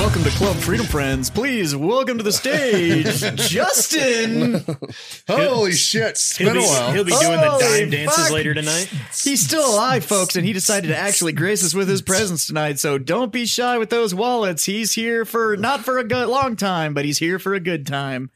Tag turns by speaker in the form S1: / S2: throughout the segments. S1: Welcome to Club Freedom Friends. Please welcome to the stage, Justin.
S2: Holy shit! It's
S3: He'll
S2: been
S3: be,
S2: a while.
S3: he'll be doing the
S1: Holy
S3: dime dances
S1: fuck.
S3: later tonight.
S1: He's still alive, folks, and he decided to actually grace us with his presence tonight. So don't be shy with those wallets. He's here for not for a good, long time, but he's here for a good time.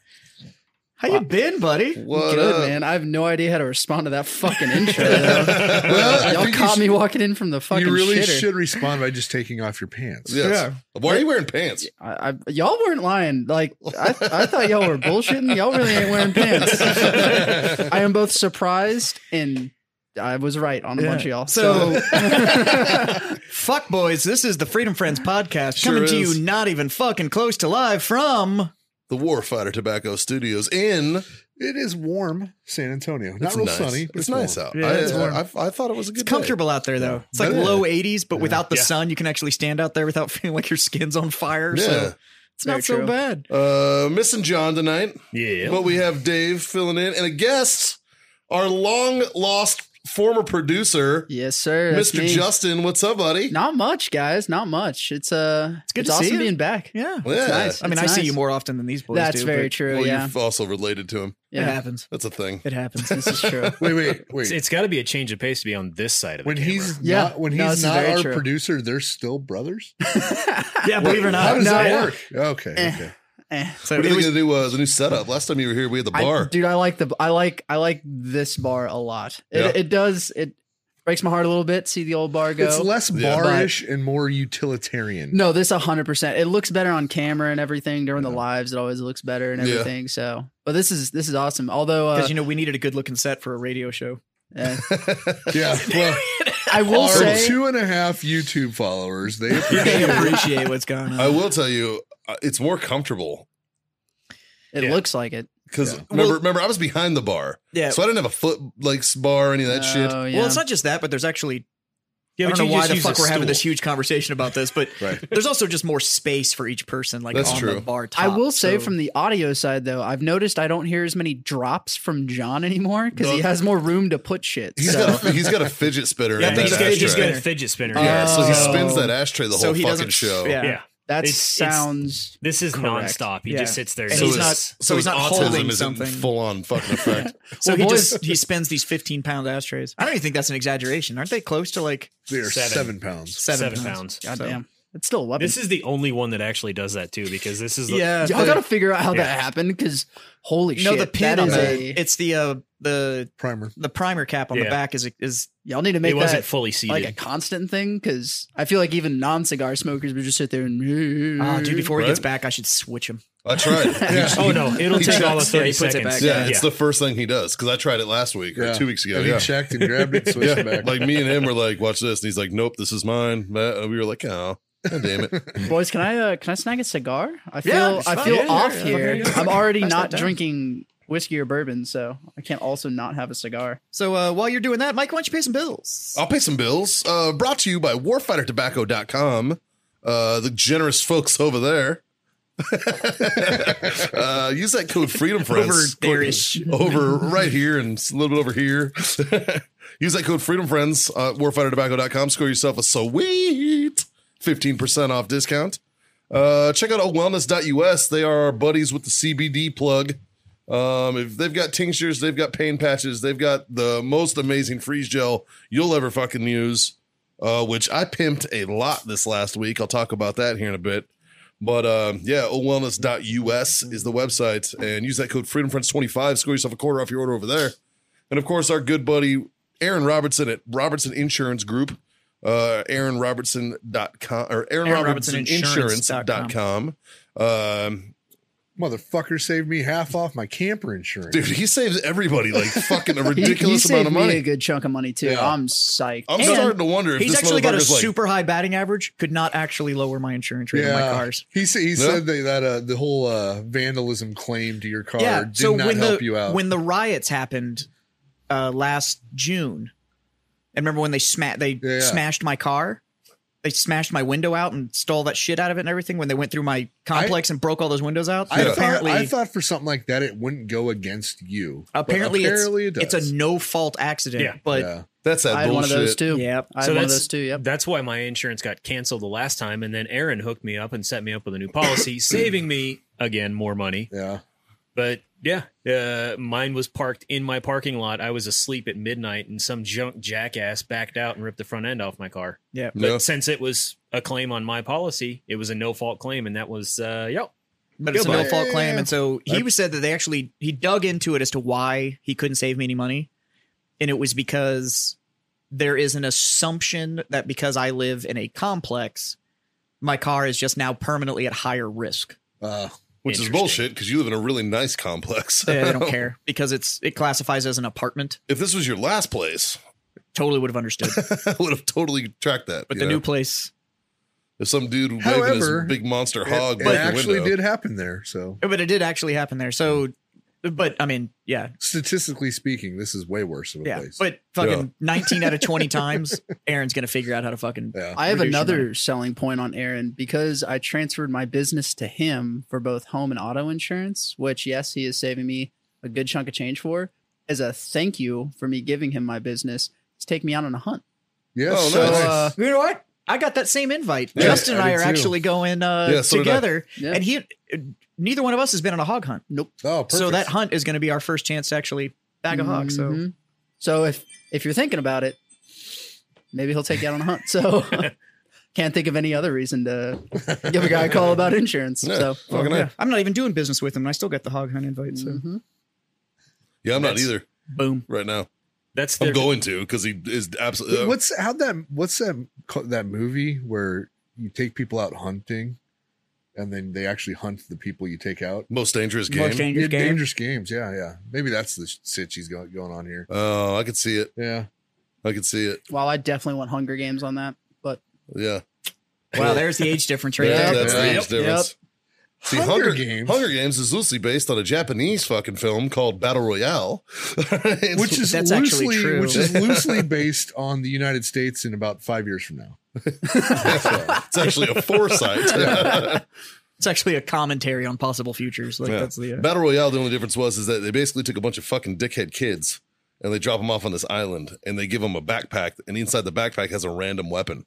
S1: How you been, buddy?
S2: What
S4: Good
S2: up?
S4: man. I have no idea how to respond to that fucking intro. though.
S2: Well, I
S4: Y'all
S2: think you
S4: caught
S2: sh-
S4: me walking in from the fucking
S2: You really
S4: shitter.
S2: should respond by just taking off your pants.
S1: Yeah.
S2: Yes.
S5: Why are you wearing pants?
S4: I, I, y'all weren't lying. Like I, I thought y'all were bullshitting. Y'all really ain't wearing pants. I am both surprised and I was right on a bunch of y'all. So,
S1: So, fuck boys, this is the Freedom Friends podcast
S5: Sure
S1: coming to
S5: is.
S1: you not even fucking close to live from
S5: The Warfighter Tobacco Studios in.
S2: It is warm, San Antonio. Not
S5: It's
S2: real
S5: nice.
S2: sunny.
S5: It's, nice
S2: warm.
S5: out.
S1: Yeah,
S5: I,
S1: it's warm.
S5: I, I- I thought it was a good
S1: It's comfortable out there though. It's like
S5: Yeah.
S1: low 80s, but without the
S3: Yeah.
S1: sun, you can actually stand out there without feeling like your skin's on fire.
S5: Day.
S1: So
S5: Yeah.
S1: it's not
S4: Very
S1: so
S4: true.
S1: bad.
S5: Uh, missing John tonight,
S3: Yeah.
S5: but we have Dave filling in and a guest, our long lost former producer,
S4: yes, sir. that's
S5: Mr.
S4: me.
S5: Justin. What's up, buddy?
S4: Not much, guys. Not much. It's uh, it's
S1: good
S4: It's
S1: to see
S4: awesome
S1: you.
S4: being back.
S1: Yeah.
S5: yeah.
S4: nice.
S1: I mean,
S4: It's
S1: I see
S4: nice.
S1: you more often than these boys
S4: That's
S1: do.
S4: very
S1: but
S4: true.
S5: Well,
S4: yeah,
S5: you've also related to him.
S1: It
S4: yeah.
S1: happens.
S5: That's a thing.
S1: It happens.
S4: This is true.
S2: Wait, wait, wait.
S3: It's, it's got to be a change of pace to be on this side of the
S2: when
S3: camera.
S2: he's
S4: Yeah.
S2: not when he's
S4: No, this is
S2: not
S4: very
S2: our
S4: true.
S2: producer, they're still brothers.
S1: yeah, believe it or
S2: How
S1: not.
S2: does
S4: no,
S2: that
S4: yeah.
S2: work? Okay, okay.
S4: Eh.
S1: So
S5: What do
S1: it
S5: you think
S1: was-
S5: of the new uh, the new setup? Last time you were here, we had the bar.
S4: I, dude, I like the I like I like this bar a lot. It,
S5: Yeah.
S4: it does it breaks my heart a little bit. See the old bar go.
S2: It's less
S5: Yeah.
S2: barish and more utilitarian.
S4: no, this hundred percent. It looks better on camera and everything during the lives. It always looks better and
S5: Yeah.
S4: everything. So, but this is this is awesome. Although uh,
S1: Because you know we needed a good-looking set for a radio show.
S4: eh,
S2: Yeah. Well,
S4: I will
S2: our
S4: say
S2: two and a half YouTube followers. They
S1: They
S2: appreciate
S1: appreciate what's going on.
S5: I will tell you, uh, it's more comfortable
S4: it
S3: Yeah.
S4: looks like it.
S5: because
S2: Yeah.
S5: remember,
S1: Well-
S5: remember, I was behind the bar,
S1: Yeah.
S5: so I didn't have a foot like bar, any of that shit.
S4: Oh,
S1: Well,
S4: yeah.
S1: it's not just that, but there's actually.
S3: yeah,
S1: I
S3: but
S1: don't
S3: you
S1: know why
S3: just
S1: the
S3: use
S1: fuck
S3: a
S1: we're having this
S3: stool.
S1: huge conversation about this, but
S2: Right.
S1: there's also just more space for each person, like
S5: That's
S1: on
S5: true.
S1: the bar top.
S4: I will say
S1: so-
S4: from the audio side though, I've noticed I don't hear as many drops from John anymore because he
S5: No.
S4: has more room to put shit.
S5: He's
S4: so.
S5: got a, he's got a fidget spinner
S3: Yeah, I
S5: in
S3: think
S5: that
S3: he's got,
S5: ashtray.
S3: he's got a fidget spinner.
S5: yeah, so he
S4: Oh.
S5: spins that ashtray the
S1: so
S5: whole
S1: he
S5: fucking
S1: doesn't.
S5: show.
S1: Yeah.
S3: yeah.
S4: that
S3: It's- it's-
S4: sounds
S3: This is
S4: Correct.
S3: nonstop. He
S1: Yeah.
S3: just sits there.
S1: And
S3: and
S1: he's
S3: does
S1: not-
S3: this.
S1: so
S5: his
S1: he's not
S5: autism
S1: holding
S5: is in
S1: something.
S5: full on fucking effect.
S1: So
S4: Well,
S1: he
S4: boys-
S1: just he spends these 15 pound ashtrays. I don't even think that's an exaggeration. Aren't they close to like
S2: they are
S3: Seven.
S2: seven pounds.
S1: seven,
S3: Seven pounds.
S4: goddamn. It's still a weapon.
S3: This is the only one that actually does that too, because this is the,
S1: Yeah,
S4: Y'all
S1: the-
S4: gotta figure out how
S3: Yeah.
S4: that happened because holy
S1: no,
S4: shit!
S1: the pin
S4: that
S1: on
S4: is
S1: the
S4: a-
S1: it's the uh the
S2: Primer.
S1: the primer cap on the
S3: Yeah.
S1: back is is
S4: y'all need to
S3: it
S4: make
S3: wasn't
S4: that
S3: fully seated.
S4: like a constant thing because I feel like even non cigar smokers would just sit there and
S1: Ah, dude, before he gets
S5: Right?
S1: back, I should switch him.
S5: I tried.
S2: Yeah.
S3: oh no, it'll
S5: He
S3: take all of
S1: checks. Yeah,
S3: thirty
S1: he puts it
S3: seconds.
S1: back.
S5: Yeah, it's the first thing he does because I tried it last week or
S2: Yeah.
S5: two weeks ago.
S2: And
S5: Yeah.
S2: he checked and grabbed it, switched
S5: Yeah,
S2: it back.
S5: like me and him were like, watch this, and he's like, nope, this is mine. But we were like, oh, God damn it,
S4: boys, can I uh, can I snag a cigar? I feel
S1: Yeah, it's
S4: I
S1: fine.
S4: feel
S1: Yeah, yeah,
S4: off
S1: yeah.
S4: here.
S1: Okay, yeah.
S4: I'm already
S1: Pass that
S4: not
S1: down.
S4: drinking whiskey or bourbon, so I can't also not have a cigar.
S1: So uh, while you're doing that, Mike, why don't you pay some bills?
S5: I'll pay some bills. Uh, brought to you by warfightertobacco.com. Uh, the generous folks over there. uh, use that code freedom friends
S1: Over there-ish.
S5: over right here and a little bit over here use that code freedom friends Uh, at warfightertobacco.com score yourself a sweet 15% off discount uh, check out wellness.us they are our buddies with the cbd plug um, if they've got tinctures, they've got pain patches, they've got the most amazing freeze gel you'll ever fucking use, uh, which I pimped a lot this last week. I'll talk about that here in a bit. But um, yeah, owellness.us is the website, and use that code FreedomFriends25. Score yourself a quarter off your order over there. And of course, our good buddy Aaron Robertson at Robertson Insurance Group, uh, AaronRobertson.com or Aaron,
S1: Aaron
S5: Robertson,
S1: Robertson Insurance dot com.
S5: Insurance.com. Um,
S2: Motherfucker saved me half off my camper insurance.
S6: Dude, he saves everybody like fucking
S4: He-
S6: a
S4: he
S6: ridiculous
S4: saved
S6: amount of
S4: me
S6: money. Oh,
S4: a good chunk of money too.
S2: Yeah.
S4: I'm psyched.
S6: I'm
S1: And
S6: starting to wonder if
S1: He's
S6: this
S1: actually got a
S6: motherfucker's like,
S1: super high batting average. Could not actually lower my insurance rate on my cars.
S2: He, sa- he said that, that uh, the whole uh, vandalism claim to your car
S1: yeah.
S2: did
S1: So
S2: not
S1: when
S2: help
S1: the
S2: you out.
S1: when the riots happened uh, last June, and remember when they sma- they
S2: Yeah, yeah.
S1: smashed my car. They smashed my window out and stole that shit out of it and everything. When they went through my complex and broke all those windows out,
S2: I,
S1: But
S2: thought,
S1: apparently,
S2: I thought for something like that, it wouldn't go against you. But
S1: apparently, it's,
S2: apparently it
S1: it's
S2: does.
S1: a no fault accident.
S3: Yeah.
S1: But
S2: Yeah.
S6: that's that
S4: I had
S6: bullshit.
S4: one of those too.
S1: Yep.
S4: I had
S3: So
S4: one of
S3: that's-
S4: those too. Yep.
S3: That's why my insurance got canceled the last time, and then Aaron hooked me up and set me up with a new policy, saving me again more money.
S2: Yeah.
S3: But yeah, uh, mine was parked in my parking lot. I was asleep at midnight, and some junk jackass backed out and ripped the front end off my car.
S1: yeah.
S3: But
S6: Yeah.
S3: since it was a claim on my policy, it was a no fault claim, and that was uh, yep.
S1: but it's a
S3: Goodbye.
S1: no fault claim. And so he was said that they actually he dug into it as to why he couldn't save me any money, and it was because there is an assumption that because I live in a complex, my car is just now permanently at higher risk.
S2: Uh,
S6: Which is
S3: Interesting.
S6: bullshit because you live in a really nice complex.
S1: They they don't care because it's it classifies as an apartment.
S6: if this was your last place,
S1: Totally would have understood,
S6: I would have totally tracked that.
S1: but
S6: you
S1: the
S6: know?
S1: new place.
S6: if some dude waving
S2: However,
S6: his big monster hog
S2: it, it
S6: broke the
S2: actually
S6: window.
S2: did happen there. So
S1: But it did actually happen there. So, but I mean, yeah,
S2: statistically speaking, this is way worse of a
S1: yeah.
S2: place.
S1: But fucking nineteen out of twenty times, Aaron's gonna figure out how to fucking
S2: yeah.
S4: I have
S1: Reduce your
S4: another selling point on Aaron because I transferred my business to him for both home and auto insurance, which yes, he is saving me a good chunk of change for. As a thank you for me giving him my business, he's taking me out on a hunt.
S2: yeah.
S6: Oh,
S2: so,
S6: nice.
S2: uh,
S1: You know what? I got that same invite.
S6: Yeah,
S1: Justin and
S2: I
S1: I,
S2: did
S1: are
S2: too.
S1: actually going uh,
S6: Yeah, so did I.
S1: together,
S4: Yeah.
S1: and he, neither one of us has been on a hog hunt,
S2: oh, perfect.
S1: so that hunt is going to be our first chance to actually bag a hog. So
S2: Mm-hmm.
S4: Mhm. so if if you're thinking about it, maybe he'll take you out on a hunt. So can't think of any other reason to give a guy a call about insurance.
S6: Yeah,
S4: So
S6: fucking A.
S1: yeah, I'm not even doing business with him, and I still got the hog hunt invite. So
S4: Mhm.
S6: Yeah, I'm not
S3: That's-
S6: either
S2: Mm-hmm.
S1: boom.
S6: right now.
S3: That's
S6: I'm
S3: their-
S6: going to because he is absolutely.
S2: what's how that what's that co- that movie where you take people out hunting and then they actually hunt the people you take out
S6: uh, most dangerous game.
S1: Most dangerous
S2: Yeah,
S1: game.
S2: dangerous games yeah yeah maybe that's the shit she's going, going on here
S6: oh, I could see it.
S2: yeah
S6: I could see it.
S4: Wow, I definitely want Hunger Games on that. But
S6: Yeah,
S1: Wow, there's the age difference right
S6: That-
S1: there.
S6: that's the
S2: Yep.
S6: age difference. See, Hunger,
S2: Hunger
S6: Games.
S2: Games.
S6: Hunger Games is loosely based on a Japanese fucking film called Battle Royale,
S2: which is
S1: That's actually
S2: loosely
S1: true.
S2: which is loosely based on the United States in about five years from now.
S6: it's actually a foresight.
S1: It's actually a commentary on possible futures. Like
S6: Yeah.
S1: that's the. Uh,
S6: Battle Royale, the only difference was is that they basically took a bunch of fucking dickhead kids and they drop them off on this island and they give them a backpack and inside the backpack has a random weapon.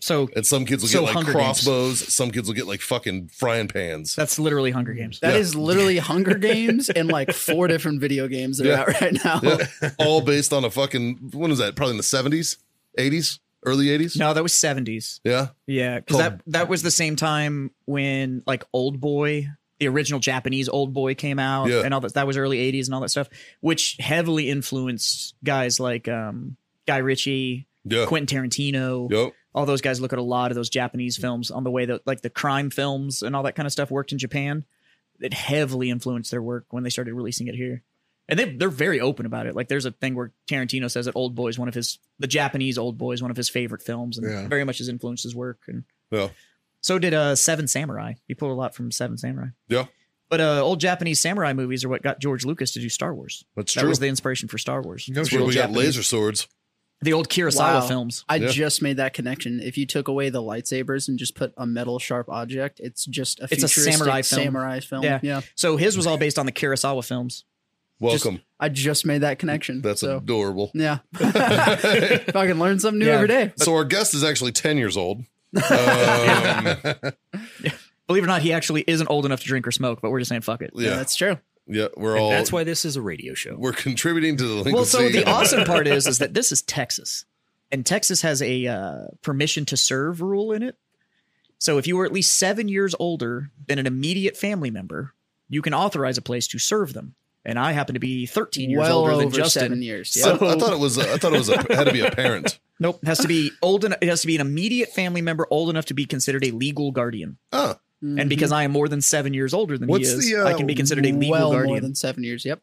S1: so
S6: And some kids will
S1: So
S6: get like
S1: Hunger
S6: crossbows, some kids will get like fucking frying pans.
S1: that's literally Hunger Games.
S4: that is literally Hunger Games and like four different video games that
S6: Yeah.
S4: are out right now.
S6: Yeah. All based on a fucking when was that? Probably in the 70s, 80s, early 80s.
S1: no, that was 70s.
S6: Yeah.
S1: Yeah, because
S6: Called-
S1: that that was the same time when like Old Boy, the original Japanese Old Boy came out,
S6: Yeah.
S1: and all that. That was early '80s and all that stuff, which heavily influenced guys like um, Guy Ritchie,
S6: Yeah.
S1: Quentin Tarantino.
S6: Yep. Mm-hmm.
S1: All those guys look at a lot of those Japanese films on the way that like the crime films and all that kind of stuff worked in Japan. It heavily influenced their work when they started releasing it here. And they, they're very open about it. Like there's a thing where Tarantino says that Old Boy is one of his, the Japanese Old Boy is one of his favorite films and
S2: Yeah.
S1: very much has influenced his work. And
S6: Yeah.
S1: so did uh Seven Samurai. He pulled a lot from Seven Samurai.
S6: Yeah.
S1: But uh old Japanese samurai movies are what got George Lucas to do Star Wars.
S6: That's
S1: That
S6: true.
S1: was the inspiration for Star Wars.
S2: No
S6: That's where
S2: shit.
S6: we got
S1: Japanese.
S6: laser swords.
S1: The old Kurosawa
S4: Wow.
S1: films.
S4: I
S6: Yeah.
S4: just made that connection. If you took away the lightsabers and just put a metal sharp object, it's just a
S1: It's a
S4: futuristic
S1: samurai film.
S4: samurai film.
S1: Yeah. So his was all based on the Kurosawa films.
S6: Welcome.
S4: I just made that connection.
S6: that's
S4: so
S6: adorable.
S4: yeah. Fucking learn something new
S1: Yeah.
S4: every day.
S6: So our guest is actually 10 years old. Um,
S1: Believe it or not, he actually isn't old enough to drink or smoke, but we're just saying fuck it.
S4: Yeah,
S6: yeah.
S4: that's true.
S6: Yeah, we're
S3: And
S6: all
S3: that's why this is a radio show.
S6: we're contributing to the delinquency.
S1: Well, so the
S6: and-
S1: awesome part is is that this is Texas, and Texas has a uh, permission to serve rule in it. So if you were at least seven years older than an immediate family member, you can authorize a place to serve them. And I happen to be 13 years
S4: Well
S1: older
S4: over
S1: than Justin.
S4: seven years. Yeah.
S6: I, I thought it was. A, I thought it was. A, it had to be a parent.
S1: Nope, has to be old. En- it has to be an immediate family member old enough to be considered a legal guardian.
S6: Oh,
S4: Mm-hmm.
S1: and because I am more than seven years older than
S2: What's
S1: he is,
S2: the, uh,
S1: I can be considered a legal
S4: well more
S1: guardian.
S4: than seven years. Yep.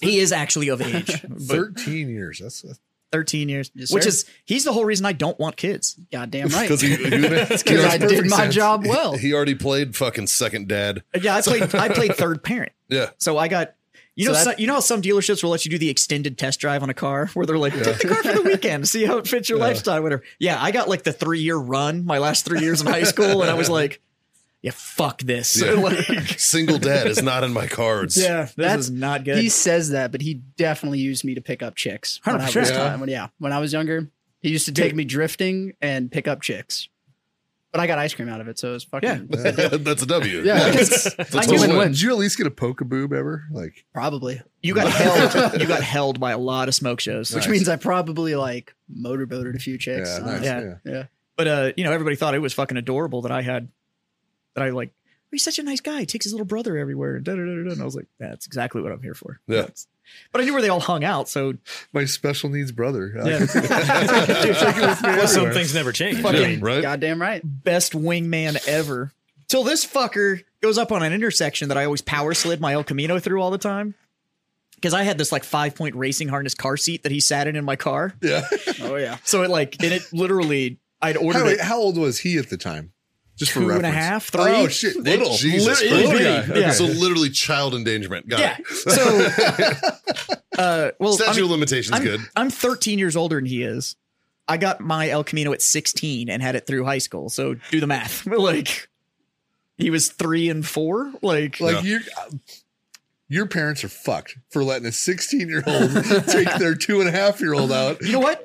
S1: he is actually of age, but
S2: Thirteen years. That's that's-
S1: thirteen years,
S4: Yes,
S1: which
S4: sir.
S1: is he's the whole reason I don't want kids.
S4: Goddamn right.
S6: Because he, he-
S4: It's 'cause
S6: he
S4: I
S6: already-
S4: did my job well.
S6: He already played fucking second dad.
S1: Yeah, I played I played third parent,
S6: Yeah.
S1: so I got. You
S4: So
S1: know,
S4: that-
S1: some, you know how some dealerships will let you do the extended test drive on a car, where they're like, "Take the car for the weekend, see how it fits your lifestyle, whatever." Yeah, I got like the three year run, my last three years in high school, and I was like, "Yeah, fuck this."
S6: Yeah.
S1: Like,
S6: Single dad is not in my cards.
S1: yeah this
S4: That's-
S1: is not good.
S4: he says that, but he definitely used me to pick up chicks. When I was
S1: 100%.
S4: time- when- yeah, when I was younger, he used to take me drifting and pick up chicks. But I got ice cream out of it, so it was fucking
S6: That's a W.
S4: Yeah.
S6: That's, that's
S1: I
S6: a
S1: knew
S6: win.
S4: it went-
S2: Did you at least get a poke a boob ever? Like
S4: probably.
S1: you got held. You got held by a lot of smoke shows,
S4: Which means I probably like motorboated a few chicks.
S2: yeah,
S4: honestly.
S1: Yeah.
S2: nice, yeah.
S4: yeah.
S1: But uh, you know, everybody thought it was fucking adorable that I had that I like. He's such a nice guy. He takes his little brother everywhere. Da, da, da, da, da. And I was like, that's exactly what I'm here for.
S6: Yeah.
S1: That's- But I knew where they all hung out, so
S2: My special needs brother.
S1: yeah.
S3: Well, some things never change.
S6: Yeah,
S3: I mean,
S6: right?
S4: Goddamn right.
S1: best wingman ever. Till this fucker goes up on an intersection that I always power slid my El Camino through all the time. Because I had this like five point racing harness car seat that he sat in in my car.
S6: Yeah.
S4: Oh yeah.
S1: So it like, and it literally, I'd ordered
S2: How, e-,
S1: it
S2: how old was he at the time? Just
S1: two
S2: for
S1: and a
S2: reference.
S1: half, three.
S2: Oh shit!
S6: Little.
S2: Jesus
S6: Little-
S2: Christ.
S1: little
S2: Okay.
S1: guy. Yeah.
S6: So literally child endangerment. Got
S1: yeah.
S6: it.
S1: So, uh, well,
S6: Statute
S1: I mean,
S6: of limitations.
S1: I'm,
S6: good.
S1: I'm 13 years older than he is. I got my El Camino at 16 and had it through high school. So do the math. like he was three and four. Like,
S2: Like you, uh, your parents are fucked for letting a 16 year old take their two and a half year old out.
S1: you know what?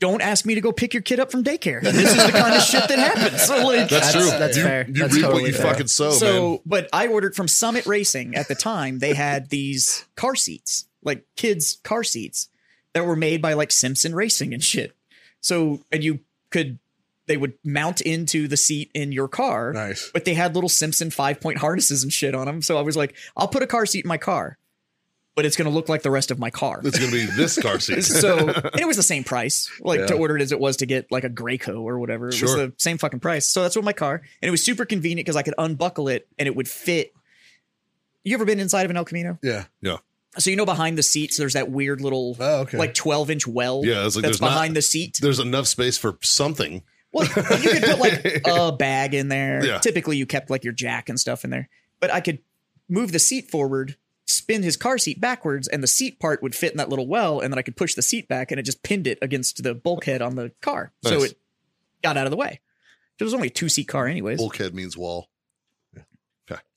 S1: Don't ask me to go pick your kid up from daycare. This is the kind of shit that happens. So like,
S4: That's-
S6: That's, true.
S4: that's
S6: you
S4: fair.
S6: you
S4: That's
S6: reap what
S4: totally
S6: you
S4: fair.
S6: fucking sow,
S1: so,
S6: man.
S1: but I ordered from Summit Racing at the time. They had these car seats, like kids' car seats, that were made by like Simpson Racing and shit. So, and you could, they would mount into the seat in your car.
S2: Nice.
S1: but they had little Simpson five point harnesses and shit on them. So I was like, I'll put a car seat in my car, but it's going to look like the rest of my car.
S6: It's going to be this car seat.
S1: so and it was the same price, like to
S2: Yeah.
S1: order it as it was to get like a Graco or whatever. It was
S6: Sure.
S1: the same fucking price. So that's what my car, and it was super convenient because I could unbuckle it and it would fit. You ever been inside of an El Camino?
S2: Yeah.
S1: So you know behind the seats, there's that weird little
S2: Oh, okay.
S1: like twelve inch well.
S6: Yeah, it's like
S1: that's
S6: there's not-
S1: behind the seat.
S6: There's enough space for something.
S1: Well, you could put like a bag in there.
S6: Yeah.
S1: Typically, you kept like your jack and stuff in there. But I could move the seat forward, spin his car seat backwards, and the seat part would fit in that little well. And then I could push the seat back, and it just pinned it against the bulkhead on the car, so
S6: Nice.
S1: it got out of the way. It was only a two seat car, anyways.
S6: Bulkhead means wall.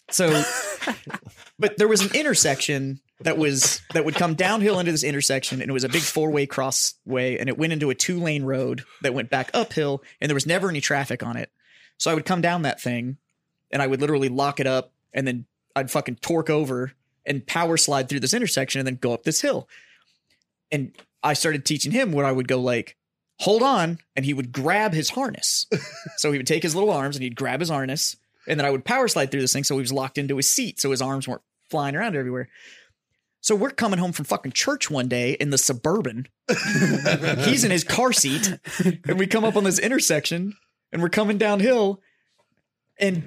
S1: So, but there was an intersection that was that would come downhill into this intersection, and it was a big four way crossway, and it went into a two lane road that went back uphill, and there was never any traffic on it. So I would come down that thing, and I would literally lock it up, and then I'd fucking torque over and power slide through this intersection, and then go up this hill. And I started teaching him where I would go like. Hold on, and he would grab his harness. so he would take his little arms and he'd grab his harness, and then I would power slide through this thing so he was locked into his seat so his arms weren't flying around everywhere. So we're coming home from fucking church one day in the suburban. He's in his car seat and we come up on this intersection and we're coming downhill and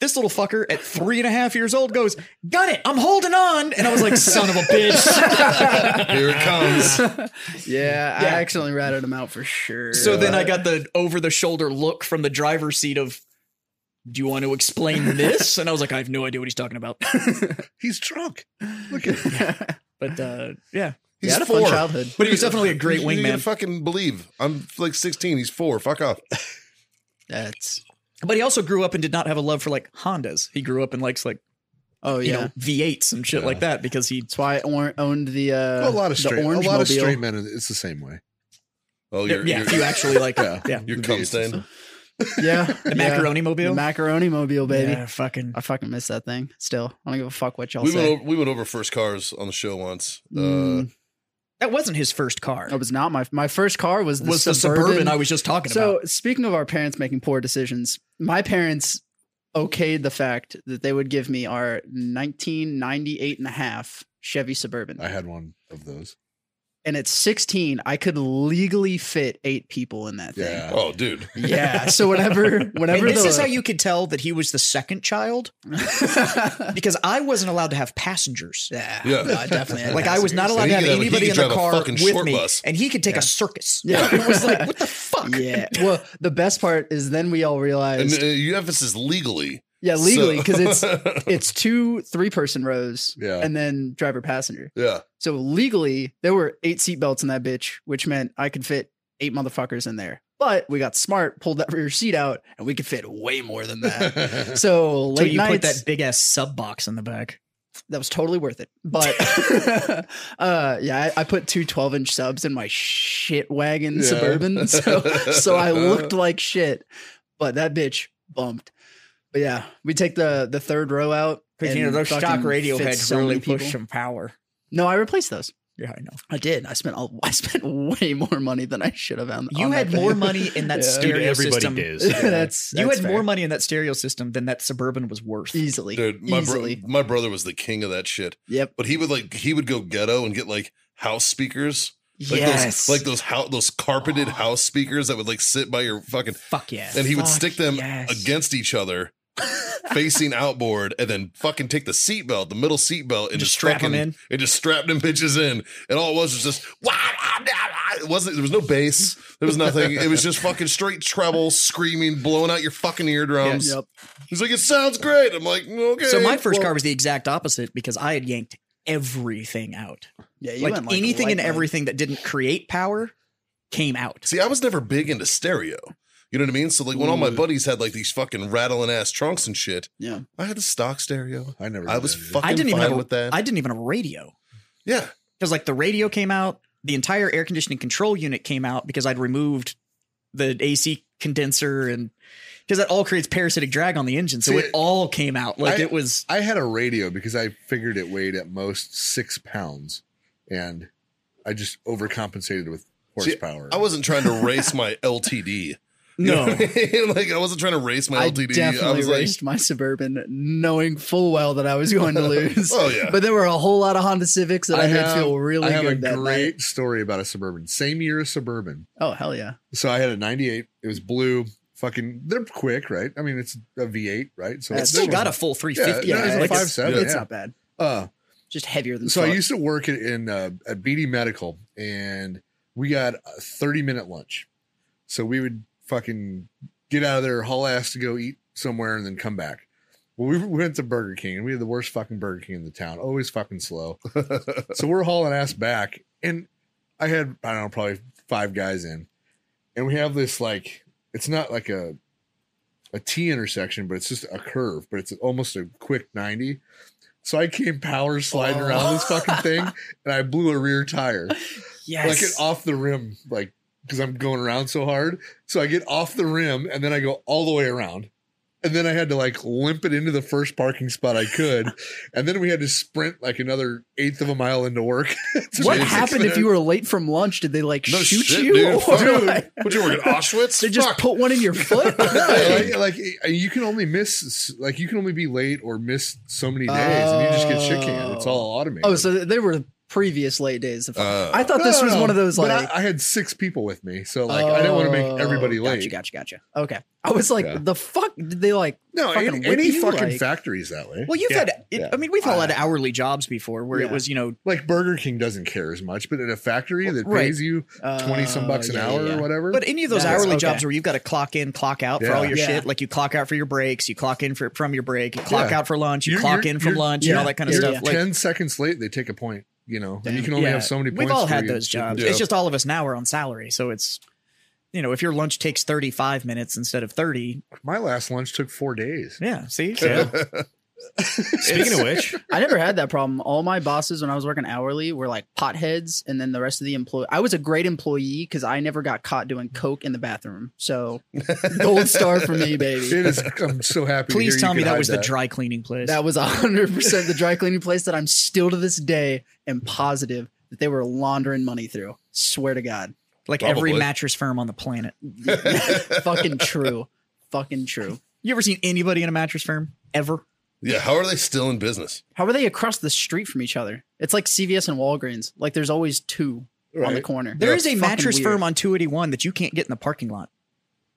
S1: this little fucker at three and a half years old goes, Gun it, I'm holding on. And I was like, son of a bitch.
S6: Here it comes.
S4: Yeah, I
S1: Yeah.
S4: accidentally ratted him out for sure.
S1: So then I got the over the shoulder look from the driver's seat of, Do you want to explain this? And I was like, I have no idea what he's talking about.
S2: He's drunk. Look at
S1: But uh, yeah.
S4: yeah,
S6: He's
S4: I had a
S6: four.
S4: fun childhood.
S1: But he was definitely a great
S6: You- you didn't
S1: wingman.
S6: fucking believe. I'm like 16. He's four. Fuck off.
S4: That's
S1: But he also grew up and did not have a love for like Hondas. He grew up and likes like
S4: oh
S1: you
S4: yeah.
S1: know V8s and shit like that because he.
S4: That's why I or- owned the uh
S2: a lot of
S4: the
S2: straight. A
S4: orange
S2: lot of
S4: mobile.
S2: straight men. It's the same way.
S6: Oh,
S1: Yeah,
S6: you're,
S1: yeah,
S6: you're,
S1: if you actually like yeah,
S6: you're
S2: The
S6: cum
S2: bees.
S6: stain.
S4: Yeah.
S1: the
S4: yeah.
S1: macaroni
S4: The
S1: mobile,
S4: macaroni mobile, baby.
S1: Yeah, fucking
S4: I fucking miss that thing still. I don't give a fuck what y'all
S6: We went,
S4: say.
S6: over, we went over first cars on the show once. Uh,
S4: Mm,
S1: that wasn't his first car.
S4: it was not my my first car was the
S1: was the
S4: suburban,
S1: suburban, I was just talking
S4: so
S1: about?
S4: speaking of our parents making poor decisions, my parents okayed the fact that they would give me our 1998 and a half Chevy Suburban.
S2: I had one of those.
S4: and it's 16, I could legally fit eight people in that thing.
S2: Yeah.
S6: Oh, dude.
S4: Yeah. So whenever, whenever
S1: And this
S4: the-
S1: is how you could tell that he was the second child because I wasn't allowed to have passengers.
S4: yeah.
S6: Yeah.
S1: No, definitely. Like I was not
S6: And
S1: allowed
S6: he
S1: to have
S6: could have a- he
S1: anybody
S6: could
S1: in the
S6: drive a
S1: car
S6: fucking
S1: with
S6: short
S1: me,
S6: bus.
S1: and he could take a circus.
S4: Yeah.
S1: it was like what the fuck.
S4: Yeah. Well, the best part is then we all
S6: And
S4: realized,
S6: uh, you emphasis legally.
S4: yeah, Uh, legally, because it's
S6: it's.
S4: it's two three person rows,
S2: Yeah.
S4: and then driver passenger.
S6: yeah.
S4: So legally, there were eight seatbelts in that bitch, which meant I could fit eight motherfuckers in there. But we got smart, pulled that rear seat out, and we could fit way more than that. So
S1: So
S4: late
S1: you
S4: nights,
S1: put that big ass sub box in the back.
S4: that was totally worth it. But uh, yeah, I, I put two 12 inch subs in my shit wagon
S6: Yeah.
S4: suburban. So, so I looked like shit, but that bitch bumped. But yeah, we take the the third row out.
S1: Because you know
S4: and
S1: those stock
S4: fucking
S1: radio
S4: fit
S1: heads
S4: so many
S1: really push
S4: people.
S1: some power.
S4: No, I replaced those.
S1: Yeah, I know.
S4: I did. I spent all, I spent way more money than I should have. On,
S1: You
S4: on
S1: had
S4: that
S1: more
S4: thing.
S1: money in that
S4: Yeah.
S1: stereo
S3: Dude, everybody
S1: system.
S3: does.
S4: that's
S1: You
S4: that's
S1: had more
S4: fair.
S1: money in that stereo system than that suburban was worth.
S4: easily.
S6: Dude, my, bro-
S4: easily.
S6: my brother was the king of that shit.
S4: yep.
S6: But he would like, he would go ghetto and get like house speakers. Like
S1: yes.
S6: Those, like those, house, those carpeted house speakers that would like sit by your fucking
S1: Fuck yes.
S6: and he would
S1: Fuck
S6: stick them
S1: yes.
S6: against each other, facing outboard, and then fucking take the seatbelt, the middle seatbelt, and just,
S1: Just strap 'em
S6: fucking-
S1: in?
S6: and just strap them bitches in. And all it was was just "Wah, ah, ah, ah." it wasn't. There was no bass. There was nothing. it was just fucking straight treble, screaming, blowing out your fucking eardrums.
S4: Yep.
S6: He's like, it sounds great. I'm like, okay.
S1: So my first
S6: well,
S1: car was the exact opposite because I had yanked everything out.
S4: Yeah. You
S1: like,
S4: went
S1: anything and
S4: light, light.
S1: everything that didn't create power came out.
S6: See, I was never big into stereo. You know what I mean? So like when all my buddies had like these fucking rattling ass trunks and shit,
S4: Yeah.
S6: I had the stock stereo.
S2: I never.
S6: I
S2: did
S6: was
S2: that.
S6: fucking
S1: I didn't even
S6: fine
S1: have a,
S6: with that.
S1: I didn't even have a radio
S6: yeah.
S1: because like the radio came out, the entire air conditioning control unit came out because I'd removed the AC condenser and because that all creates parasitic drag on the engine. So
S2: See,
S1: it all came out like
S2: I-
S1: it was.
S2: I had a radio because I figured it weighed at most six pounds, and I just overcompensated with
S6: See,
S2: horsepower.
S6: I wasn't trying to race my LTD. You know
S1: No,
S6: what I mean? like I wasn't trying to race my
S4: I
S6: LTD.
S4: definitely
S6: I was like,
S4: raced my suburban, knowing full well that I was going to lose.
S6: oh yeah,
S4: But there were a whole lot of Honda Civics that I, did feel really
S2: I have
S4: good
S2: a
S4: that night.
S2: great story about a suburban. Same year as suburban.
S4: Oh hell yeah!
S2: So I had a '98. It was blue. Fucking, they're quick, right? I mean, it's a V8, right? So
S1: it's
S2: they
S1: still
S2: were-
S1: got a full three fifty.
S2: Yeah, Uh, it's a
S1: like
S2: five
S1: it's-
S2: seven.
S4: It's
S2: yeah.
S4: not bad.
S2: Uh,
S4: Just heavier than.
S2: so I
S4: fuck.
S2: used to work in, in uh, at BD Medical, and we got a thirty minute lunch. So we would fucking get out of there, haul ass to go eat somewhere, and then come back. Well, we went to Burger King, and we had the worst fucking Burger King in the town. Always fucking slow. so we're hauling ass back, and I had I don't know probably five guys in, and we have this like it's not like a a T intersection, but it's just a curve, but it's almost a quick ninety. So I came power sliding around this
S4: Oh.
S2: fucking thing, and I blew a rear tire like it
S1: yes.
S2: off the rim, like because I'm going around so hard. So I get off the rim and then I go all the way around. And then I had to like limp it into the first parking spot I could. and then we had to sprint like another eighth of a mile into work. It's
S4: What
S2: amazing.
S4: happened if you were late from lunch? Did they like
S6: no
S4: shoot
S6: shit,
S4: you?
S6: dude.
S4: Or,
S6: Fuck. Dude,
S4: like,
S6: What you work at Auschwitz?
S4: they just
S6: Fuck.
S4: put one in your foot?
S2: like, like, eh, you can only miss like you can only be late or miss so many days and you just get shit canned. It's all automated.
S4: oh, so they were previous late days. Of-
S6: Uh,
S4: I thought
S2: No,
S4: this
S2: no,
S4: was
S2: no.
S4: one of those
S2: But
S4: like
S2: I, I had six people with me, so like I didn't want to make everybody
S4: Oh,
S2: late.
S1: Gotcha, gotcha, gotcha.
S4: okay. I was like,
S2: Yeah.
S4: the fuck did they like?
S2: No,
S4: fucking
S2: any,
S4: whip
S2: any
S4: you,
S2: fucking
S4: like-
S2: factories that way.
S1: Well, you've
S3: Yeah.
S1: had. It,
S2: Yeah. Uh,
S1: I mean, we've all had hourly jobs before where it
S4: Yeah.
S1: was you know
S2: like Burger King doesn't care as much, but at a factory that
S1: Right. Oh,
S2: pays you twenty some
S4: uh,
S2: bucks an
S4: yeah,
S2: hour
S4: yeah, yeah.
S2: or whatever.
S1: But any of those
S4: That's-
S1: hourly
S4: okay.
S1: jobs where you've got to clock in, clock out for all
S2: Yeah.
S1: your
S4: Yeah.
S1: shit, like you clock out for your breaks, you clock in for from your break, you clock
S2: Yeah.
S1: out for lunch, you
S2: You're-
S1: clock
S2: you're-
S1: in from
S2: you're-
S1: lunch, and all that kind of
S4: you're
S1: stuff. Like,
S2: ten seconds late, they take a point. You know, and you can only
S1: yeah.
S2: have so many. points
S1: We've all
S2: for
S1: had
S2: you.
S1: those jobs.
S6: Yeah.
S1: It's just all of us now are on salary, so it's you know if your lunch takes thirty five minutes instead of thirty,
S2: My last lunch took four days.
S1: yeah, see,
S3: Yeah.
S1: So-
S3: Speaking of which,
S4: I never had that problem. All my bosses when I was working hourly were like potheads, and then the rest of the employee. I was a great employee because I never got caught doing coke in the bathroom. So gold star for me, baby.
S2: It is. I'm so happy.
S1: please
S2: to hear
S1: tell
S2: you
S1: me
S2: can
S1: that
S2: hide
S1: was the dry cleaning place.
S4: That was 100% the dry cleaning place that I'm still to this day and positive that they were laundering money through. Swear to God.
S1: like
S6: Probably.
S1: every mattress firm on the planet.
S4: Fucking true. Fucking true.
S1: You ever seen anybody in a mattress firm ever?
S6: yeah, how are they still in business?
S4: How are they across the street from each other? It's like CVS and Walgreens. Like there's always two. on the
S2: Right.
S4: corner.
S1: There is a
S4: Fucking
S1: mattress
S4: weird.
S1: firm on 281 that you can't get in the parking lot.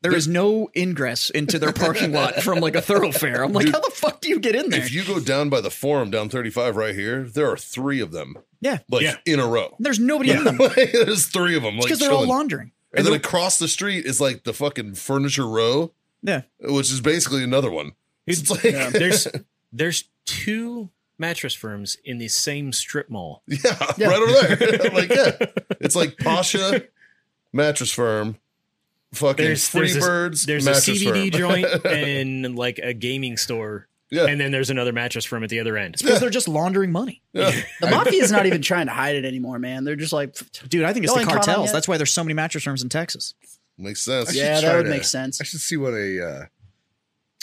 S1: There is no ingress into their parking lot from like a thoroughfare. I'm like,
S6: Dude.
S1: how the fuck do you get in there?
S6: If you go down by the forum, down 35 right here, there are three of them.
S1: Yeah.
S6: Like
S3: Yeah.
S6: in a row.
S1: There's nobody in them
S6: There's three of them. Like
S1: because they're all
S6: chilling.
S1: laundering.
S6: And then across the street is like the fucking furniture row.
S1: Yeah.
S6: Which is basically another one. It's like, yeah.
S3: there's there's two mattress firms in the same strip mall.
S4: Yeah.
S6: right over there. like, yeah. It's like Pasha Mattress Firm, fucking
S3: There's-
S6: Free
S3: there's a-
S6: Birds
S3: There's a
S6: Mattress
S3: CBD
S6: Firm.
S3: joint and like a gaming store,
S6: Yeah.
S3: and then there's another mattress firm at the other end.
S1: Because they're just laundering money.
S6: yeah.
S4: The mafia is not even trying to hide it anymore, man. They're just like,
S1: Dude, I think it's
S4: No
S1: the
S4: one caught on
S1: cartels.
S4: yet?
S1: That's why there's so many mattress firms in Texas.
S6: Makes sense.
S2: should
S4: yeah,
S2: try
S4: that would
S2: to-
S4: make sense.
S2: I should see what a uh,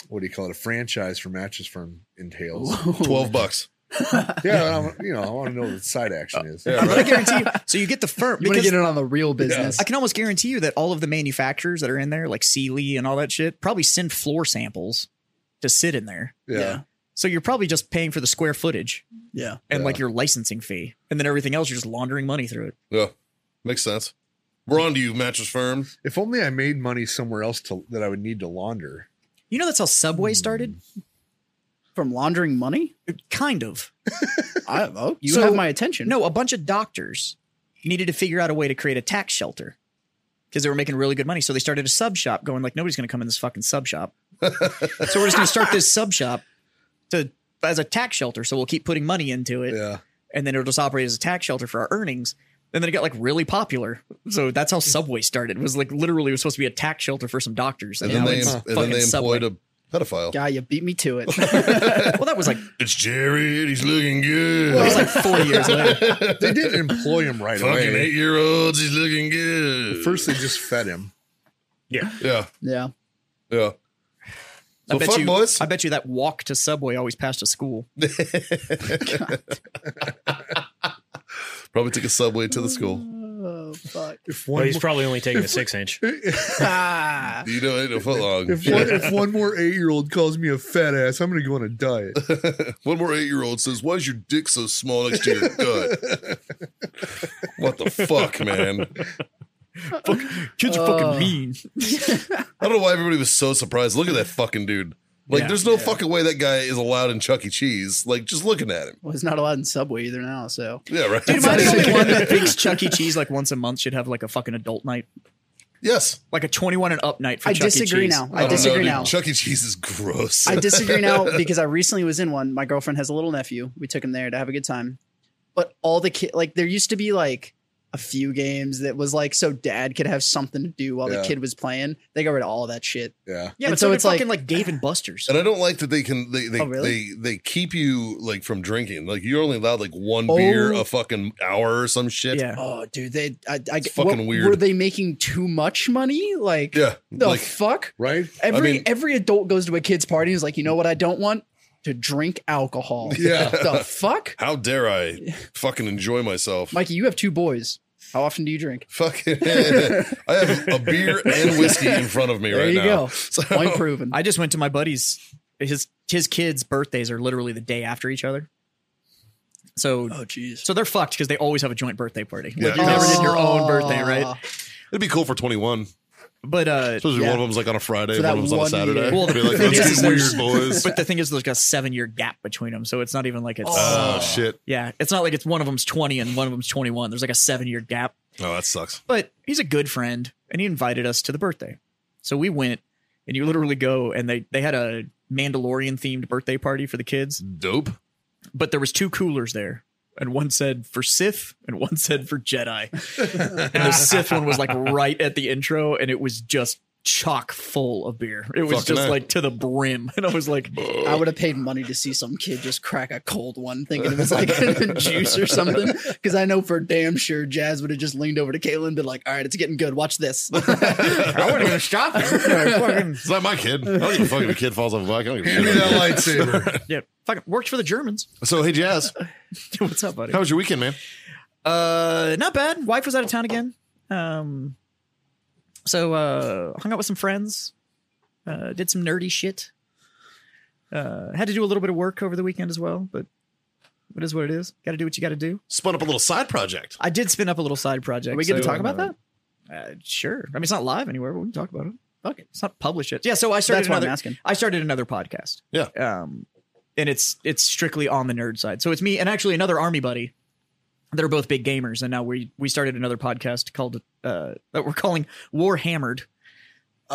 S2: what do you call it? A franchise for mattress firm entails.
S6: Twelve bucks.
S2: Yeah, I want- you know, I want to know what the side action is.
S6: Yeah,
S1: But I
S6: right.
S1: guarantee you, so you get the firm
S4: You want to
S1: because
S4: get in on the real business.
S1: I can almost guarantee you that all of the manufacturers that are in there, like Sealy and all that shit, probably send floor samples to sit in there.
S2: Yeah.
S4: Yeah.
S1: So you're probably just paying for the square footage
S4: Yeah.
S1: and
S2: Yeah.
S1: like your licensing fee, and then everything else you're just laundering money through it.
S6: Yeah, makes sense. We're on to you, Mattress Firm.
S2: If only I made money somewhere else to that I would need to launder.
S1: You know that's how Subway started.
S4: From laundering money?
S1: Kind of.
S4: I, oh, you
S1: So-
S4: have my attention.
S1: No, a bunch of doctors needed to figure out a way to create a tax shelter because they were making really good money. So they started a sub shop, going like nobody's going to come in this fucking sub shop. so we're just going to start this sub shop to as a tax shelter. So we'll keep putting money into it,
S2: Yeah.
S1: and then it'll just operate as a tax shelter for our earnings. And then it got like really popular. So that's how Subway started. It was like literally it was supposed to be a tax shelter for some doctors.
S6: And
S1: And,
S6: then
S1: now
S6: they
S1: it's
S6: and then
S1: fucking
S6: they
S1: Subway.
S6: employed a pedophile.
S4: Guy, you beat me to it.
S1: well, that was like
S6: It's Jared. He's looking good.
S1: that was like four years later.
S2: They didn't employ him right
S6: Fucking
S2: away.
S6: eight year olds. He's looking good.
S2: First, they just fed him.
S6: yeah,
S4: yeah.
S6: yeah. So
S1: I bet
S6: fuck
S1: you,
S6: boys.
S1: I bet you that walk to Subway always passed a school.
S6: Probably took a subway to the school.
S4: Oh, fuck.
S2: If
S3: Well,
S2: one,
S3: he's probably only taking a six inch.
S4: Ah.
S6: You know, ain't no foot long.
S2: if one, if one more eight year old calls me a fat ass, I'm going to go on a diet.
S6: One more eight year old says, "Why is your dick so small next to your gut?" what the fuck, man?
S1: Kids are fucking mean.
S6: I don't know why everybody was so surprised. Look at that fucking dude. Like,
S1: Yeah.
S6: there's no fucking way that guy is allowed in Chuck E. Cheese. Like, just looking at him.
S4: Well, it's not allowed in Subway either now, so.
S6: Yeah, right.
S1: Dude, am I the only one that thinks Chuck E. Cheese like once a month should have like a fucking adult night,
S6: yes.
S1: like a twenty-one and up night for
S4: I
S1: Chuck E.
S4: disagree
S1: Cheese?
S4: now. I
S6: I don't know,
S4: disagree
S6: dude.
S4: now.
S6: Chuck E. Cheese is gross.
S4: I disagree now because I recently was in one. My girlfriend has a little nephew. We took him there to have a good time. But all the kid, like, there used to be like a few games that was like so dad could have something to do while
S2: Yeah.
S4: the kid was playing. They got rid of all that shit.
S2: Yeah.
S1: Yeah,
S4: And
S1: but so,
S4: so
S1: did
S4: it's like-
S1: fucking like, Dave and Buster's.
S6: and I don't like that they can they they,
S4: Oh, really?
S6: they they keep you like from drinking. Like you're only allowed like one beer a fucking hour or some shit.
S1: Yeah,
S4: Oh, dude, they I, I
S6: It's fucking
S4: what-
S6: weird.
S4: Were they making too much money? Like,
S6: Yeah.
S4: the
S6: like
S4: fuck?
S2: Right?
S4: Every
S6: mean-
S4: every adult goes to a kid's party and is like, you know what? I don't want to drink alcohol.
S2: Yeah.
S4: the fuck,
S6: how dare I fucking enjoy myself?
S4: Mikey? You have two boys. How often do you drink?
S6: fucking I have a beer and whiskey in front of me
S4: There
S6: right
S4: you
S6: now.
S4: go.
S6: So-
S4: Point proven.
S1: I just went to my buddy's. His his kids' birthdays are literally the day after each other. So
S4: oh, jeez.
S1: so they're fucked because they always have a joint birthday party.
S6: Yeah.
S1: Like you never did your own birthday,
S4: Oh.
S1: right?
S6: It'd be cool for 21.
S1: But uh,
S6: Especially
S4: Yeah.
S6: one of them's like on a Friday,
S4: For that
S6: one of them's on a
S4: one
S6: Saturday.
S4: year.
S1: Well,
S6: Be like,
S1: the thing
S6: "Let's
S1: is,
S6: get
S1: there's-
S6: weird, boys.
S1: but the thing is, there's like a seven-year gap between them, so it's not even like it's.
S6: Oh, shit.
S1: Yeah, it's not like it's one of them's 20 and one of them's 21. There's like a seven year gap.
S6: Oh, that sucks.
S1: But he's a good friend and he invited us to the birthday. So we went and you literally go and they, they had a Mandalorian themed birthday party for the kids,
S6: Dope.
S1: but there was two coolers there. And one said for Sith and one said for Jedi. and the Sith one was like right at the intro and it was just chock full of beer. It was
S6: Fucking
S1: just
S6: A.
S1: like to the brim. And I was like,
S4: I would have paid money to see some kid just crack a cold one, thinking it was like juice or something. Because I know for damn sure Jazz would have just leaned over to Caitlin and been like, "All right, it's getting good. Watch this."
S1: I wasn't even stopping.
S6: It's not my kid. I don't give a fuck if a kid falls off a bike. I don't give a
S2: Hand me
S6: shit.
S2: that lightsaber.
S1: yeah, fucking worked for the Germans.
S6: So, hey, Jazz,
S1: What's up, buddy?
S6: how was your weekend, man?
S1: Uh, not bad. Wife was out of town again. Um, so uh, hung out with some friends. Uh, did some nerdy shit. Uh, had to do a little bit of work over the weekend as well, but It is what it is. Got to do what you got to do.
S6: Spun up a little side project.
S1: I did spin up a little side project.
S4: Are we going to
S1: so,
S4: talk about that?
S1: Uh, sure. I mean, it's not live anywhere, but we can talk about it. Fuck it. Let's not publish it. Yeah. So I started
S4: That's what I'm
S1: another-
S4: asking.
S1: I started another podcast.
S6: Yeah.
S1: Um, and it's it's strictly on the nerd side. So it's me and actually another army buddy. They're both big gamers, and now we we started another podcast called uh that we're calling War Hammered.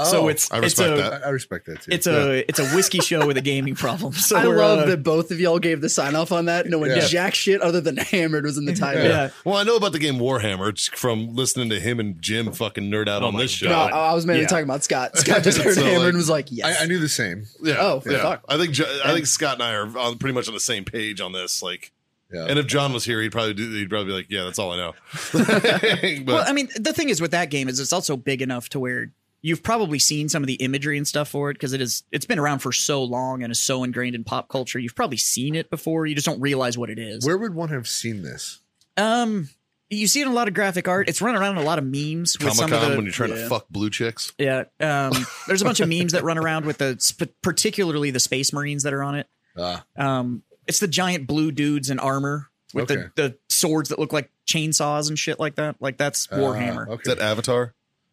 S1: so it's
S6: I
S1: it's
S6: respect
S1: a
S6: that.
S2: I, I respect that too.
S1: it's a it's a whiskey show with a gaming problem. So
S4: I
S1: we're,
S4: love
S1: uh,
S4: that both of y'all gave the sign off on that. No one
S2: Yeah.
S4: jack shit other than hammered was in the title.
S1: Yeah.
S6: Well, I know about the game Warhammer it's from listening to him and Jim fucking nerd out
S3: Oh
S6: on
S3: my
S6: this show.
S4: No,
S3: God.
S4: I I was mainly
S3: Yeah.
S4: talking about Scott. Scott just heard
S6: So,
S4: hammered
S6: like-
S4: and was like,
S2: I, I
S4: yes.
S2: knew the same.
S6: Yeah.
S4: Oh,
S6: yeah.
S4: fuck.
S6: I think Jo- I think Scott and I are on, pretty much on the same page on this. Like,
S2: Yeah.
S6: and if John was here, he'd probably do, he'd probably be like, "Yeah, that's all I know." but
S1: well, I mean, the thing is with that game is it's also big enough to where you've probably seen some of the imagery and stuff for it because it is it's been around for so long and is so ingrained in pop culture. You've probably seen it before. You just don't realize what it is.
S2: Where would one have seen this?
S1: um, you see it in a lot of graphic art. It's run around in a lot of memes with
S6: Comic
S1: some of
S6: Con
S1: the
S6: when you're trying to
S4: yeah.
S6: fuck blue chicks.
S1: yeah. Um, there's a bunch of memes that run around with the sp- particularly the Space Marines that are on it.
S2: Ah,
S1: Um, it's the giant blue dudes in armor with
S2: Okay.
S1: the, the swords that look like chainsaws and shit like that. Like that's Warhammer.
S2: ah,
S6: Is
S2: okay.
S6: that Avatar?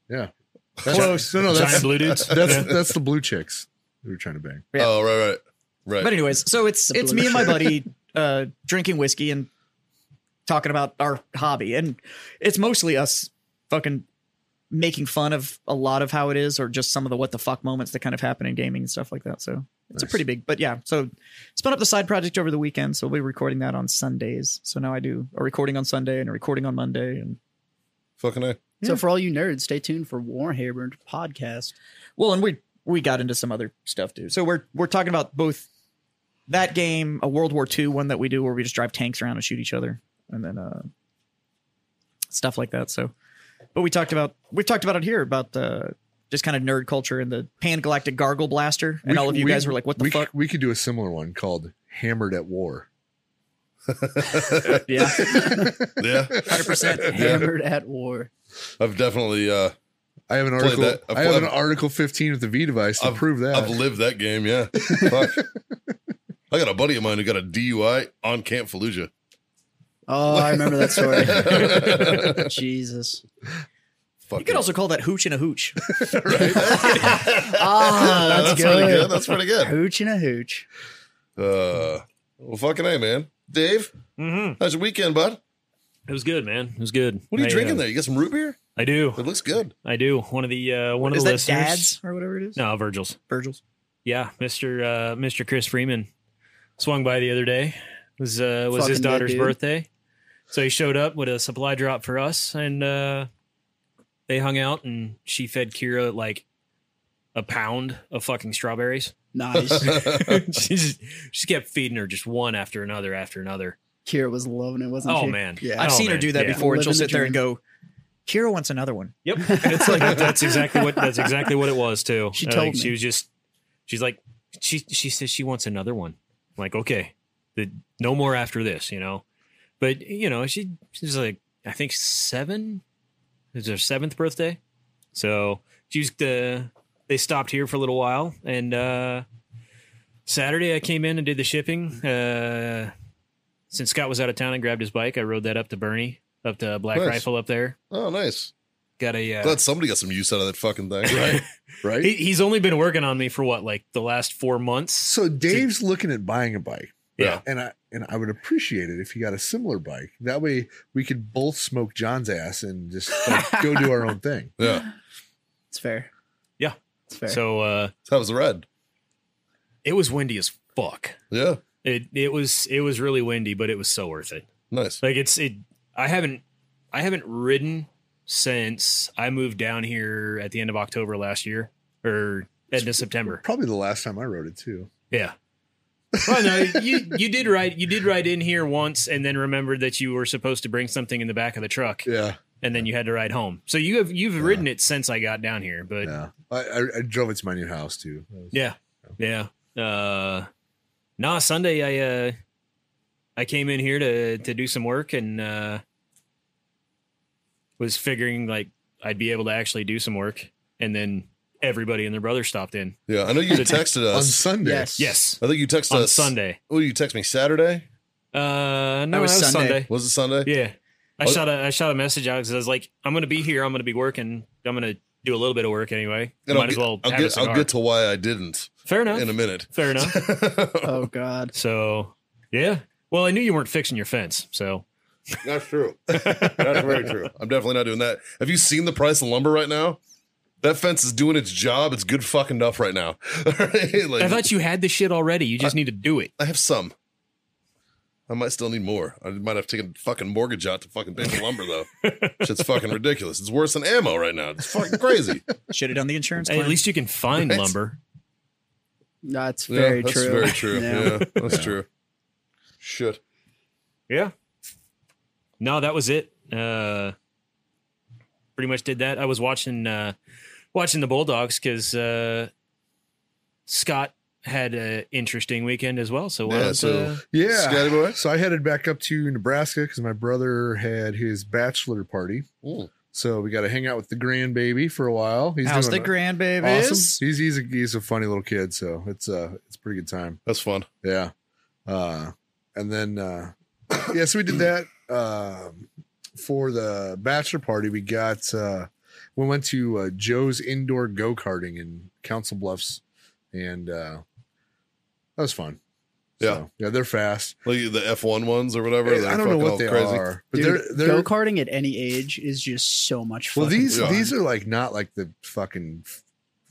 S2: yeah. That's-
S3: Close.
S2: No, no, that's
S3: Giant blue dudes.
S2: that's that's the blue chicks we were trying to bang.
S1: Yeah.
S6: Oh, right, right, right.
S1: But anyways, so it's
S4: The
S1: it's
S4: blue
S1: me and my buddy uh, drinking whiskey and talking about our hobby, and it's mostly us fucking making fun of a lot of how it is, or just some of the what the fuck moments that kind of happen in gaming and stuff like that. So it's a
S2: Nice.
S1: pretty big, but yeah. So spun up the side project over the weekend, so we'll be recording that on Sundays. So now I do a recording on Sunday and a recording on Monday, and
S6: fucking a.
S4: So for all you nerds, stay tuned for Warhammered podcast.
S1: Well, and we we got into some other stuff too. So we're we're talking about both that game, a World War II one that we do where we just drive tanks around and shoot each other, and then uh, stuff like that. So, but we talked about we've talked about it here about uh, just kind of nerd culture and the Pan Galactic Gargle Blaster, and
S2: We-
S1: all of you
S2: we-
S1: guys were like, "What the
S2: we,
S1: fuck?"
S2: We could do a similar one called "Hammered at War."
S1: Yeah,
S6: Yeah,
S1: hundred percent.
S4: Hammered at war.
S6: I've definitely uh,
S2: I have an
S6: Played
S2: article.
S6: that. I've
S2: I have
S6: played-
S2: an article fifteen with the V device to
S6: I've-
S2: prove that.
S6: I've lived that game. Yeah, Fuck. I got a buddy of mine who got a DUI on Camp Fallujah.
S4: Oh, I remember that story. Jesus.
S6: Fuck
S1: You could
S6: it.
S1: also call that hooch and a hooch.
S4: Ah, that's,
S6: That's
S4: good.
S6: pretty good. That's pretty good.
S4: Hooch and a hooch.
S6: Uh, well, fucking a, man. Dave,
S3: Mm-hmm.
S6: how's your weekend, bud?
S3: It was good, man. It was good.
S6: What are you
S3: I,
S6: drinking
S3: uh,
S6: there? You got some root beer?
S3: I do.
S6: It looks good.
S3: I do. One of the uh, one
S1: Is
S3: of the
S1: that
S3: listeners.
S1: Dad's or whatever it is?
S3: No, Virgil's.
S1: Virgil's.
S3: Yeah, Mister uh, Mister Chris Freeman swung by the other day. It was uh, was his
S4: Fucking good
S3: daughter's
S4: dude.
S3: birthday, so he showed up with a supply drop for us, and uh, they hung out, and she fed Kira like a pound of fucking strawberries.
S4: Nice.
S3: she just she kept feeding her just one after another after another.
S4: Kira was loving it, wasn't
S3: Oh
S4: she?
S3: man,
S4: Yeah.
S1: I've
S3: Oh,
S1: seen her
S3: man.
S1: do that
S3: Yeah.
S1: before, and she'll
S4: Living the
S1: sit there and go, "Kira wants another one."
S3: Yep. And it's like that's exactly what that's exactly what it was too.
S4: She
S3: Uh,
S4: told
S3: like,
S4: me.
S3: she was just she's like she she says she wants another one. I'm like okay, the, no more after this, you know. But you know she she's like I think seven is her seventh birthday, so she was the they stopped here for a little while and uh Saturday I came in and did the shipping. Uh Since Scott was out of town and grabbed his bike, I rode that up to Bernie up to Black
S6: Nice.
S3: Rifle up there.
S6: Oh, nice.
S3: Got a uh,
S6: Glad somebody got some use out of that fucking thing. Right.
S2: right.
S3: He, he's only been working on me for what, like the last four months?
S2: so Dave's looking at buying a bike.
S3: Yeah.
S2: and I and I would appreciate it if he got a similar bike. That way we could both smoke John's ass and just like, go do our own thing.
S6: yeah.
S4: It's fair.
S3: Yeah.
S4: It's fair.
S3: So uh,
S6: That was red.
S3: it was windy as fuck.
S6: Yeah.
S3: It it was it was really windy, but it was so worth it.
S6: Nice.
S3: Like it's it. I haven't I haven't ridden since I moved down here at the end of October last year or end of September.
S2: Probably the last time I rode it too.
S3: Yeah. Well, no, you you did ride you did ride in here once, and then remembered that you were supposed to bring something in the back of the truck,
S2: Yeah,
S3: and then you had to ride home. So you have you've ridden it since I got down here, but
S2: yeah. I, I, I drove it to my new house too.
S3: Yeah. Yeah. Uh nah, Sunday I uh I came in here to to do some work and uh was figuring like I'd be able to actually do some work and then everybody and their brother stopped in.
S6: Yeah. I know you texted
S2: On
S6: us.
S2: Sunday,
S4: yes.
S3: Yes.
S6: I think you texted
S3: on
S6: us
S3: Sunday.
S6: Oh, you text me Saturday.
S3: Uh, no,
S1: was
S3: that was
S1: Sunday.
S3: Sunday.
S6: Was it Sunday?
S3: Yeah. I
S6: Oh.
S3: shot a I shot a message out because I was like, I'm gonna be here. I'm gonna be working. I'm gonna do a little bit of work anyway. Might
S6: And I'll
S3: as
S6: get-
S3: well
S6: I'll
S3: have a
S6: get,
S3: cigar.
S6: I'll get to why I didn't
S3: Fair enough.
S6: in a minute.
S3: Fair enough.
S4: Oh God.
S3: so yeah. Well, I knew you weren't fixing your fence, so
S6: That's true. That's very true. I'm definitely not doing that. Have you seen the price of lumber right now? That fence is doing its job. It's good fucking enough right now. Alright, like,
S3: I thought you had the shit already. You just need to do it.
S6: I have some. I might still need more. I might have taken a fucking mortgage out to fucking pay for lumber though. Shit's fucking ridiculous. It's worse than ammo right now. It's fucking crazy.
S1: Should have done the insurance.
S3: At
S1: Claim.
S3: least you can find
S6: Right.
S3: lumber.
S4: That's
S6: Yeah,
S4: very
S6: that's
S4: true.
S6: very true.
S4: Yeah.
S6: Yeah, that's true. Shit.
S3: Yeah. No, that was it. Uh pretty much did that. I was watching uh watching the Bulldogs because uh Scott had an interesting weekend as well. So why
S6: Yeah,
S3: don't,
S6: so-
S3: uh,
S2: Yeah.
S6: Scotty boy.
S2: So I headed back up to Nebraska because my brother had his bachelor party.
S6: Ooh.
S2: So we got to hang out with the grandbaby for a while. He's
S1: How's the
S2: doing
S1: grandbaby? is?
S2: awesome. He's he's a, he's a funny little kid. So it's a it's a pretty good time.
S6: That's fun.
S2: Yeah. Uh, and then, uh, yeah, so we did that. Um, for the bachelor party, we got, uh, we went to uh, Joe's indoor go karting in Council Bluffs, and uh, that was fun.
S6: Yeah.
S2: So, yeah, they're fast.
S6: Like the F1 ones or whatever. they're
S2: I don't know
S6: fucking
S2: what
S6: all
S2: they are, but
S4: Dude,
S2: they're
S4: go
S2: they're
S4: karting at any age is just so much fun.
S2: well. These
S6: Yeah.
S2: these are like not like the fucking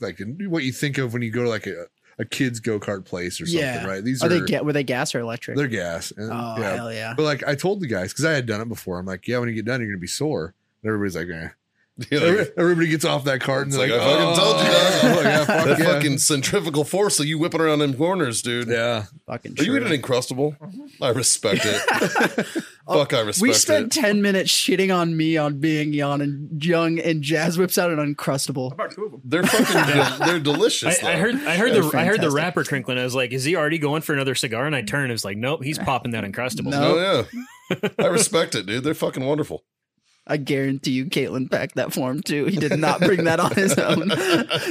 S2: like what you think of when you go to like a, a kids go kart place or something,
S4: Yeah.
S2: right? These
S4: are
S2: are,
S4: they get were they gas or electric?
S2: they're gas. And,
S4: oh
S2: yeah,
S4: hell yeah!
S2: But like I told the guys, because I had done it before, I'm like, yeah, when you get done, you're gonna be sore. And everybody's like, eh.
S6: Yeah, like-
S2: Every- everybody gets off that cart and
S6: It's
S2: they're like,
S6: like, I fucking told you,
S2: "Oh,
S6: dog."
S2: look, yeah, fuck
S6: that
S2: yeah."
S6: fucking centrifugal force of you whipping around them corners, dude.
S2: yeah. Mm-hmm.
S4: Fucking
S6: Are you
S4: true.
S6: eating Incrustable? I respect it. Fuck, I respect
S4: we spent
S6: it.
S4: ten minutes shitting on me on being young and young, and Jazz whips out an uncrustable.
S6: They're fucking, del- they're delicious.
S3: I, I
S6: though.
S3: heard I heard the
S4: They're
S3: I heard the
S4: fantastic.
S3: rapper crinkling. I was like, is he already going for another cigar? And I turned. It was like, nope, he's popping that uncrustable.
S4: No.
S6: Oh yeah, I respect it, dude. They're fucking wonderful.
S4: I guarantee you, Caitlin packed that for him too. He did not bring that on his own.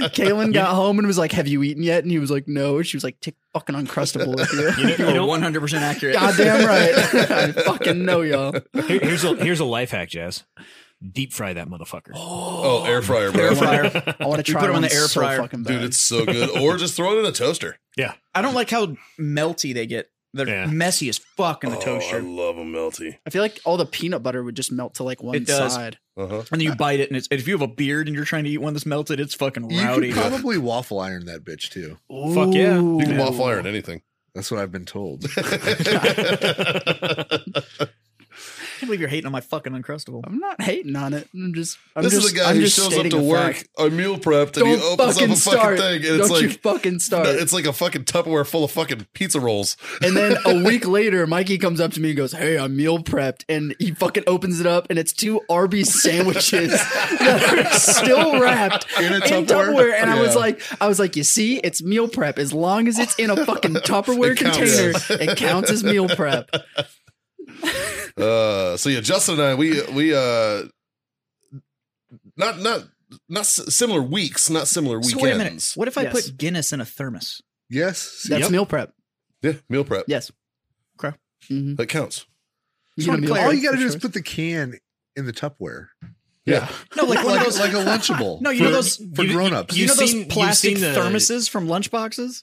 S4: Caitlin got home and was like, "Have you eaten yet?" And he was like, "No." And she was like, "Take fucking uncrustable with you."
S3: You know- you know-
S1: One hundred percent accurate.
S4: Goddamn right. I fucking know y'all.
S3: here- here's a here's a life hack, Jazz. Deep fry that motherfucker.
S6: Oh, air fryer, bro.
S1: Air fryer.
S4: I want to try
S1: put 'em on
S4: one
S1: the air
S4: so
S1: fryer.
S4: fucking
S6: dude.
S4: bad.
S6: It's so good. Or just throw it in a toaster.
S1: I don't like how melty they get. They're
S3: Yeah.
S1: messy as fuck in the
S6: Oh, I
S1: toaster.
S6: love a melty.
S4: I feel like all the peanut butter would just melt to like one
S1: It does.
S4: side.
S6: Uh huh.
S1: And then you bite it, and it's if you have a beard and you're trying to eat one that's melted, it's fucking
S2: You
S1: rowdy.
S2: could probably waffle iron that bitch too.
S3: Fuck yeah.
S4: Ooh.
S6: You can waffle iron anything.
S2: That's what I've been told.
S1: I can't believe you're hating on my fucking uncrustable.
S4: I'm not hating on it. I'm just. I'm
S6: this
S4: just,
S6: is a guy
S4: I'm
S6: who
S4: just
S6: shows up
S4: stating
S6: to
S4: a
S6: work,
S4: fact.
S6: a meal prepped, and
S4: Don't
S6: he opens up a
S4: fucking
S6: fucking
S4: start.
S6: thing, and
S4: Don't
S6: it's
S4: you
S6: like uh,
S4: fucking start.
S6: it's like a fucking Tupperware full of fucking pizza rolls.
S4: and then a week later, Mikey comes up to me and goes, "Hey, I'm meal prepped," and he fucking opens it up, and it's two Arby's sandwiches that are still wrapped
S2: In a
S4: in
S2: Tupperware?
S4: Tupperware. And I was
S2: Yeah.
S4: like, I was like, you see, it's meal prep. As long as it's in a fucking Tupperware
S6: It counts.
S4: container, it counts as meal prep.
S6: Uh, so yeah, Justin and I, we we uh, not not not s- similar weeks, not similar weekends.
S1: So wait a minute. What if I
S4: Yes.
S1: put Guinness in a thermos?
S2: yes. see,
S4: That's meal prep.
S6: Yeah, meal prep.
S4: Yes.
S1: Okay.
S4: Mhm.
S6: That counts.
S4: You
S1: Just wanna
S4: know, meal
S1: clarify.
S2: all
S4: prep
S2: you gotta
S4: for
S2: do is
S4: sure.
S2: put the can in the Tupperware.
S6: Yeah.
S1: No, like one of
S2: Like,
S1: those.
S2: like a Lunchable.
S1: No, you know
S2: For-
S1: those-
S2: for
S3: you-
S2: grown-ups.
S1: you, know
S3: seen-
S1: those
S3: you've
S1: plastic
S3: seen the-
S1: thermoses from lunchboxes?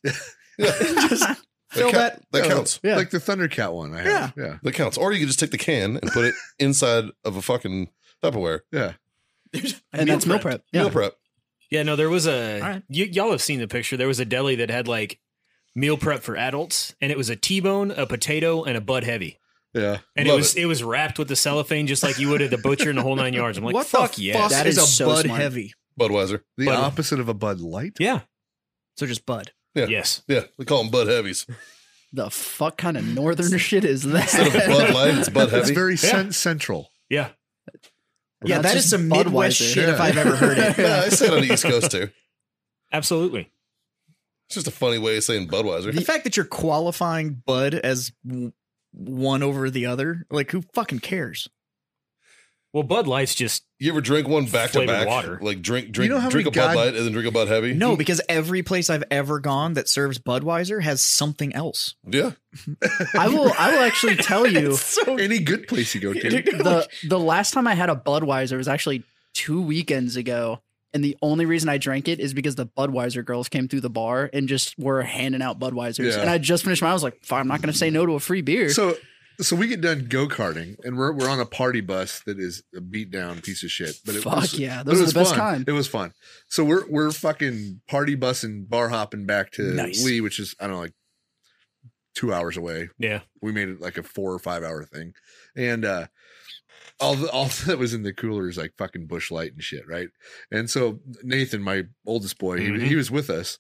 S6: That,
S1: Fill that- Oh.
S6: that counts.
S4: Yeah.
S2: Like the Thundercat one I had. Yeah.
S6: That counts. Or you can just take the can and put it inside of a fucking Tupperware.
S2: Yeah.
S4: and that's meal prep. Yeah.
S6: Meal prep.
S3: Yeah, no, there was a
S1: All right.
S3: you, y'all have seen the picture. There was a deli that had like meal prep for adults, and it was a T-bone, a potato, and a Bud Heavy,
S2: Yeah.
S3: and
S6: Love
S3: it was it. was wrapped with the cellophane just like you would at the butcher in the whole nine yards. I'm like,
S1: What the
S3: fuck yeah,
S1: fuck
S4: That
S1: is,
S4: is
S1: a
S4: so
S1: Bud
S4: smart.
S1: Heavy?
S6: Budweiser.
S2: The
S3: Bud-
S2: opposite of a Bud Light.
S3: yeah,
S1: So just Bud.
S6: Yeah.
S3: yes.
S6: Yeah. They call them Bud Heavies.
S4: The fuck kind of northern shit is that?
S6: Instead of Bud Light, it's Bud
S2: It's
S6: Heavy.
S2: very cen- central.
S3: Yeah,
S1: Yeah,
S4: That's
S1: that
S4: just
S1: is some
S4: Budweiser.
S1: Midwest shit if
S2: Yeah.
S1: I've ever heard it.
S6: yeah, I say it on the East Coast too.
S3: absolutely.
S6: It's just a funny way of saying Budweiser.
S1: The fact that you're qualifying Bud as w- one over the other, like who fucking cares?
S3: Well, Bud Light's just
S6: You ever drink one back to
S3: Flavored
S6: back?
S3: water.
S6: Like drink, drink,
S2: know how
S6: drink a
S2: many
S6: Bud
S2: God-
S6: Light and then drink a Bud Heavy.
S1: No, because every place I've ever gone that serves Budweiser has something else.
S6: Yeah.
S4: I will. I will actually tell you.
S1: So
S2: Any good place you go to.
S4: the the last time I had a Budweiser was actually two weekends ago, and the only reason I drank it is because the Budweiser girls came through the bar and just were handing out Budweisers,
S2: Yeah.
S4: and I just finished mine. I was like, "Fine, I'm not going to say no to a free beer."
S2: So so we get done go karting and we're we're on a party bus that is a beat down piece of shit. But it
S4: Fuck
S2: was,
S4: yeah,
S2: but
S4: those
S2: it
S4: are
S2: was
S4: the best
S2: fun.
S4: kind.
S2: It was fun. So we're we're fucking party busing, bar hopping back to
S1: Nice.
S2: Lee, which is I don't know like two hours away.
S3: yeah.
S2: We made it like a four or five hour thing, and uh, all the, all that was in the cooler is like fucking bush light and shit, right? And so Nathan, my oldest boy,
S3: Mhm.
S2: he,
S6: Mm-hmm.
S2: he was with us,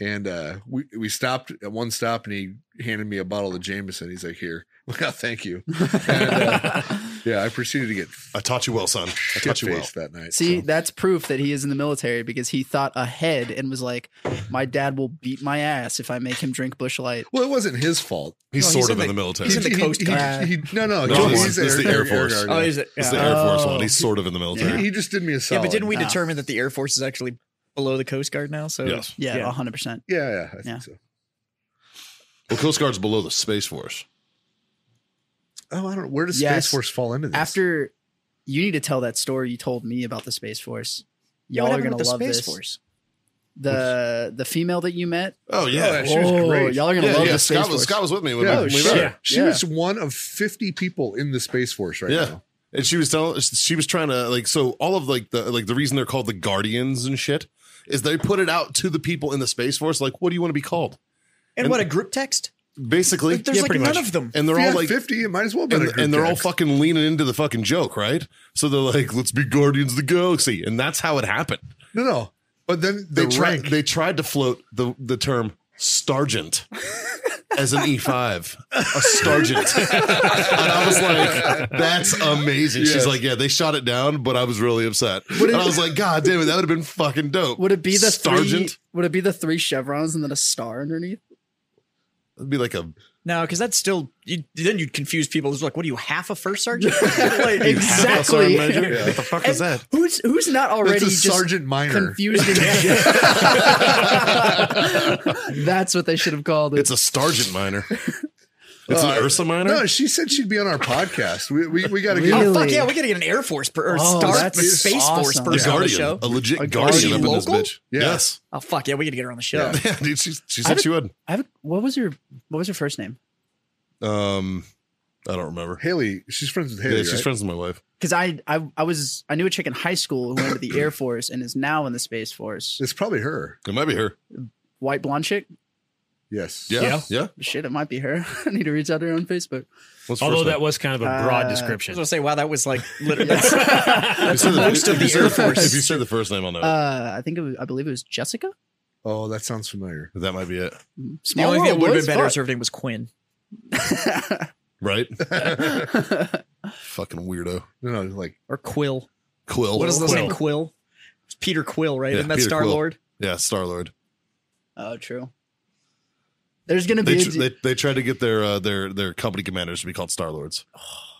S2: and uh, we we stopped at one stop, and he handed me a bottle of Jameson. He's like, "Here, well, thank you." And, uh, yeah, I proceeded to get
S6: I taught you well, son. I
S2: shit
S6: taught you well.
S2: faced that night.
S4: See,
S2: so.
S4: that's proof that he is in the military because he thought ahead and was like, "My dad will beat my ass if I make him drink Bush Light."
S2: well, it wasn't his fault.
S6: He's
S1: he's
S6: sort
S1: in
S6: of in the
S1: the-
S6: military.
S1: he's in the
S2: He- he-
S1: Coast
S2: he-
S1: Guard.
S2: he- no, no,
S6: No,
S2: he's,
S6: he's- this is the Air Force.
S2: Guard.
S1: Oh, is it?
S6: It's
S1: Yeah.
S6: the Air Force
S4: Oh.
S6: one. He's sort of in the military.
S2: he, he just did me a solid.
S1: Yeah, but didn't we
S4: Nah.
S1: determine that the Air Force is actually below the Coast Guard now? So
S6: Yes.
S4: Yeah,
S1: Yeah.
S4: hundred percent.
S2: Yeah, yeah, I think
S4: Yeah.
S2: so.
S6: Well, Coast Guard's below the Space Force.
S2: Oh, I don't know. Where does
S4: Yes.
S2: Space Force fall into this?
S4: After you need to tell that story you told me about the Space Force. Y'all are gonna love this.
S1: Force?
S4: The the female that you met.
S6: Oh
S2: yeah, she was
S4: Whoa,
S2: great.
S4: y'all are gonna
S6: yeah,
S4: love
S6: yeah.
S4: the Space
S6: Scott was
S4: Force.
S6: Scott was with me when
S2: Yeah.
S6: we,
S2: Oh,
S6: we
S2: shit.
S6: met.
S3: Yeah.
S2: She
S4: Yeah.
S2: was one of 50 people in the Space Force right
S6: Yeah.
S2: now.
S6: and she was telling she was trying to like so all of like the like the reason they're called the guardians and shit is they put it out to the people in the space force like what do you want to be called
S1: And, what a group text?
S6: basically
S1: Like, there's
S3: Yeah,
S1: like
S3: pretty
S1: none
S3: much.
S1: of them.
S6: and they're
S2: If you
S6: all
S2: had
S6: like
S2: 50, it might as well be
S6: and, and they're all fucking leaning into the fucking joke right so they're like let's be guardians of the galaxy and that's how it happened
S2: No, no. But then they
S6: they
S2: the
S6: tried
S2: rank.
S6: they tried to float the the term sergeant as an E5, a sergeant. and I was like, that's amazing.
S2: Yes.
S6: She's like, yeah, they shot it down, but I was really upset. and I was like, God damn it, that would have been fucking dope.
S4: Would it be the
S6: sergeant?
S4: three? Would it be the three chevrons and then a star underneath?
S6: It'd be like a
S1: No, because that's still you, then you'd confuse people. It's like, what are you, half a first sergeant? Like, oh,
S4: Exactly.
S6: what the fuck is that?
S4: Who's who's not
S2: That's
S4: already
S2: a
S4: just
S2: Sergeant Minor.
S4: confused? In- That's what they should have called it.
S6: It's a sergeant minor. It's
S2: Uh,
S6: an Ursa minor.
S2: No, she said she'd be on our podcast. We, we, we got to
S4: Really?
S2: get.
S1: oh fuck yeah, we gotta get an Air Force per, or
S4: Oh,
S1: Star
S4: that's
S1: Space Force
S4: awesome.
S6: a
S1: person on the
S6: guardian,
S1: show.
S6: a legit
S1: Is she
S6: guardian up in this
S1: local?
S6: bitch.
S2: Yeah.
S6: Yes,
S1: Oh fuck yeah, we gotta get her on the show.
S2: Yeah.
S6: yeah, dude, she, she
S4: I
S6: said
S4: would-
S6: she would.
S4: I have, what was your what was your first name?
S6: Um, I don't remember.
S2: Haley, she's friends with Haley.
S6: yeah, she's
S2: right?
S6: friends with my wife.
S4: Because I, I I was I knew a chick in high school who went to the Air Force and is now in the Space Force.
S2: It's probably her.
S6: It might be her.
S4: White blonde chick.
S2: Yes.
S6: Yeah, yeah.
S4: Shit, it might be her. I need to reach out to her on Facebook.
S6: What's her
S3: Although
S6: first name?
S3: that was kind of a broad
S4: Uh,
S1: I was
S3: description.
S1: gonna say, wow, that was like literally
S6: If you said the-
S1: most of
S6: if you
S1: the
S6: said
S1: Air
S6: the-
S1: Force.
S6: If you said the first name, I'll know. it.
S4: Uh, I think it was, I believe it was Jessica.
S2: Oh, that sounds familiar.
S6: that might be it,
S1: the
S4: Small
S1: only thing that
S4: world,
S1: would have been
S4: boys.
S1: better
S4: Oh, Fuck.
S1: if her name was Quinn.
S6: right? Fucking weirdo.
S2: No, no, like
S1: Or Quill.
S6: Quill.
S1: What is the
S3: Quill.
S1: name? Quill. It's Peter Quill, right?
S6: Yeah,
S1: Isn't that
S6: Peter
S1: Star
S6: Quill.
S1: Lord?
S6: Yeah, Star Lord.
S4: Oh, true. There's gonna be
S6: They,
S4: a
S6: tr-
S4: d-
S6: they they tried to get their uh, their their company commanders to be called Star Lords.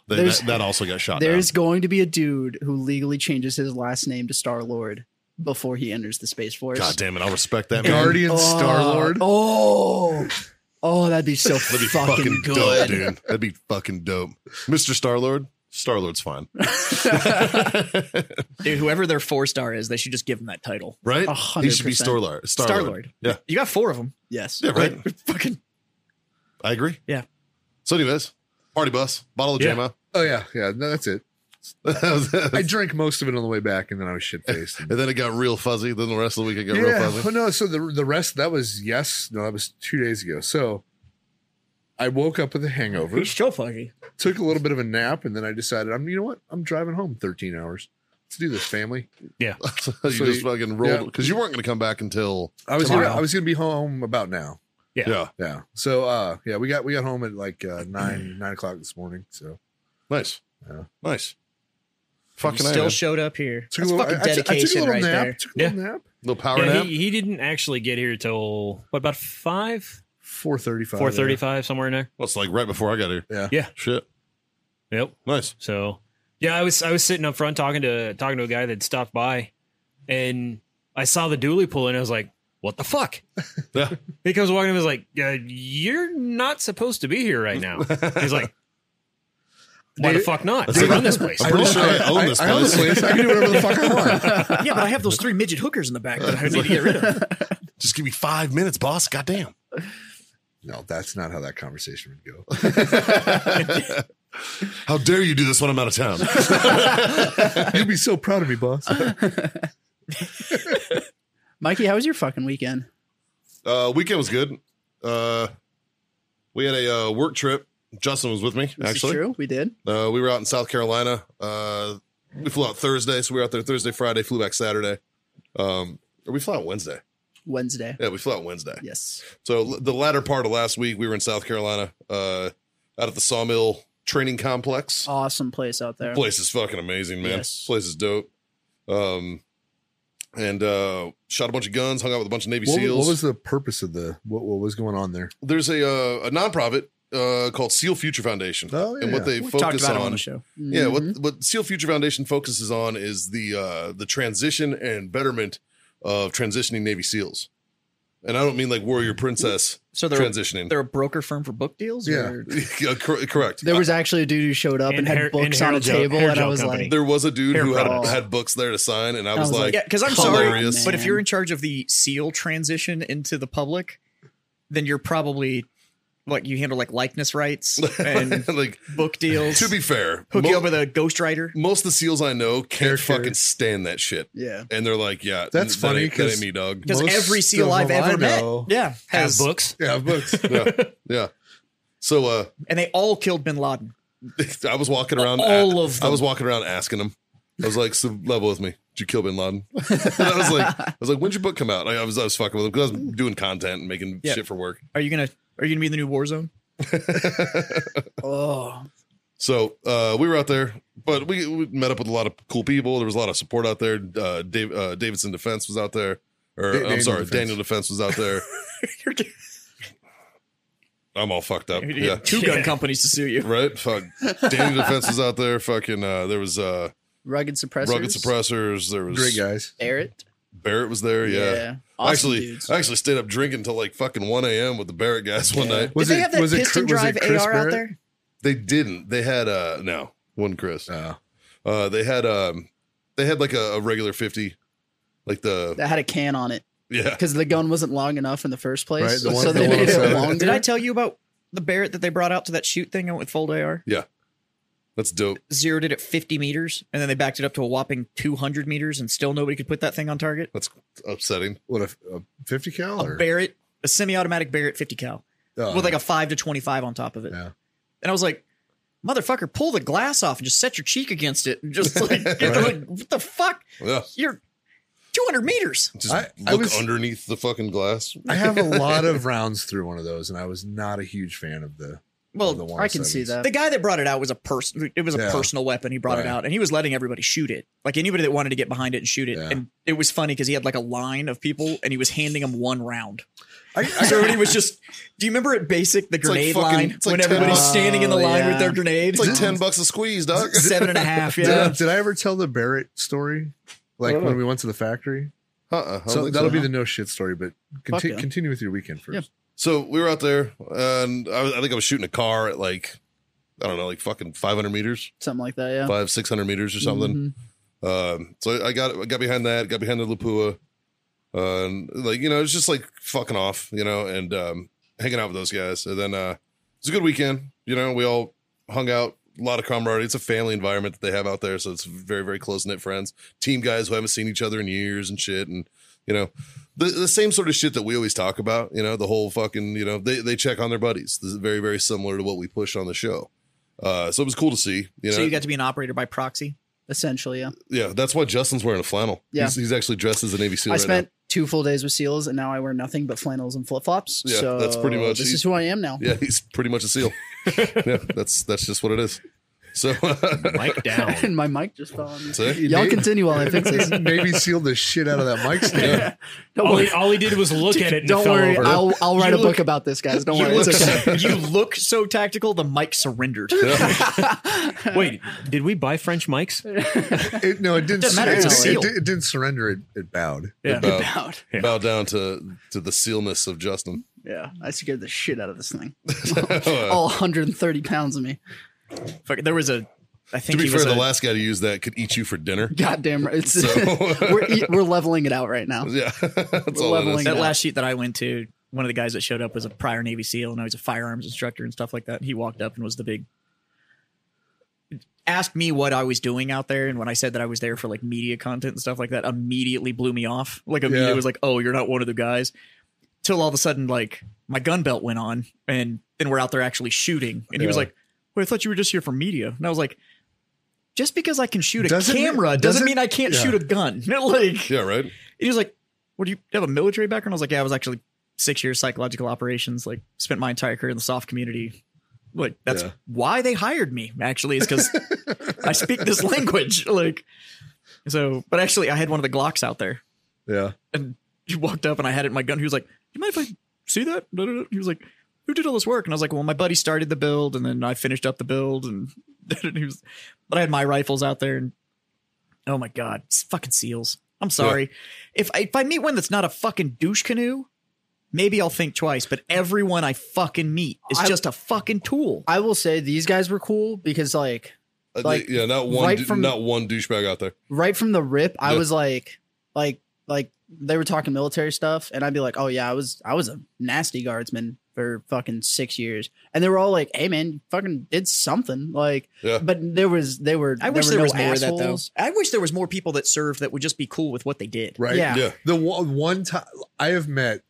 S6: They-
S4: There's-
S6: That, that also got shot down.
S4: there's going to be a dude who legally changes his last name to Star Lord before he enters the Space Force.
S6: God damn it! I'll respect that. Man.
S2: Guardian Star Lord.
S4: Oh, oh, that'd be so
S6: That'd be
S4: fucking,
S6: fucking, dope,
S4: good.
S6: dude. That'd be fucking dope, Mister Star Lord. Star Lord's fine,
S1: Dude, whoever their four star is, they should just give him that title.
S6: right?
S4: A hundred
S6: He should be
S4: percent.
S6: Star Lord. Star
S1: Star-Lord.
S6: Lord. Yeah,
S1: You got four of them.
S4: Yes.
S6: yeah, right.
S1: Fucking
S6: I agree.
S1: Yeah.
S6: So, anyways, party bus, bottle of
S3: Yeah.
S6: JMO.
S2: Oh, yeah. Yeah. No, that's it. I drank most of it on the way back and then I was shit faced.
S6: and then it got real fuzzy. Then the rest of the week it got real
S2: yeah.
S6: fuzzy.
S2: Well, no, so the the rest that was yes. No, that was two days ago. So I woke up with a hangover,
S1: so funny.
S2: took a little bit of a nap, and then I decided I'm you know what? I'm driving home 13 hours. Let's do this, family.
S6: So you
S2: So
S6: just
S2: you-
S6: fucking rolled
S2: yeah.
S6: because you weren't going to come back until
S2: I was gonna,
S1: Tomorrow.
S2: I was gonna be home about now.
S3: Yeah.
S2: Yeah. So uh yeah, we got we got home at like uh nine, nine o'clock this morning. So
S6: nice,
S2: Yeah.
S6: nice.
S1: You
S6: Fucking
S1: still
S6: still
S1: showed up here.
S2: took
S1: That's
S2: a little,
S1: fucking
S2: I- I took- I took a
S1: dedication
S2: little
S1: right
S2: nap,
S1: there.
S2: took a little nap.
S6: little power
S3: Yeah,
S6: nap.
S3: he, he didn't actually get here till what about five,
S2: 435.
S3: four thirty-five somewhere in there.
S6: well, it's like right before I got here.
S2: Yeah.
S3: Yeah.
S6: Shit.
S3: Yep.
S6: Nice.
S3: So Yeah, I was I was sitting up front talking to talking to a guy that stopped by, and I saw the dually pull, and I was like, "What the fuck?" he comes walking, and was like, uh, "You're not supposed to be here right now." He's like, "Why the fuck not? I run this place."
S6: I'm pretty sure I own this
S2: I own this
S6: place.
S2: place. I can do whatever the fuck I want.
S1: yeah, but I have those three midget hookers in the back that I need to get rid of.
S6: Just give me five minutes, boss. Goddamn.
S2: No, that's not how that conversation would go.
S6: How dare you do this when I'm out of town?
S2: You'd be so proud of me, boss.
S4: Mikey, how was your fucking weekend?
S6: Uh, weekend was good. Uh, we had a uh, work trip. Justin was with me,
S4: This is
S6: actually.
S4: true. We did.
S6: Uh, we were out in South Carolina. Uh, we flew out Thursday, so we were out there Thursday, Friday, flew back Saturday. Um, or we flew out Wednesday.
S4: Wednesday.
S6: Yeah, we flew out Wednesday.
S4: Yes.
S6: So l- the latter part of last week, we were in South Carolina, uh, out at the Sawmill Training Complex.
S4: Awesome place out there.
S6: Place is fucking amazing, man.
S4: Oh, Yes.
S6: Place is dope. Um, and uh, shot a bunch of guns, hung out with a bunch of Navy
S2: What,
S6: SEALs.
S2: what was the purpose of the what, what was going on there?
S6: There's a uh, a nonprofit uh, called Seal Future Foundation,
S2: Oh, yeah,
S6: and what
S2: yeah.
S6: they
S1: We talked
S6: focus
S1: about
S6: on.
S1: it on the mm-hmm. show.
S4: Mm-hmm.
S6: Yeah, what what Seal Future Foundation focuses on is the uh, the transition and betterment of transitioning Navy SEALs, and I don't mean like warrior princess
S1: So they're
S6: transitioning.
S1: they're a broker firm for book deals.
S2: Yeah.
S1: or-
S6: Yeah, cor- correct.
S4: There was actually a dude who showed up
S3: And
S4: and, had
S3: hair-
S4: books
S3: and
S4: on
S3: hair
S4: a
S3: gel-
S4: table,
S3: hair
S4: and I
S3: gel
S4: was
S3: company.
S4: like,
S6: There was a dude
S3: Hair
S6: who had,
S4: products.
S6: had books there to sign, and I was, like,
S1: yeah, because I'm
S6: hilarious.
S1: sorry, but if
S4: Man.
S1: you're in charge of the seal transition into the public, then you're probably like you handle like likeness rights and
S6: like
S1: book deals.
S6: to be fair,
S1: hook
S6: mo-
S1: you up with a ghostwriter.
S6: most of the SEALs I know can't
S2: Character.
S6: fucking stand that shit,
S4: yeah.
S6: and they're like, yeah,
S2: That's
S6: that
S2: funny,
S6: ain't- that
S2: 'cause-
S6: ain't me, dog.
S1: Because
S2: Most
S1: every
S2: of
S1: seal I've
S2: them I
S1: ever met,
S2: know
S1: yeah,
S3: Have
S1: has
S3: books.
S2: Yeah, books.
S6: yeah, yeah. So uh,
S1: and they all killed Bin Laden.
S6: I was walking
S2: Um,
S6: around.
S1: All of
S6: I was walking around asking him. I was like, "So level with me. Did you kill Bin Laden?" and I was like, "I was like, when'd your book come out?" I, I was I was fucking with him because I was doing content and making
S1: Yeah.
S6: shit for work.
S1: Are you gonna Are you gonna be in the new war zone?
S4: Oh,
S6: So uh, we were out there, but we, we met up with a lot of cool people. There was a lot of support out there. Uh, Dave, uh, Davidson Defense was out there, or
S2: Da-
S6: I'm
S2: Daniel
S6: sorry,
S2: Defense.
S6: Daniel Defense was out there. I'm all fucked
S2: Oh,
S6: up.
S1: You
S6: Yeah,
S1: get Two gun companies to sue you.
S6: right. Fuck. Daniel Defense was out there. Fucking. Uh, there was uh,
S4: rugged suppressors.
S6: rugged suppressors. There was
S2: Great guys.
S4: Barrett.
S6: Barrett was there. Yeah.
S4: Awesome
S6: actually,
S4: dudes.
S6: I actually stayed up drinking till like fucking 1 a.m. with the Barrett guys one night.
S2: Was
S1: Did they
S2: it-
S1: have that
S2: was it
S1: piston
S2: Chris- was it
S1: drive
S2: Chris
S1: AR out
S2: Barrett?
S1: there?
S6: They didn't. They had uh no, one Chris.
S2: Oh.
S6: Uh they had um they had like a, a regular 50 like the
S4: that had a can on it
S6: yeah.
S4: because the gun wasn't long enough in the first place.
S2: Right, the one-
S4: so
S2: the
S4: they
S2: one
S4: made it
S2: outside.
S4: longer.
S1: Did I tell you about the Barrett that they brought out to that shoot thing? I went with fold AR,
S6: That's dope.
S1: zeroed it at 50 meters, and then they backed it up to a whopping 200 meters, and still nobody could put that thing on target.
S6: That's upsetting.
S2: What a, a fifty cal
S1: A
S2: or Uh,
S1: Barrett, a semi-automatic Barrett 50 cal
S2: Oh,
S1: with like a five to 25 on top of it.
S2: Yeah.
S1: And I was like, motherfucker, pull the glass off and just set your cheek against it, and just like, get the- like, what the fuck?
S6: Yeah.
S1: You're 200 meters.
S6: Just
S2: I-
S6: look
S2: I was-
S6: underneath the fucking glass.
S2: I have a lot of rounds through one of those, and I was not a huge fan of the.
S1: Well,
S2: of the
S4: I can see
S2: 107s.
S4: that.
S1: The guy that brought it out was a person. It was a
S2: Yeah.
S1: personal weapon. He brought
S2: Right.
S1: it out, and he was letting everybody shoot it. Like anybody that wanted to get behind it and shoot it.
S2: Yeah.
S1: And it was funny because he had like a line of people, and he was handing them one round.
S2: I,
S1: So
S2: I,
S1: everybody was just. Do you remember at basic the
S6: like
S1: grenade
S6: fucking-
S1: line
S6: it's like
S1: when
S6: 10
S1: everybody's
S6: bucks.
S1: standing in the
S4: Oh,
S1: line
S4: yeah.
S1: with their grenade?
S6: It's like 10 bucks a squeeze, dog.
S1: seven and a half.
S2: did,
S1: Yeah. Oh.
S2: I, did I ever tell the Barrett story? Like when we went to the factory.
S6: Uh-uh, I don't
S2: So
S6: think
S2: that'll
S6: so.
S2: be the no shit story, but
S4: Fuck
S2: conti-
S4: yeah.
S2: continue with your weekend first.
S6: So we were out there and I, was- I think I was shooting a car at like I don't know, like fucking 500 meters,
S4: Something like that. Yeah.
S6: five, 600 meters or something.
S4: Mhm.
S6: Um, so I got I got behind that, got behind the Lapua, uh, and like you know, it's just like fucking off, you know, and um, hanging out with those guys. And then uh, it's a good weekend, you know. We all hung out, a lot of camaraderie. It's a family environment that they have out there, so it's very very close knit friends, team guys who haven't seen each other in years and shit, and you know. The, the same sort of shit that we always talk about, you know, the whole fucking, you know, they, they check on their buddies. This is very, very similar to what we push on the show. Uh, so it was cool to see, you know,
S1: So you got to be an operator by proxy.
S4: Essentially, yeah.
S6: yeah, that's why Justin's wearing a flannel.
S4: Yeah.
S6: He's, he's actually dressed as a Navy SEAL
S4: I
S6: right
S4: spent two full days with seals, and now I wear nothing but flannels and flip flops.
S6: Yeah,
S4: so
S6: that's pretty much-
S4: This is who I am now.
S6: now. Yeah, he's pretty much a SEAL. yeah, that's that's just what it is. So
S3: Mic down.
S4: and my mic just fell on me.
S6: so
S4: Y'all continue while I fix this.
S2: Maybe sealed the shit out of that mic stand.
S4: Don't
S3: all, he,
S4: worry.
S3: all he did was look at it and it
S4: Don't
S3: fell
S4: worry.
S3: over.
S4: I'll, I'll write
S1: You
S4: a
S1: look-
S4: book about this, guys. Don't
S1: you,
S4: worry.
S1: look
S4: It's okay.
S1: so, you look so tactical, the mic surrendered.
S3: Wait, did we buy French mics?
S2: It- no, it didn't.
S1: Doesn't matter, it's a
S2: It, it,
S1: seal.
S2: di- it didn't surrender. It, it bowed.
S3: Yeah.
S6: bow,
S4: Out.
S6: bow down to to the sealness of Justin.
S4: Yeah, I scared the shit out of this thing. All 130 pounds of me.
S1: Fuck, there was a. I think
S6: to be
S1: he was
S6: fair, the
S1: a-
S6: last guy to use that could eat you for dinner.
S4: Goddamn right. It's,
S6: So-
S4: we're, e- we're leveling it out right now.
S6: Yeah, that's
S4: We're
S6: all it
S4: leveling
S6: is.
S1: that
S4: yeah.
S1: last sheet that I went to. One of the guys that showed up was a prior Navy SEAL, and I was a firearms instructor and stuff like that. He walked up and was the big. Asked me what I was doing out there, and when I said that I was there for like media content and stuff like that, immediately blew me off. Like immediately
S2: Yeah.
S1: was like, "Oh, you're not one of the guys." Till all of a sudden, like my gun belt went on, and then we're out there actually shooting, and he was
S2: Yeah.
S1: like, "Wait, I thought you were just here for media," and I was like. Just because I can shoot a
S2: Doesn't-
S1: camera doesn't,
S2: doesn't-
S1: mean I can't
S2: yeah.
S1: shoot a gun. like,
S6: Yeah, right.
S1: he was like, "What do you you have a military background?" I was like, "Yeah, I was actually six years psychological operations. Like, spent my entire career in the soft community. Like, that's
S6: Yeah.
S1: why they hired me. Actually, is because I speak this language. Like, so. But actually, I had one of the Glocks out there,
S2: Yeah.
S1: and he walked up, and I had it in my gun. He was like, "You mind if I see that?" Da, da, da. He was like, "Who did all this work?" And I was like, "Well, my buddy started the build, and then I finished up the build, and, and he was." But I had my rifles out there, and oh my god, it's fucking seals. I'm sorry. If I, if I meet one that's not a fucking douche canoe, maybe I'll think twice. But everyone I fucking meet is
S4: I-
S1: just a fucking tool.
S4: I will say these guys were cool because, like,
S6: Uh,
S4: Like,
S6: yeah, not one,
S4: right
S6: du-
S4: from-
S6: not one douchebag out there.
S4: right from the rip, I
S6: Yeah.
S4: was like, like, like they were talking military stuff, and I'd be like, oh yeah, I was, I was a nasty guardsman for fucking six years, and they were all like, hey man, you fucking did something, like,
S6: Yeah.
S4: but there was, they were,
S1: I wish
S4: were
S1: there
S4: no
S1: was more of that though.
S4: assholes.
S1: I wish there was more people that served that would just be cool with what they did.
S2: Right.
S4: Yeah.
S6: Yeah.
S2: The one, one time I have met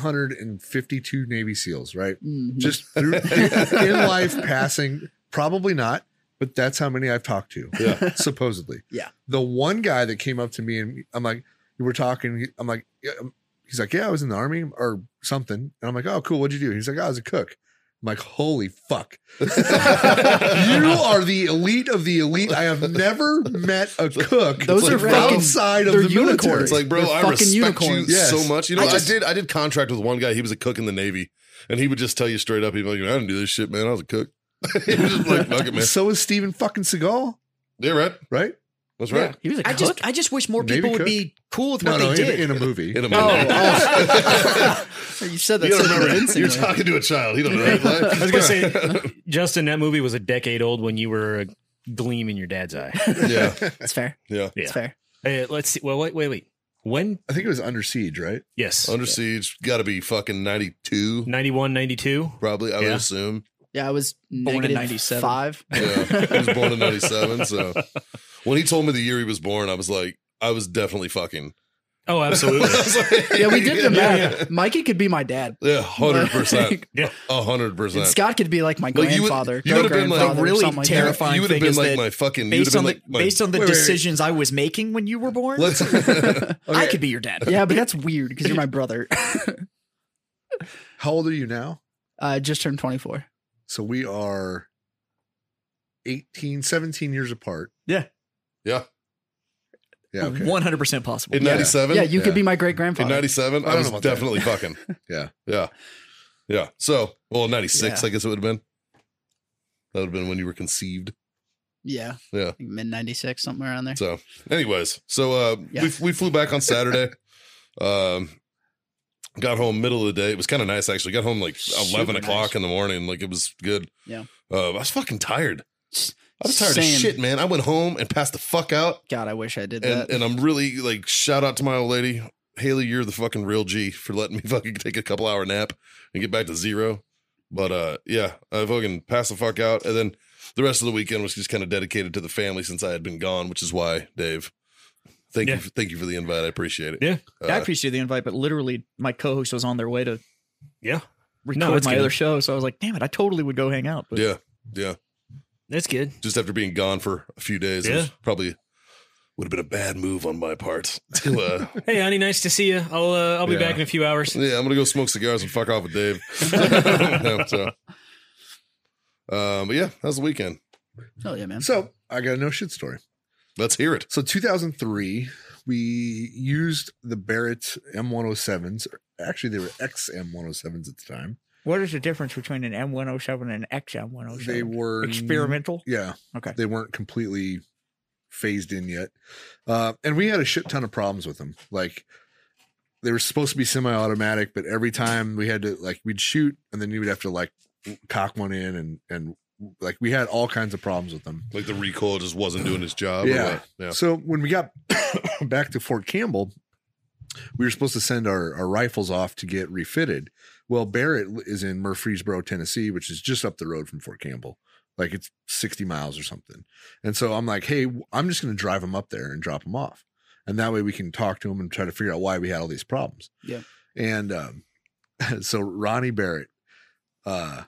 S2: 852 Navy SEALs. Right.
S4: Mhm.
S2: Just through in life passing. Probably not. But that's how many I've talked to.
S6: Yeah.
S2: Supposedly.
S4: Yeah.
S2: The one guy that came up to me and I'm like, we're talking. he- I'm like, yeah, um, he's like, yeah, I was in the army or something. And I'm like, oh, cool. What'd you do? He's like, I was a cook. I'm like, holy fuck. you are the elite of the elite. I have never met a cook
S4: Those
S2: like
S4: are fucking-
S2: outside of
S4: they're
S2: the military.
S4: unicorns.
S6: It's like, bro,
S4: They're
S6: I
S4: fucking
S6: respect
S4: unicorns.
S6: you
S2: Yes.
S6: so much. You know,
S4: I
S6: I,
S4: just-
S6: did. I did contract with one guy. He was a cook in the Navy, and he would just tell you straight up. He'd be like, "I didn't do this shit, man. I was a cook." he was just like, "Fuck it, man."
S2: so is Steven fucking Seagal,
S6: Yeah, right.
S2: right?
S6: That's right.
S4: he was a
S1: I
S4: cook.
S1: just, I just wish more
S2: Maybe
S1: people would
S2: cook.
S1: be cool with
S2: No,
S1: what
S2: no,
S1: they
S2: in,
S1: did.
S2: in a movie.
S6: In a
S4: oh,
S6: minute.
S4: oh. you said that.
S6: You gotta
S4: so
S6: remember,
S4: convincingly.
S6: you're talking to a child. He don't know. That.
S3: I was gonna say, Justin, that movie was a decade old when you were a gleam in your dad's eye.
S6: yeah,
S4: It's fair.
S6: yeah.
S4: It's fair.
S3: Uh, let's see. Well, wait, wait, wait. When?
S2: I think it was Under Siege, right?
S3: Yes.
S6: Under siege, got to be fucking ninety two,
S3: 91, 92.
S6: probably. I would
S3: Yeah.
S6: assume.
S4: Yeah, I was
S1: Born in
S4: negative
S1: 97.
S4: five.
S6: Yeah, he was born in ninety seven. So when he told me the year he was born, I was like, I was definitely fucking.
S3: Oh, absolutely.
S4: Yeah, we did the
S6: Yeah,
S4: math. Mikey could be my dad.
S6: Yeah, hundred percent.
S3: Yeah.
S6: hundred
S4: And
S6: percent.
S4: Scott could be like my
S6: Like, you would-
S4: grandfather.
S6: you would have been, like,
S4: great-grandfather or
S1: really
S4: something like that.
S1: terrified. terrifying
S6: You would have
S1: thing
S6: been
S1: is
S6: like
S1: that
S6: my fucking. you would have
S1: based on
S6: been
S1: the
S6: like my-
S1: based on the
S2: Wait, wait, wait.
S1: decisions I was making when you were born,
S6: Let's.
S1: I could be your dad.
S4: Yeah, but that's weird because you're my brother.
S2: How old are you now?
S4: I Uh, just turned 24.
S2: So we are 18, 17 years apart.
S6: yeah,
S2: Yeah. Okay.
S1: One hundred percent possible.
S6: in ninety seven.
S4: yeah, you
S2: yeah.
S4: could be my great
S6: in
S4: grandfather.
S6: ninety seven.
S2: I
S6: I,
S2: don't
S6: was
S2: know about that.
S6: definitely fucking.
S2: Yeah.
S6: Yeah, yeah. So well, ninety six.
S4: Yeah.
S6: I guess it would have been. That would have been when you were conceived.
S4: Yeah,
S6: Yeah.
S4: mid 96, something around there.
S6: So, anyways, so uh,
S4: Yeah.
S6: we we flew back on Saturday. um, got home middle of the day. It was kind of nice actually. Got home like eleven
S4: Super
S6: o'clock
S4: nice.
S6: in the morning. Like it was good.
S4: Yeah.
S6: Uh, I was fucking tired. I was tired
S4: Same.
S6: of shit, man. I went home and passed the fuck out,
S4: God, I wish I did
S6: and
S4: that.
S6: and um, I'm really like shout out to my old lady Haley. You're the fucking real G for letting me fucking take a couple hour nap and get back to zero. But uh, yeah, I fucking passed the fuck out, and then the rest of the weekend was just kind of dedicated to the family since I had been gone, which is why Dave. Thank
S3: Yeah.
S6: you, thank you for the invite. I appreciate it.
S3: Yeah.
S1: I
S6: Uh,
S1: appreciate the invite, but literally, my co-host was on their way to
S3: yeah.
S1: record
S3: No, that's
S1: my
S3: good.
S1: other show, so I was like, "Damn it, I totally would go hang out." But
S6: yeah, yeah.
S3: That's good.
S6: Just after being gone for a few days, it
S3: Yeah.
S6: was probably would have been a bad move on my part to uh,
S3: Hey, honey, nice to see you. I'll uh, I'll be
S2: Yeah.
S3: back in a few hours.
S6: Yeah, I'm gonna go smoke cigars and fuck off with Dave. Yeah, so, um, but yeah, uh, that was the weekend.
S4: Oh yeah, man.
S2: So I got a no shit story.
S6: Let's hear it.
S2: So 2003, we used the Barrett M107s. or Actually, they were XM107s at the time.
S5: What is the difference between an M107 and an XM107?
S2: They were
S5: experimental.
S2: Yeah.
S5: Okay.
S2: They weren't completely phased in yet. Uh, and we had a shit ton of problems with them. Like they were supposed to be semi automatic, but every time we had to like we'd shoot and then you would have to like cock one in and and like we had all kinds of problems with them.
S6: Like the recoil just wasn't doing its job.
S2: Yeah.
S6: Or what? yeah.
S2: So when we got back to Fort Campbell, we were supposed to send our, our rifles off to get refitted. Well, Barrett is in Murfreesboro, Tennessee, which is just up the road from Fort Campbell. Like it's 60 miles or something. And so I'm like, hey, I'm just going to drive them up there and drop them off. And that way we can talk to them and try to figure out why we had all these problems.
S4: Yeah.
S2: And um, so Ronnie Barrett, uh,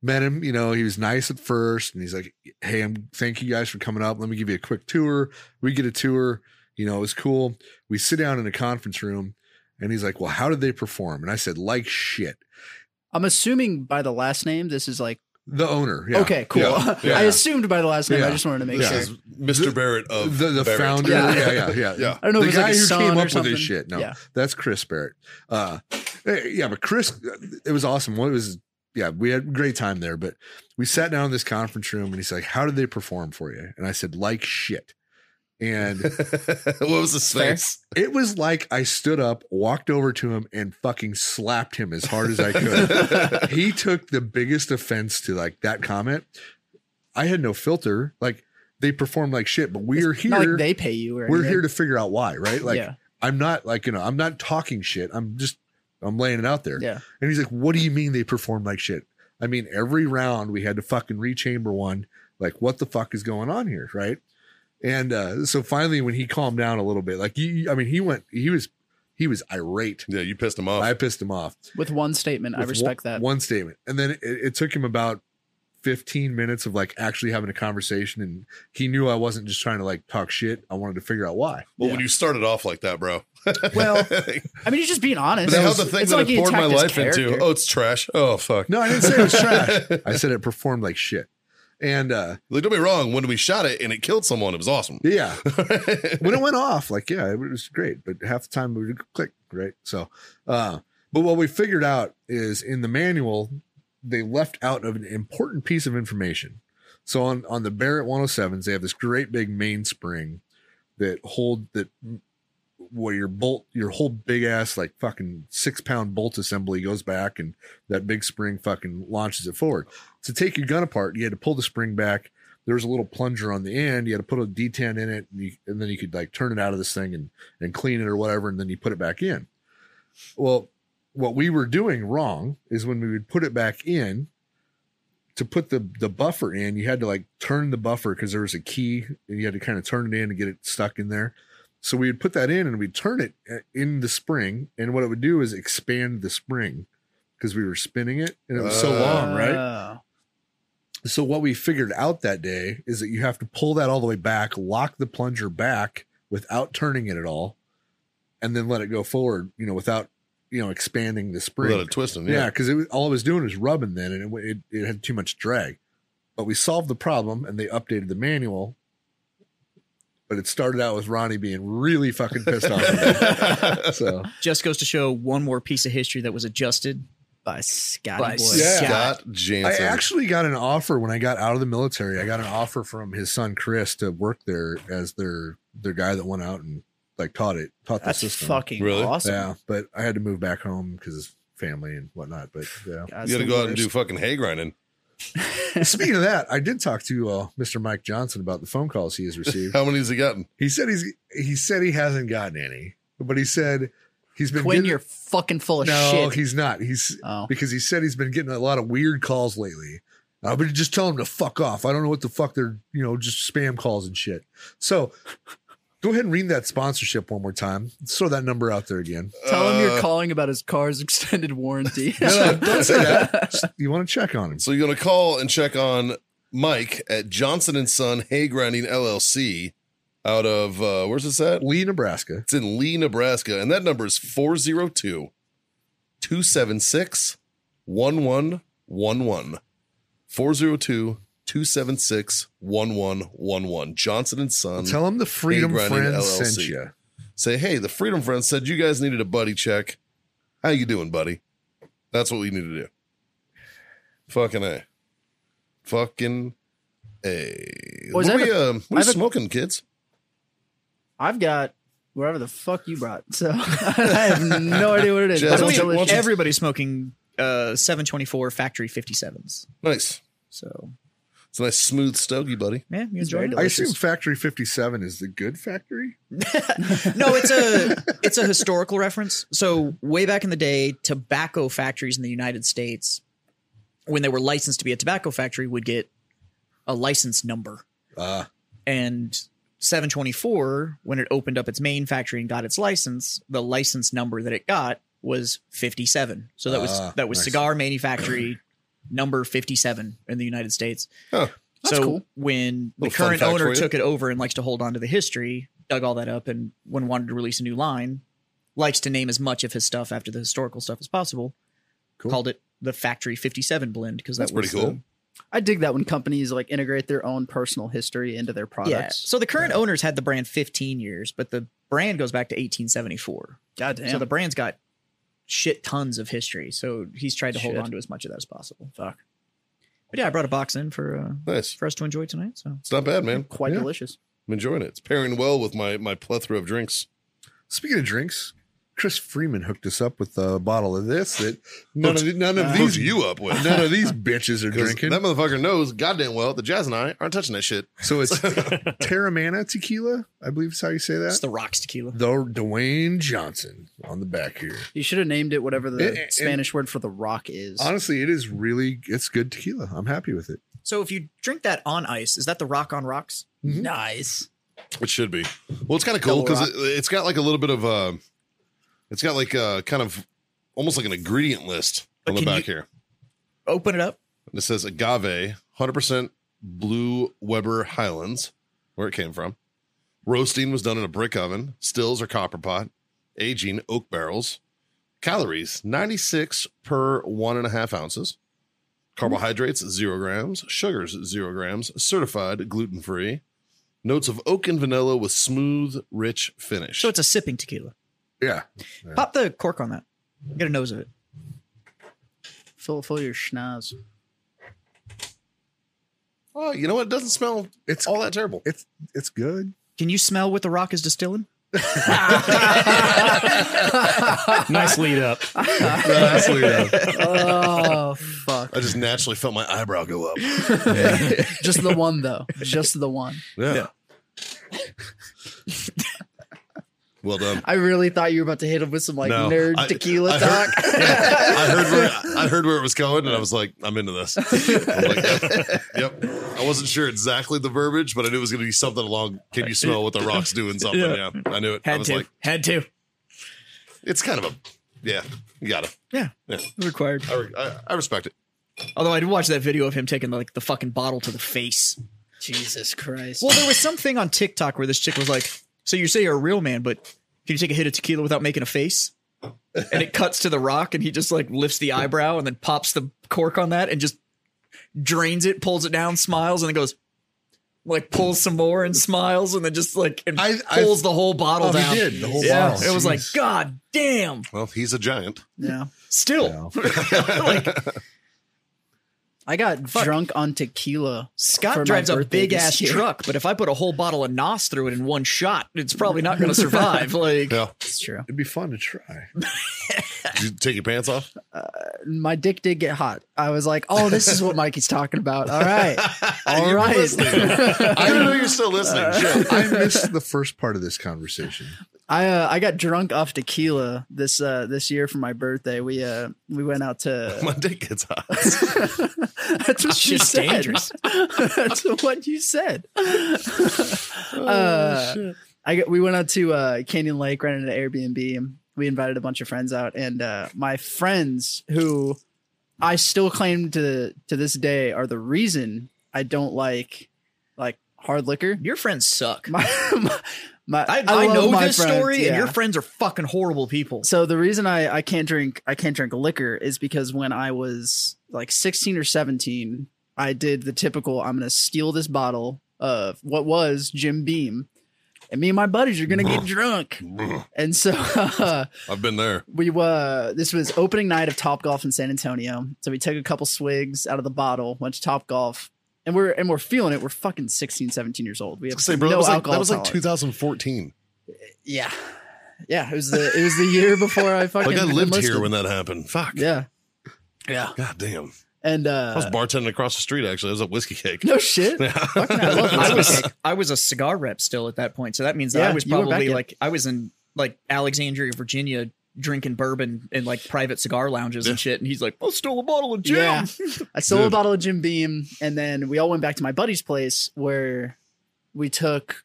S2: met him you know he was nice at first and he's like hey i'm thank you guys for coming up let me give you a quick tour we get a tour you know it was cool we sit down in a conference room and he's like well how did they perform and i said like shit
S4: I'm assuming by the last name, this is like
S2: the owner yeah.
S4: okay, cool.
S6: Yeah. Yeah.
S4: I assumed by the last name.
S2: Yeah.
S4: I just wanted to make
S6: This
S4: sure.
S6: is Mr. Barrett of
S2: the, the
S6: Barrett.
S2: founder yeah
S4: Yeah.
S2: yeah yeah yeah,
S6: Yeah.
S4: I don't know
S2: the
S4: if it's
S2: guy
S4: like a
S2: who
S4: son
S2: came
S4: or
S2: up with
S4: something.
S2: this shit no
S4: Yeah.
S2: that's chris barrett uh eh, yeah but chris it was awesome well, it was yeah we had a great time there but we sat down in this conference room and he's like how did they perform for you and i said like shit and
S6: what was his face?
S2: It was like I stood up, walked over to him, and fucking slapped him as hard as I could. he took the biggest offense to like that comment. I had no filter. Like they performed like shit, but we are
S4: It's Not
S2: here.
S4: like they pay you or
S2: we're
S4: anything.
S2: here to figure out why, right? Like
S4: yeah,
S2: I'm not like you know I'm not talking shit. I'm just I'm laying it out there.
S4: yeah.
S2: And he's like, "What do you mean they performed like shit?" I mean, every round we had to fucking rechamber one. Like, what the fuck is going on here, right? And uh, so finally, when he calmed down a little bit, like you, I mean, he went, he was, he was irate.
S6: Yeah, you pissed him off.
S2: I pissed him off.
S4: With one statement, I
S2: with
S4: respect
S2: one,
S4: that.
S2: one statement, and then it, it took him about fifteen minutes of like actually having a conversation, and he knew I wasn't just trying to like talk shit. I wanted to figure out why.
S6: well, when you started off like that, bro.
S4: Well,
S6: But
S4: I mean, he's just being honest.
S6: they have the thing
S4: It's
S6: that
S4: like
S6: I
S4: he
S6: poured my
S4: attacked his
S6: life into.
S4: character.
S6: Oh, it's trash. Oh, fuck.
S2: No, I didn't say it was trash. I said it performed like shit, and uh,
S6: Like, don't be wrong. When we shot it and it killed someone, it was awesome.
S2: yeah, when it went off, like yeah, it was great, but half the time we would click, right? So, uh, but what we figured out is in the manual, they left out of an important piece of information. So on on the Barrett 107s, they have this great big mainspring that hold that where your bolt, your whole big ass like fucking six pound bolt assembly goes back, and that big spring fucking launches it forward. To take your gun apart, you had to pull the spring back there was a little plunger on the end. You had to put a detent in it, and, you, and then you could like turn it out of this thing and and clean it or whatever, and then you put it back in. Well, what we were doing wrong is when we would put it back in. To put the the buffer in, you had to like turn the buffer because there was a key, and you had to kind of turn it in to get it stuck in there. So we would put that in, and we'd turn it uh, in the spring, and what it would do is expand the spring because we were spinning it, and it was so
S6: Uh.
S2: long, right?
S4: Oh.
S2: So what we figured out that day is that you have to pull that all the way back, lock the plunger back without turning it at all, and then let it go forward. You know, without you know expanding the spring.
S6: Without it twisting.
S2: yeah,
S6: Yeah.
S2: because it was all it was doing was rubbing then, and it, w- it it had too much drag. But we solved the problem, and they updated the manual. But it started out with Ronnie being really fucking pissed off. at me. so
S1: Just goes to show one more piece of history that was adjusted by Scotty
S4: By
S1: Boy.
S4: Scott.
S1: Scott.
S6: Scott
S2: I
S6: Jansen.
S2: actually got an offer when I got out of the military. I got an offer from his son Chris to work there as their their guy that went out and like taught it taught the
S1: That's
S2: system.
S1: fucking
S6: Really?
S1: awesome.
S2: Yeah, but I had to move back home because family and whatnot. But yeah.
S1: That's
S6: you got to
S1: the
S6: go out and do
S1: worst.
S6: fucking hay grinding.
S2: Speaking of that, I did talk to uh, Mr. Mike Johnson about the phone calls he has received.
S6: How many has he gotten?
S2: he said he's he said he hasn't gotten any, but he said he's been
S4: Quinn,
S2: getting-
S4: you're fucking full of
S2: no,
S4: shit.
S2: he's not. He's
S4: Oh.
S2: because he said he's been getting a lot of weird calls lately. I've been just telling him to fuck off. I don't know what the fuck they're, you know, just spam calls and shit. So go ahead and read that sponsorship one more time. Let's throw that number out there again.
S4: Tell him
S6: Uh,
S4: you're calling about his car's extended warranty.
S2: don't say that. Just- you want to check on him.
S6: So you're gonna call and check on Mike at Johnson and Son Hay Grinding LLC out of uh where's this at?
S2: Lee, Nebraska.
S6: It's in Lee, Nebraska, and that number is 402 276 1111. 402 276 1111. Johnson and Son.
S2: Tell them the Freedom
S6: Grinding
S2: Friends
S6: LLC.
S2: sent you.
S6: Say, hey, the Freedom Friends said you guys needed a buddy check. How you doing, buddy? That's what we need to do. Fucking A. Fucking A.
S4: Was
S6: what
S4: that
S6: we,
S4: a-
S6: um, what
S4: I
S6: are
S4: have a-
S6: smoking, kids?
S4: I've got wherever the fuck you brought. So I have no idea what it is.
S6: Jazz,
S4: but
S6: why
S4: it's
S6: don't you- why don't
S4: delicious.
S6: you-
S1: Everybody's smoking uh, 724 factory 57s.
S6: Nice.
S1: So,
S6: It's a nice smooth stogie, buddy.
S1: yeah, you enjoy
S4: Enjoy it.
S1: it.
S2: I assume Factory 57 is the good factory.
S1: no, it's a it's a historical reference. So way back in the day, tobacco factories in the United States, when they were licensed to be a tobacco factory, would get a license number.
S2: Ah.
S1: and 724, when it opened up its main factory and got its license, the license number that it got was 57. So that was
S2: Ah,
S1: that was
S2: nice.
S1: cigar manufacturing number 57 in the United States.
S6: Huh.
S4: That's
S1: so
S4: cool.
S1: when the
S6: Little fun
S1: current
S6: fact for
S1: owner
S6: you.
S1: took it over and likes to hold on to the history, dug all that up, and when wanted to release a new line, likes to name as much of his stuff after the historical stuff as possible.
S2: Cool.
S1: Called it the Factory 57 blend because
S6: That's
S1: that
S6: pretty
S1: was
S6: cool.
S4: I dig that when companies like integrate their own personal history into their
S1: The, yeah.
S4: products.
S1: So the current owners had the brand 15 years, but the brand goes back to 1874.
S4: Goddamn.
S1: So the brand's got shit tons of history. So he's tried to
S4: Shit.
S1: hold on to as much of that as possible. Fuck. But yeah, I brought a box in for uh,
S6: Nice.
S1: for us to enjoy tonight. So
S6: It's not bad, man.
S4: quite
S2: Yeah.
S4: delicious.
S6: I'm enjoying it. It's pairing well with my my plethora of drinks.
S2: Speaking of drinks, Chris Freeman hooked us up with a bottle of this that none of, the- none of
S6: Hooked
S2: these
S6: you up with.
S2: none of these bitches are
S6: 'Cause
S2: drinking.
S6: That motherfucker knows goddamn well that Jazz and I aren't touching that shit.
S2: So it's Terramana tequila, I believe is how you say
S1: it's
S2: that.
S1: the rocks tequila.
S2: The Dwayne Johnson on the back here.
S4: You should have named it whatever the
S2: It- it-
S4: Spanish word for the rock is.
S2: Honestly, it is really it's good tequila. I'm happy with it.
S1: So if you drink that on ice, is that the rock on rocks?
S6: Mm-hmm.
S4: nice.
S6: It should be. Well, it's kind of cool
S4: Double
S6: because it, it's got like a little bit of uh, it's got like uh kind of almost like an ingredient list on
S1: But can
S6: the back here.
S1: Open it up.
S6: And it says agave, hundred percent blue Weber Highlands, where it came from. Roasting was done in a brick oven, stills or copper pot, aging oak barrels. Calories ninety six per one and a half ounces. Carbohydrates zero grams, sugars zero grams, certified gluten free. Notes of oak and vanilla with smooth, rich finish.
S1: So it's a sipping tequila.
S2: Yeah.
S1: Pop the cork on that. Get a nose of it.
S4: Fill fill your schnoz.
S6: oh, you know what? It doesn't smell
S2: It's
S6: all that terrible.
S2: it's it's good.
S1: Can you smell what the rock is distilling?
S3: nice lead up.
S4: Oh fuck.
S6: I just naturally felt my eyebrow go up.
S4: Just the one though. Just the one.
S6: Yeah. well done.
S4: I really thought you were about to hit him with some like
S6: No,
S4: nerd
S6: I-
S4: tequila
S6: I heard-
S4: talk.
S6: I heard where I heard where it was going, and I was like, "I'm into this." I'm like, yep, yep. I wasn't sure exactly the verbiage, but I knew it was going to be something along. Can you smell what the rocks doing? Something. Yeah, I knew it. I was like,
S1: Had to.
S6: "It's kind of a, yeah, you got it."
S1: Yeah.
S6: Yeah.
S1: Required.
S6: I, re- I, I respect it.
S1: Although I did watch that video of him taking like the fucking bottle to the face.
S4: Jesus Christ.
S1: Well, there was something on TikTok where this chick was like, "So you say you're a real man, but can you take a hit of tequila without making a face?" And it cuts to the Rock, and he just like lifts the eyebrow and then pops the cork on that and just drains it, pulls it down, smiles, and then goes like pulls some more and smiles, and then just like and
S2: I- I-
S1: pulls the whole bottle
S2: Oh, he
S1: down.
S2: did, the whole
S1: yeah,
S2: bottle,
S1: it was like
S2: jeez.
S1: God damn.
S6: Well, he's a giant.
S4: yeah.
S1: Still,
S4: I got drunk on tequila. for my
S1: Scott drives a
S4: birthday
S1: big
S4: this
S1: ass
S4: year.
S1: truck, but if I put a whole bottle of Nos through it in one shot, it's probably not going to survive. Like,
S6: Yeah.
S4: It's true.
S2: It'd be fun to try.
S6: Did you take your pants off?
S4: My dick did get hot. I was like, oh, this is what Mikey's talking about. All right. All
S6: You're
S4: right.
S6: I didn't know you're still listening. Shit.
S2: I missed the first part of this conversation.
S4: I uh, I got drunk off tequila this uh this year for my birthday. We uh we went out to
S6: My dick gets hot.
S4: That's what you
S1: Shit's
S4: said.
S1: dangerous.
S4: That's what you said.
S1: Oh,
S4: uh, I got, we went out to uh, Canyon Lake, rented an Airbnb, and we invited a bunch of friends out. And uh, my friends, who I still claim to to this day, are the reason I don't like like hard liquor.
S1: your friends suck.
S4: My, my, my
S1: I, I,
S4: love
S1: know
S4: my
S1: this
S4: friends,
S1: story, and
S4: yeah.
S1: your friends are fucking horrible people.
S4: So the reason I, I can't drink I can't drink liquor is because when I was like 16 or 17, I did the typical I'm going to steal this bottle of what was Jim Beam. And me and my buddies are going to get drunk. And so
S6: I've been there.
S4: we were this was opening night of Top Golf in San Antonio. So we took a couple swigs out of the bottle, went to Top Golf. And we're and we're feeling it. We're fucking 16, 17 years old. We have
S6: Say, bro,
S4: no
S6: that was like,
S4: alcohol.
S6: that was like
S4: tolerance.
S6: 2014.
S4: Yeah. Yeah, it was the it was the year before I fucking
S6: Like I lived
S4: enlisted.
S6: here when that happened. Fuck.
S4: Yeah. Yeah.
S6: God damn.
S4: And uh
S6: I was bartending across the street. Actually, I was at Whiskey Cake.
S4: no shit.
S6: Yeah.
S4: Fuck no, I love
S1: I was,
S4: Whiskey Cake.
S1: I was a cigar rep still at that point, so that means that
S4: Yeah,
S1: I was
S4: you were back
S1: probably
S4: in-
S1: like I was in like Alexandria, Virginia, drinking bourbon in like private cigar lounges and shit. And he's like, "I stole a bottle of Jim."
S4: Yeah. I stole a
S6: Dude.
S4: bottle of Jim Beam and then we all went back to my buddy's place where we took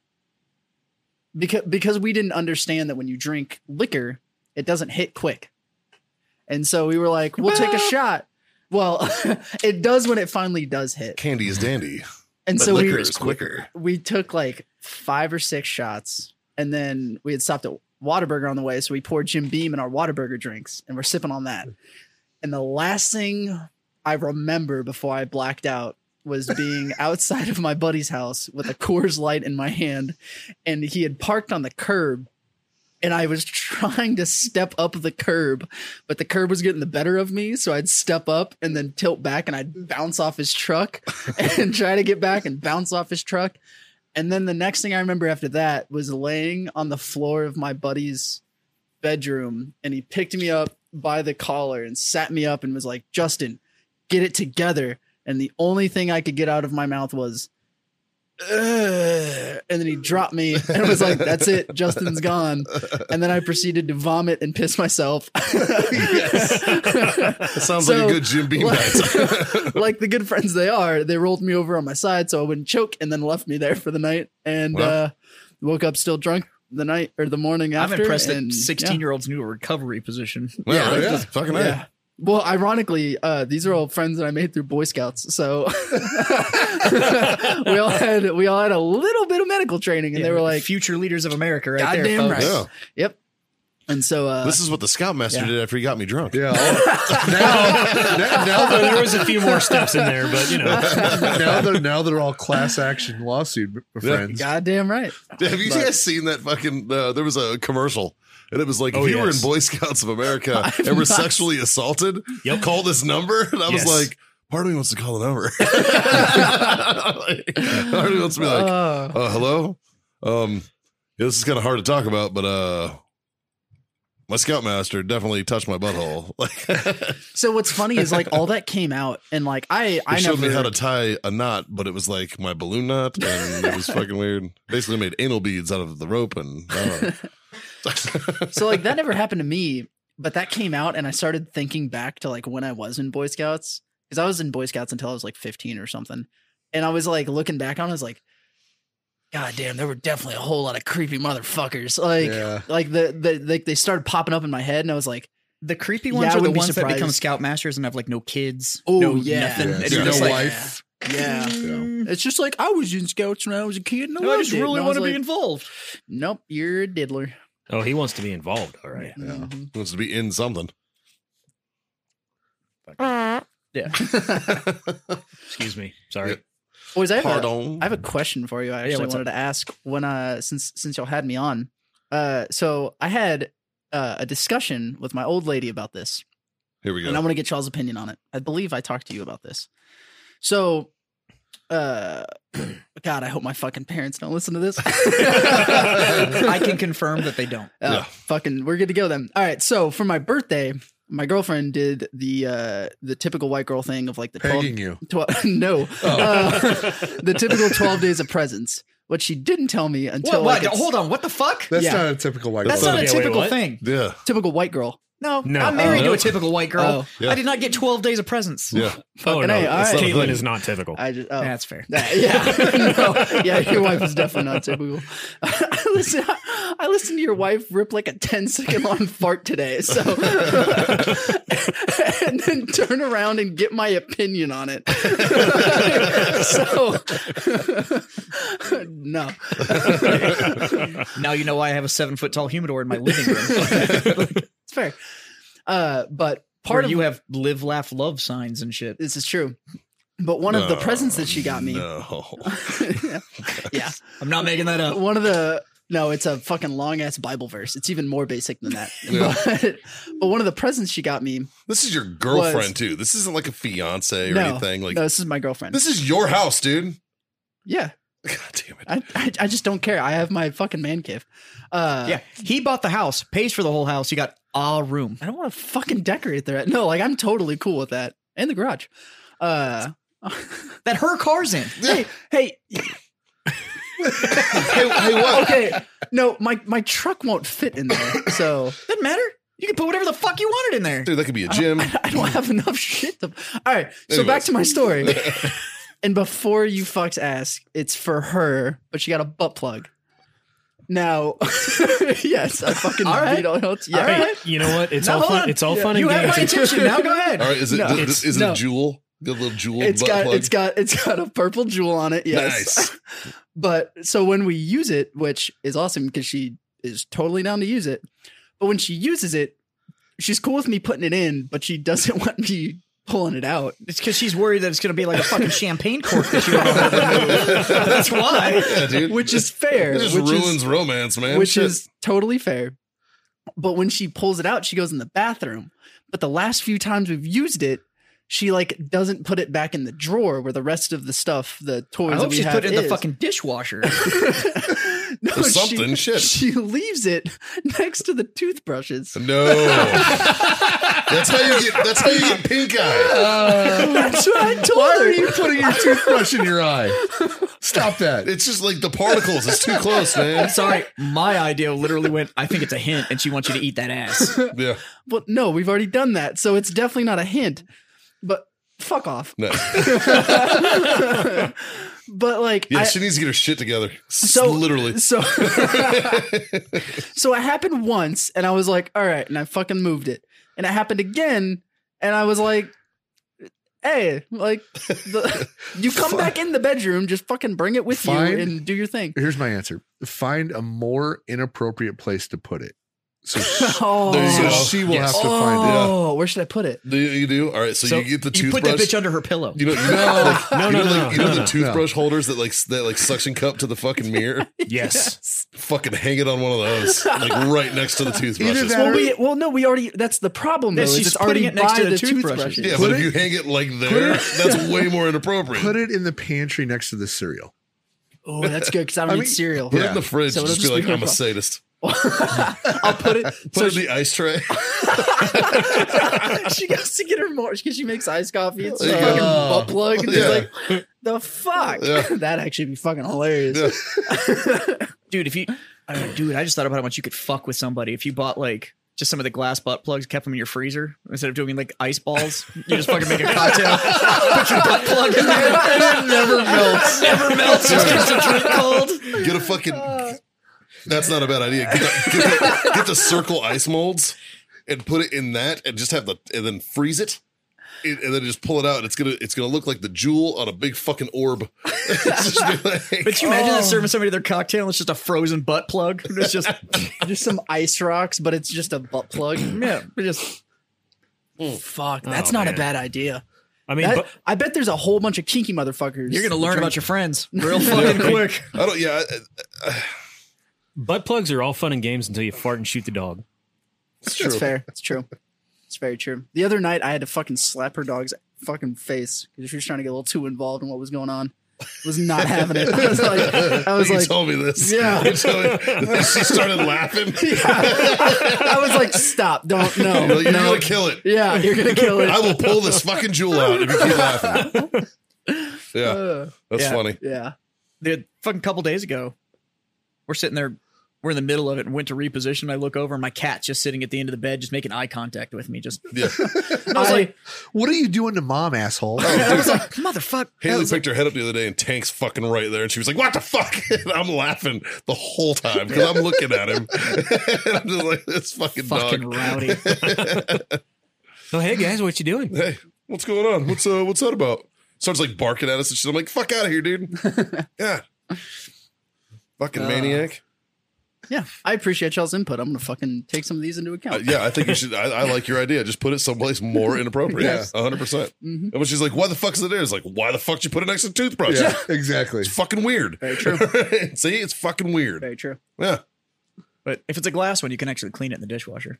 S4: because because we didn't understand that when you drink liquor, it doesn't hit quick. And so we were like, we'll take a shot. Well, it does when it finally does hit.
S6: Candy is dandy,
S4: And
S6: but
S4: so we
S6: liquor
S4: were
S6: is quicker.
S4: we took like five or six shots, and then we had stopped at Whataburger on the way, so we poured Jim Beam in our Whataburger drinks, and we're sipping on that. And the last thing I remember before I blacked out was being outside of my buddy's house with a Coors Light in my hand, and he had parked on the curb. And I was trying to step up the curb, but the curb was getting the better of me. So I'd step up and then tilt back and I'd bounce off his truck and try to get back and bounce off his truck. And then the next thing I remember after that was laying on the floor of my buddy's bedroom and he picked me up by the collar and sat me up and was like, Justin, get it together. And the only thing I could get out of my mouth was, "Ugh." and then he dropped me and was like, That's it, Justin's gone. And then I proceeded to vomit and piss myself.
S6: That sounds
S4: So-
S6: like a good Jim Beam night.
S4: like the good friends they are, they rolled me over on my side so I wouldn't choke and then left me there for the night and
S6: Wow.
S4: uh, woke up still drunk the night or the morning
S1: I'm
S4: after.
S1: impressed
S4: and,
S1: that 16 year olds knew a recovery position.
S6: Well,
S4: Yeah,
S6: right?
S2: yeah.
S6: Just Fucking
S4: yeah.
S6: A.
S4: yeah. Well, ironically, uh, these are all friends that I made through Boy Scouts. So we all had we all had a little bit of medical training and they were like,
S1: future leaders of America, right there.
S4: "Goddamn
S1: folks.
S6: Yeah.
S4: Yep. And so uh
S6: This is what the Scoutmaster
S4: yeah.
S6: did after he got me drunk.
S2: Yeah. all- now, now, now
S3: Although there was a few more steps in there, but you know,
S2: that now they're now they're all class action lawsuit friends.
S4: goddamn right.
S6: Have you
S4: But-
S6: guys seen that fucking? Uh, there was a commercial, and it was like,
S3: Oh,
S6: if you were in
S3: yes.
S6: Boy Scouts of America and were sexually assaulted,
S3: Yep.
S6: call this number. And I
S3: Yes.
S6: was like, part of me wants to call the number. like, part of me wants to be like,
S4: Uh,
S6: uh, hello. Um, yeah, this is kind of hard to talk about, but uh, my Scoutmaster definitely touched my butthole. Like,
S4: so what's funny is like all that came out and like I
S6: They
S4: I
S6: showed
S4: never
S6: me how to tie a knot, but it was like my balloon knot, and it was fucking weird. Basically, made anal beads out of the rope, and I don't know.
S4: so like that never happened to me but that came out and i started thinking back to like when i was in boy scouts because i was in boy scouts until i was like 15 or something and i was like looking back on it, i was like god damn there were definitely a whole lot of creepy motherfuckers like
S2: Yeah.
S4: like the, the like they started popping up in my head and i was like
S1: The creepy
S4: Yeah,
S1: ones
S4: I
S1: are the
S4: wouldn't be
S1: ones that become
S4: surprised.
S1: scoutmasters and have like no kids,
S4: Oh,
S1: no
S4: yeah.
S1: nothing.
S2: Yeah.
S1: And
S2: So
S1: you're
S2: no
S1: just like,
S2: wife. Yeah.
S4: yeah it's just like i was in scouts when i was a kid and i,
S1: "No, I just really want to be
S4: in-
S1: involved.
S4: nope you're a diddler
S3: oh, he wants to be involved. All right.
S4: Mhm.
S6: He wants to be in something.
S3: Excuse me. Sorry.
S4: boys i have a-
S6: Pardon.
S4: I have a question for you. I
S1: Yeah,
S4: actually
S1: what's
S4: wanted to ask when uh since since y'all had me on. Uh so I had uh, a discussion with my old lady about this.
S6: Here we
S4: And I
S6: go.
S4: want to get y'all's opinion on it. I believe I talked to you about this. So uh God, I hope my fucking parents don't listen to this.
S1: I can confirm that they don't.
S4: Oh,
S6: Yeah.
S4: fucking, we're good to go then. All right. So for my birthday, my girlfriend did the uh the typical white girl thing of like the twelve
S2: Pegging you.
S4: 12 no
S1: Oh.
S4: Uh, the typical 12 days of presents what she didn't tell me
S1: What?
S4: until
S1: what?
S4: like, it's
S1: Hold on. What the fuck?
S2: That's
S4: Yeah.
S2: not a typical white
S1: That's
S2: girl.
S1: not a
S3: Yeah, wait,
S1: typical
S3: what?
S1: thing.
S6: Yeah,
S4: typical white girl
S1: No,
S3: No.
S1: I'm married to
S6: Oh.
S1: a typical white girl.
S4: Oh.
S6: Yeah.
S1: I did not get 12 days of presents.
S6: yeah.
S3: Oh
S4: Fucking
S3: no,
S4: A, all
S3: it's-
S4: right.
S3: Caitlin is not typical.
S4: i just oh.
S1: That's fair.
S4: That- yeah no, yeah your wife is definitely not typical i listen i listened to your wife rip like a 10 second long fart today so and then turn around and get my opinion on it so no
S1: Now you know why I have a seven foot tall humidor in my living room.
S4: it's fair uh but
S1: Part
S4: part of
S1: you have live, laugh, love signs and shit.
S4: This is true. But one of the presents that she got me,
S6: No.
S4: yeah,
S1: I'm not making that up.
S4: one of the no, it's a fucking long ass Bible verse. It's even more basic than that.
S6: Yeah.
S4: But, but one of the presents she got me.
S6: This is your girlfriend too. This isn't like a fiance or
S4: no,
S6: anything. Like
S4: no, this is my girlfriend.
S6: this is your house, dude.
S4: yeah,
S6: God damn it.
S4: I, I I just don't care. I have my fucking man cave. Uh,
S1: Yeah, he bought the house, pays for the whole house. He got a room.
S4: I don't want to fucking decorate the No, like I'm totally cool with that. And the garage. Uh,
S1: that her car's in.
S4: hey, hey,
S6: hey, hey, what?
S4: okay. No, my my truck won't fit in there. So
S1: Doesn't matter. You can put whatever the fuck you wanted in there.
S6: Dude, that
S4: Uh,
S6: could be a gym.
S4: I don't have enough shit to. All right, so back
S6: Anyways.
S4: to my story. and before you fucks ask, it's for her, but she got a butt plug. Now, yes, I fucking
S1: All right.
S4: you don't know. Yeah,
S3: Hey, you know what? It's
S1: No,
S3: all
S1: hold
S3: fun.
S1: on.
S3: It's all fun
S1: You
S3: and
S1: have
S3: games.
S1: my attention now. Go ahead.
S6: All right, is it
S4: No.
S6: th- th- is it
S4: No.
S6: a jewel? Good little jewel
S4: it's
S6: butt
S4: got
S6: plug.
S4: it's got it's got a purple jewel on it. Yes.
S6: Nice.
S4: But so when we use it, which is awesome because she is totally down to use it, but when she uses it, she's cool with me putting it in, but she doesn't want me pulling it out.
S1: It's because she's worried that it's going to be like a fucking champagne cork that you don't That's why.
S6: yeah, dude.
S4: Which is fair.
S6: it just
S4: which
S6: ruins
S4: is,
S6: romance, man.
S4: which
S6: Shit.
S4: is totally fair. But when she pulls it out, she goes in the bathroom. But the last few times we've used it, she like doesn't put it back in the drawer where the rest of the stuff, the toys
S1: I
S4: that
S1: hope
S4: we
S1: she's
S4: have
S1: put it in the
S4: is.
S1: fucking dishwasher.
S4: no,
S6: Or
S4: she-
S6: something, shit.
S4: She leaves it next to the toothbrushes.
S6: no. that's how you get. That's how you get pink eye.
S4: That's what I told
S2: Why are
S4: her.
S2: you putting your toothbrush in your eye? Stop that.
S6: It's just like the particles. It's too close, man.
S1: Sorry, my idea literally went. I think it's a hint, and she wants you to eat that ass.
S6: Yeah.
S4: Well, no, we've already done that, so it's definitely not a hint. But fuck off.
S6: No.
S4: But like,
S6: Yeah.
S4: I-
S6: she needs to get her shit together.
S4: so
S6: So literally.
S4: so so it happened once, and I was like, all right, and I fucking moved it. And it happened again, and I was like. Hey, like, the, you come back in the bedroom, just fucking bring it with
S2: Fine.
S4: you and do your thing.
S2: Here's my answer. Find a more inappropriate place to put it. So she,
S4: Oh,
S6: There you
S2: so
S6: go.
S2: she will
S6: Yes.
S2: have to find it.
S4: oh where should I put it?
S6: Do you, you do? All right. So,
S1: So
S6: you get the
S1: you put that
S6: toothbrush.
S1: bitch under her pillow.
S6: you know, you know, like,
S3: No,
S6: you
S3: no,
S6: know,
S3: no,
S6: like, you
S3: no,
S6: know
S3: no,
S6: the
S3: no.
S6: toothbrush holders that like s- that like suction cup to the fucking mirror.
S3: Yes.
S6: Fucking hang it on one of those, like right next to the
S2: Either
S6: toothbrushes.
S2: that
S4: Well,
S2: or-
S4: we, well, no, we already. That's the problem. Though,
S1: Yeah,
S4: is
S1: she's
S4: it's
S1: putting
S4: already
S1: it next to
S4: by
S1: the toothbrushes.
S6: Yeah,
S2: Put
S6: but
S2: it-
S6: if you hang it like there, that's way more inappropriate.
S2: Put it in the pantry next to the cereal.
S4: Oh, that's good because I don't
S2: I
S4: eat
S2: mean-
S4: cereal.
S6: Put it in the fridge.
S4: So it'll
S6: just be
S4: just
S6: like,
S4: be
S6: I'm a
S4: her-
S6: sadist.
S4: I'll put it.
S6: Put it in the ice tray.
S4: she goes to get her more because she makes iced coffee. It's
S6: Yeah.
S4: a fucking butt plug. And
S6: Yeah.
S4: it's like, the fuck.
S6: Yeah.
S4: That'd actually be fucking hilarious.
S6: Yeah.
S1: dude, if you, I mean, dude, I just thought about how much you could fuck with somebody if you bought like just some of the glass butt plugs, kept them in your freezer instead of doing like ice balls. You just fucking make a cocktail, put your butt plug in there, and it never melts. Never melts. Just keeps a drink cold.
S6: Get a fucking. That's not a bad idea. Get the, get the- get the circle ice molds and put it in that, and just have the and then freeze it, and, and then just pull it out. It's gonna it's gonna look like the jewel on a big fucking orb. It's just be like-
S1: But you imagine that serving somebody their cocktail and it's just a frozen butt plug. It's just
S4: There's some ice rocks, but it's just a butt plug. Yeah. Just. Fuck. That's
S3: Oh,
S4: not a
S3: man.
S4: bad idea.
S3: I mean,
S4: That-
S3: but,
S4: I bet there's a whole bunch of kinky motherfuckers.
S1: you're gonna learn about your friends real fucking quick.
S6: I don't. Yeah, I-
S3: butt plugs are all fun and games until you fart and shoot the dog.
S6: it's true.
S4: It's fair. It's true. It's very true. The other night, I had to fucking slap her dog's fucking face because she was trying to get a little too involved in what was going on. Was not having it. I was like, I was
S6: you
S4: like,
S6: told me this.
S4: Yeah.
S6: You told me- she started laughing.
S4: I
S6: Oh,
S4: was like, stop! Don't no,
S6: You're, like, you're
S4: no.
S6: gonna kill it.
S4: yeah, you're gonna kill it.
S6: I will pull this fucking jewel out if you keep laughing. Yeah,
S4: Uh,
S6: that's
S1: Yeah.
S6: funny.
S4: yeah.
S1: the fucking couple days ago, we're sitting there, we're in the middle of it and went to reposition. I look over and my cat's just sitting at the end of the bed, just making eye contact with me. Just
S6: Yeah.
S1: and I was
S4: I-
S1: like,
S2: What are you doing to mom, asshole?
S6: Oh,
S1: I was like, motherfucker.
S6: Haley picked her head up the other day and Tank's fucking right there. And she was like, What the fuck? And I'm laughing the whole time because I'm looking at him. and I'm just like, This fucking,
S1: Fucking
S6: dog.
S1: rowdy.
S3: Oh, hey guys, what you doing?
S6: Hey, what's going on? What's uh, what's that about? Starts like barking at us and shit. I'm like, Fuck out of here, dude. yeah. Fucking maniac.
S4: Yeah, I appreciate y'all's input. I'm gonna fucking take some of these into account.
S6: Uh, yeah, I think you should. I, I like your idea. Just put it someplace more inappropriate. Yeah,
S2: Yes.
S6: 100. percent And when she's like, "Why the fuck is it there?" It's like, "Why the fuck did you put it next to the toothbrush?"
S2: Yeah, exactly.
S6: It's fucking weird.
S4: Very true.
S6: See, it's fucking weird.
S4: Very true.
S6: Yeah.
S1: But if it's a glass one, you can actually clean it in the dishwasher.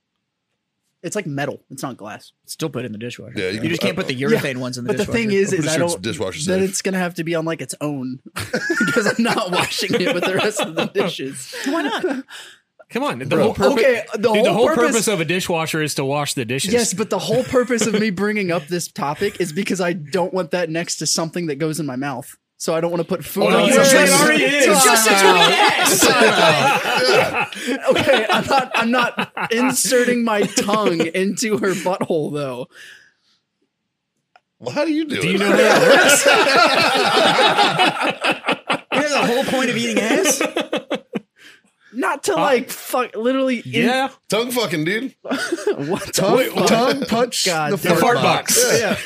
S4: It's like metal. It's not glass.
S1: Still put it in the dishwasher.
S6: Yeah, you
S1: you,
S6: can-
S1: just can't put the urethane ones in the
S4: But the
S1: dishwasher.
S4: thing is,
S6: I'm
S4: is
S6: pretty
S4: I
S6: sure it's
S4: don't.
S6: dishwasher
S4: Then
S6: safe.
S4: it's gonna have to be on like its own because I'm not washing it with the rest of the dishes. Why not?
S3: Come on, the
S6: Bro.
S3: whole purpose.
S4: Okay, the
S3: dude,
S4: whole
S3: the whole
S4: purpose-
S3: purpose, of a dishwasher is to wash the dishes.
S4: Yes, but the whole purpose of me bringing up this topic is because I don't want that next to something that goes in my mouth. So I don't want to put food
S3: Oh, no,
S4: on
S3: it's
S4: something.
S3: just- it already
S4: It's
S3: is.
S4: just
S3: Time
S4: between
S3: out.
S4: us. okay, I'm not. I'm not inserting my tongue into her butthole though.
S6: Well, how do you do,
S3: Do
S6: it?
S3: you know how it works?
S1: Isn't that the whole point of eating ass.
S4: Not to
S3: Uh,
S4: like fuck. Literally, in-
S3: yeah,
S6: Tongue fucking, dude.
S4: What the
S2: Tongue,
S4: fuck?
S2: tongue punch
S4: God
S2: the
S4: damn.
S2: fart, box.
S4: Yeah.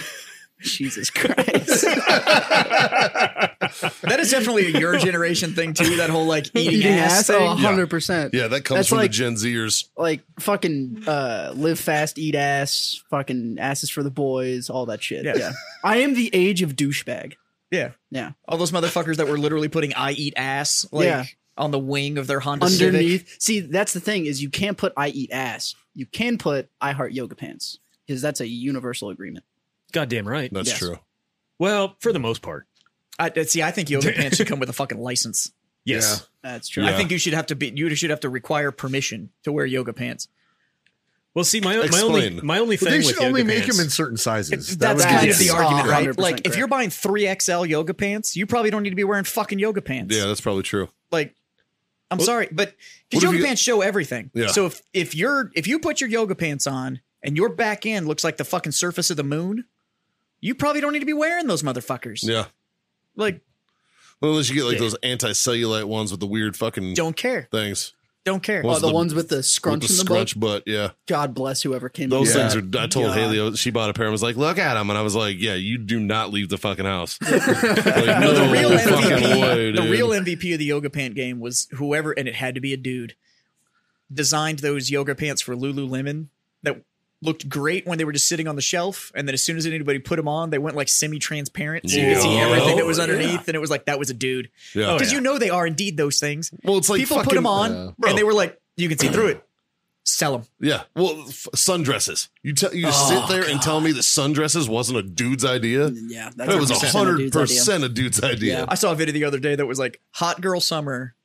S4: Jesus Christ.
S1: That is definitely a your generation thing too. That whole like eating,
S4: Eating
S1: ass,
S4: ass,
S1: thing.
S4: oh, 100%.
S6: Yeah, that comes
S4: That's
S6: from
S4: like-
S6: the Gen Zers.
S4: like fucking uh live fast, eat ass, fucking asses for the boys, all that shit.
S1: Yes.
S4: Yeah. I am the age of douchebag.
S1: Yeah.
S4: Yeah.
S1: All those motherfuckers that were literally putting "I eat ass" like
S4: Yeah.
S1: on the wing of their Honda Civic.
S4: Underneath. See, that's the thing is you can't put I eat ass. You can put I heart yoga pants because that's a universal agreement.
S3: goddamn right.
S6: That's
S4: Yes.
S6: true.
S3: Well, for the most part,
S1: I, uh, see, I think yoga pants should come with a fucking license.
S3: yes.
S4: That's true.
S1: I think you should have to be. You should have to require permission to wear yoga pants.
S3: Well, see, my, my
S6: Explain.
S3: only my only
S2: But
S3: thing
S2: they
S3: with
S2: should
S3: yoga
S2: only make
S3: pants-
S2: them in certain sizes. That
S1: That's
S2: would
S1: kind
S2: be-
S1: of the
S4: Yes.
S1: argument,
S4: Oh,
S1: right?
S4: 100%
S1: Like, if
S4: correct.
S1: you're buying three XL yoga pants, you probably don't need to be wearing fucking yoga pants.
S6: Yeah, that's probably true.
S1: Like, I'm
S6: Well,
S1: sorry, but
S6: what if
S1: because yoga
S6: you-
S1: pants show everything.
S6: Yeah.
S1: So if if you're if you put your yoga pants on and your back end looks like the fucking surface of the moon, you probably don't need to be wearing those motherfuckers.
S6: Yeah.
S1: Like,
S6: Well, unless you get like
S3: Yeah.
S6: those anti-cellulite ones with the weird fucking
S1: don't care,
S6: things.
S1: don't care.
S6: Well,
S4: Oh,
S6: was
S4: the,
S6: the-
S4: ones with the scrunch
S6: with the
S4: in the
S6: scrunch butt. Yeah.
S4: butt. God bless whoever came up
S6: Those
S4: with
S6: things are. I told Haley she bought a pair and was like, "Look at them," and I was like, "Yeah, you do not leave the fucking house." Like,
S1: no, the real
S6: fucking
S1: MVP,
S6: way,
S1: the
S6: dude.
S1: real MVP of the yoga pant game was whoever, and it had to be a dude, designed those yoga pants for Lululemon that looked great when they were just sitting on the shelf, and then as soon as anybody put them on, they went like semi-transparent, so you could see
S6: Yeah. Oh,
S1: everything that was
S6: Yeah. Oh,
S1: underneath, and it was like that was a dude
S6: Yeah.
S1: because you know they are indeed those things.
S6: well, it's like
S1: Oh, People
S6: fucking,
S1: put them on,
S2: yeah.
S6: Bro.
S1: and they were like, you can see through it. Sell them.
S6: Yeah. Well, f- sundresses. You tell you sit there and tell me that sundresses wasn't a dude's idea.
S4: it. Yeah, that's
S6: That was a
S4: 100% a
S6: hundred
S4: dude's idea.
S6: percent a dude's idea.
S1: I saw a video the other day that was like hot girl summer.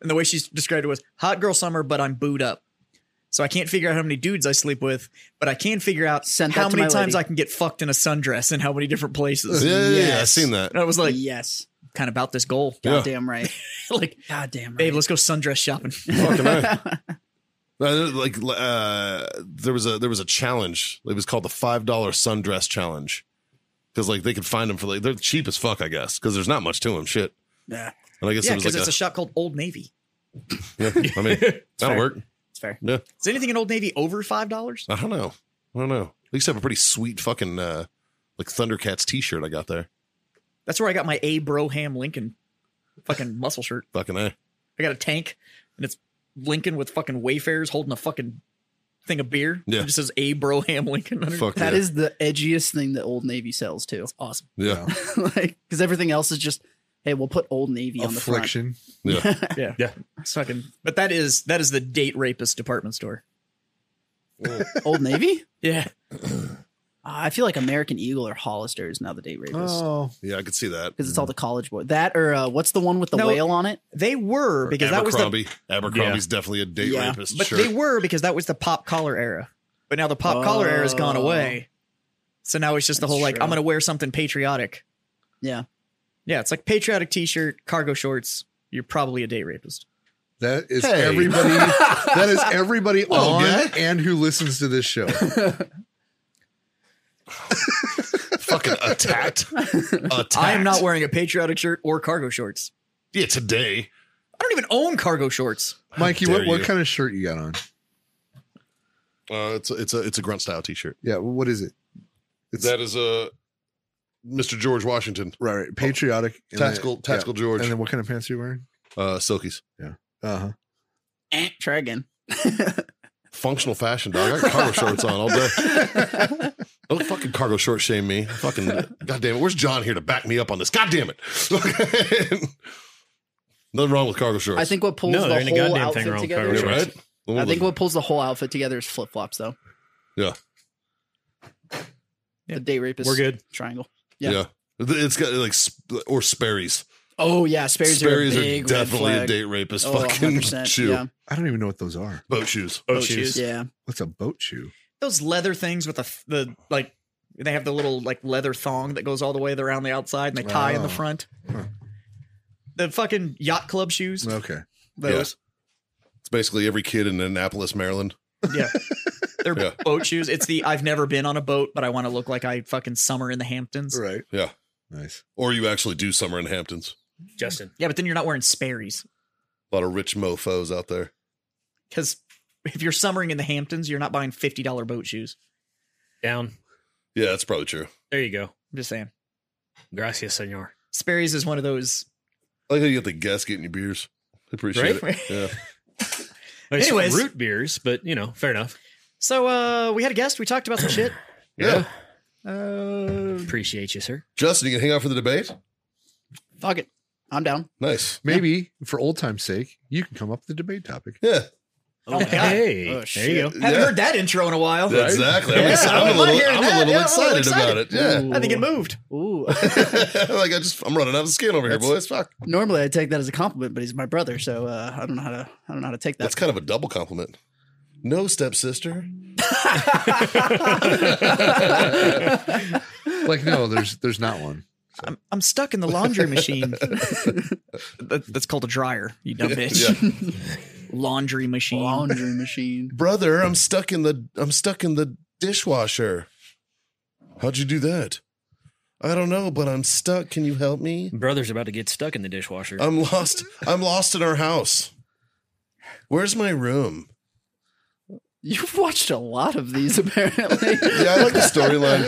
S1: And the way she described it was hot girl summer, but I'm booed up. So I can't figure out how many dudes I sleep with, but I can figure out
S4: Send that
S1: how
S4: to
S1: many
S4: my
S1: times
S4: lady.
S1: I can get fucked in a sundress and how many different
S6: Yeah,
S1: places.
S6: yeah, yeah,
S4: Yes.
S6: I've seen that.
S1: And I was like,
S4: yes.
S1: kind of about this goal.
S6: Yeah.
S4: Goddamn right.
S1: like,
S4: Goddamn right.
S1: babe, let's go sundress shopping.
S6: Fucking A. Uh, Like uh, there was a there was a challenge. It was called the five dollar sundress challenge because like they could find them for like they're cheap as fuck, I guess, because there's not much to them. Shit.
S4: Yeah.
S6: And I guess
S1: yeah,
S6: it
S1: because
S6: was like
S1: it's a shop called Old Navy.
S6: yeah, I mean that'll
S1: fair.
S6: work.
S1: It's fair.
S6: Yeah.
S1: Is anything in Old Navy over five dollars?
S6: I don't know. I don't know. At least I have a pretty sweet fucking uh, like Thundercats T-shirt I got there.
S1: That's where I got my Abraham Lincoln fucking muscle shirt.
S6: Fucking a.
S1: I got a tank and it's Lincoln with fucking Wayfarers holding a fucking thing of beer.
S6: Yeah.
S1: It just says Abraham Lincoln. Under
S6: Fuck
S4: That
S6: yeah.
S4: is the edgiest thing that Old Navy sells too.
S1: Awesome.
S6: yeah.
S4: like because everything else is just hey, we'll put Old Navy on the front.
S2: affliction.
S1: Yeah.
S3: Yeah.
S1: It's fucking, but that is, that is the date rapist department store.
S4: Old Navy.
S1: Yeah.
S4: Uh, I feel like American Eagle or Hollister is now the date rapist
S2: Oh,
S6: Yeah, I could see that.
S4: because it's all the college boy. That or uh, what's the one with the
S1: No.
S4: whale on it?
S1: They were because that was the,
S6: Abercrombie. Abercrombie's definitely a date
S4: Yeah.
S6: rapist.
S1: but
S6: sure.
S1: they were because that was the pop collar era. But now the pop collar era has gone
S4: Oh.
S1: away. So now it's just the
S4: That's
S1: whole like,
S4: true.
S1: I'm going to wear something patriotic.
S4: Yeah.
S1: Yeah. It's like patriotic t shirt, cargo shorts. You're probably a date rapist.
S2: that is
S6: Hey.
S2: everybody. that is everybody
S6: Well,
S2: on
S6: yeah.
S2: and who listens to this show.
S6: fucking attacked. attacked.
S1: I am not wearing a patriotic shirt or cargo shorts.
S6: Yeah, today.
S1: I don't even own cargo shorts.
S2: Mikey,
S6: How
S2: what,
S6: dare
S2: what
S6: you.
S2: kind of shirt you got on?
S6: Uh, it's a, it's a it's a grunt style T-shirt.
S2: Yeah, well, what is it? It's
S6: that is a Mr. George Washington,
S2: right, right. patriotic, and then-
S6: tactical
S2: yeah.
S6: tactical George,
S2: And then what kind of pants are you wearing?
S6: uh, silkies.
S2: Uh huh.
S4: Eh, try again.
S6: Functional fashion, dog. I got cargo shorts on all day. Don't fucking cargo short shame me. Fucking goddamn it. Where's John here to back me up on this? God damn it. Nothing wrong with cargo shorts.
S4: I think what pulls
S3: No, there
S4: the
S3: ain't a
S4: whole
S3: goddamn
S4: outfit
S3: thing wrong with
S4: together.
S3: cargo
S6: Yeah,
S3: shorts.
S6: right.
S4: I think what pulls the whole outfit together is flip flops, though.
S6: Yeah.
S4: The date rapist.
S3: We're good.
S4: Triangle.
S6: yeah.
S4: yeah.
S6: It's got like sp- or Sperry's.
S4: Oh yeah, Sperry's,
S6: Sperry's
S4: are,
S6: are,
S4: a big
S6: definitely
S4: red
S6: a
S4: flag.
S6: date rapist.
S4: Oh,
S6: fucking
S4: 100%,
S6: shoe,
S4: Yeah.
S2: I don't even know what those are.
S6: boat shoes.
S3: Oh,
S4: Boat
S3: shoes.
S4: shoes, Yeah.
S2: What's a boat shoe?
S1: Those leather things with the f- the like they have the little like leather thong that goes all the way around the outside and they tie in the
S2: Oh.
S1: front.
S2: Huh.
S1: The fucking yacht club shoes.
S2: Okay.
S1: Those.
S6: It's basically every kid in Annapolis, Maryland.
S1: Yeah. They're
S6: Yeah.
S1: boat shoes. It's the I've never been on a boat, but I want to look like I fucking summer in the Hamptons.
S2: Right.
S6: Yeah.
S2: Nice.
S6: Or you actually do summer in Hamptons.
S3: Justin.
S1: Yeah, but then you're not wearing Sperry's.
S6: A lot of rich mofos out there.
S1: Because if you're summering in the Hamptons, you're not buying fifty dollar boat shoes.
S3: Down.
S6: Yeah, that's probably true.
S3: There you go.
S1: I'm just saying.
S3: Gracias, senor.
S1: Sperry's is one of those
S6: I like how you get the guests getting your beers. I appreciate
S1: Right?
S6: it. Yeah.
S3: It's
S1: Anyways.
S3: root beers, but you know, fair enough.
S1: So uh we had a guest, we talked about some shit.
S6: yeah.
S1: Uh
S3: Appreciate you, sir.
S6: Justin, you can hang out for the debate.
S4: Fuck it. I'm down.
S6: Nice.
S2: Maybe for old time's sake, you can come up with a debate topic.
S6: Yeah.
S1: Oh my God.
S3: Hey,
S4: Oh,
S3: there you
S4: shit.
S3: go.
S1: haven't
S6: Yeah.
S1: heard that intro in a while.
S6: Exactly.
S1: Yeah,
S6: I'm, exci-
S1: I don't
S6: I'm a
S1: mind
S6: little,
S1: hearing
S6: I'm
S1: that.
S6: a little
S1: Yeah, I'm a
S6: excited,
S1: little
S6: about it. Yeah.
S4: Ooh.
S1: I think it moved.
S4: Ooh.
S6: like I just, I'm running out of skin over here, boys. Fuck.
S4: Normally I take that as a compliment, but he's my brother, so uh, I don't know how to I don't know how to take that.
S6: That's kind of a double compliment. No stepsister.
S2: Like, no, there's there's not one.
S1: I'm, I'm stuck in the laundry machine. That- that's called a dryer, you dumb bitch.
S6: Yeah.
S1: Laundry machine.
S4: Laundry machine.
S6: Brother, I'm stuck in the I'm stuck in the dishwasher. How'd you do that? I don't know, but I'm stuck. Can you help me?
S3: Brother's about to get stuck in the dishwasher.
S6: I'm lost. I'm lost in our house. Where's my room?
S4: You've watched a lot of these apparently.
S6: Yeah, I like the storyline.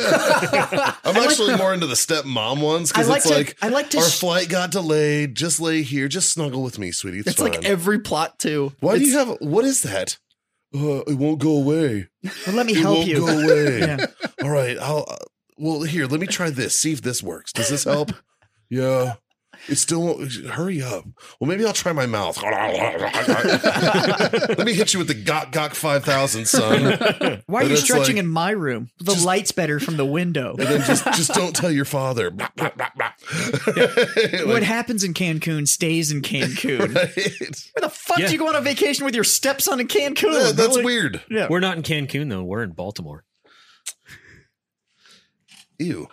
S6: I'm actually more into the stepmom ones
S1: I
S6: because
S1: like
S6: it's
S1: to
S6: like
S1: I like to
S6: our
S1: sh-
S6: flight got delayed. Just lay here. Just snuggle with me, sweetie. It's,
S4: It's
S6: fine.
S4: like every plot too.
S6: Why do
S4: It's-
S6: you have? What is that? Uh, it won't go away.
S1: well, let me
S6: it
S1: help
S6: won't go
S1: you.
S6: away.
S1: Yeah.
S6: All right. I'll. Uh, well, here. Let me try this. See if this works. Does this help? yeah. It still won't. Hurry up. Well, maybe I'll try my mouth. let me hit you with the Gok Gok Five Thousand, son.
S1: Why are
S6: But
S1: you
S6: it's
S1: stretching
S6: like-
S1: in my room? The light's better from the window.
S6: And then just just don't tell your father. Blah, blah, blah, blah.
S1: what
S6: Like,
S1: happens in Cancun stays in Cancun. Where
S6: right?
S1: the fuck
S3: Yeah.
S1: do you go on a vacation with your stepson in Cancun?
S6: Yeah, that's
S1: Really?
S6: weird.
S1: Yeah.
S3: We're not in Cancun though. We're in Baltimore.
S6: Ew.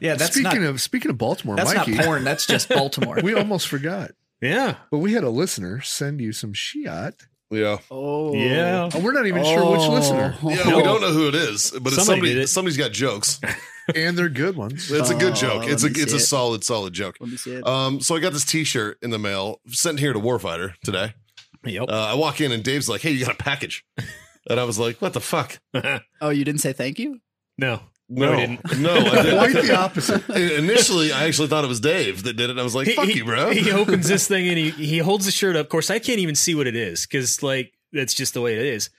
S1: Yeah, that's
S2: speaking
S1: not
S2: of speaking of Baltimore,
S1: that's
S2: Mikey,
S1: not porn. That's just Baltimore.
S2: we almost forgot,
S3: Yeah.
S2: but we had a listener send you some shiat.
S6: Yeah.
S4: Oh
S3: Yeah.
S2: And we're not even sure which listener,
S6: Yeah, we don't know who it is, but it's
S3: Somebody
S6: somebody.
S3: did it.
S6: Somebody's got jokes.
S2: and they're good ones.
S6: It's a good
S4: Oh,
S6: joke.
S4: let
S6: It's a
S4: me see
S6: it's a
S4: it.
S6: solid solid joke.
S4: Let me see it.
S6: Um, so I got this T-shirt in the mail sent here to Warfighter today.
S3: Yep.
S6: Uh, I walk in and Dave's like, "Hey, you got a package," and I was like, "What the fuck?"
S4: oh, you didn't say thank you?
S3: no.
S6: No,
S3: I didn't.
S6: no, I didn't.
S2: Quite the opposite.
S6: I- Initially, I actually thought it was Dave that did it. I was like,
S3: He-
S6: "Fuck
S3: he,
S6: you, bro."
S3: He opens this thing and he he holds the shirt up. Of course, I can't even see what it is because like that's just the way it is.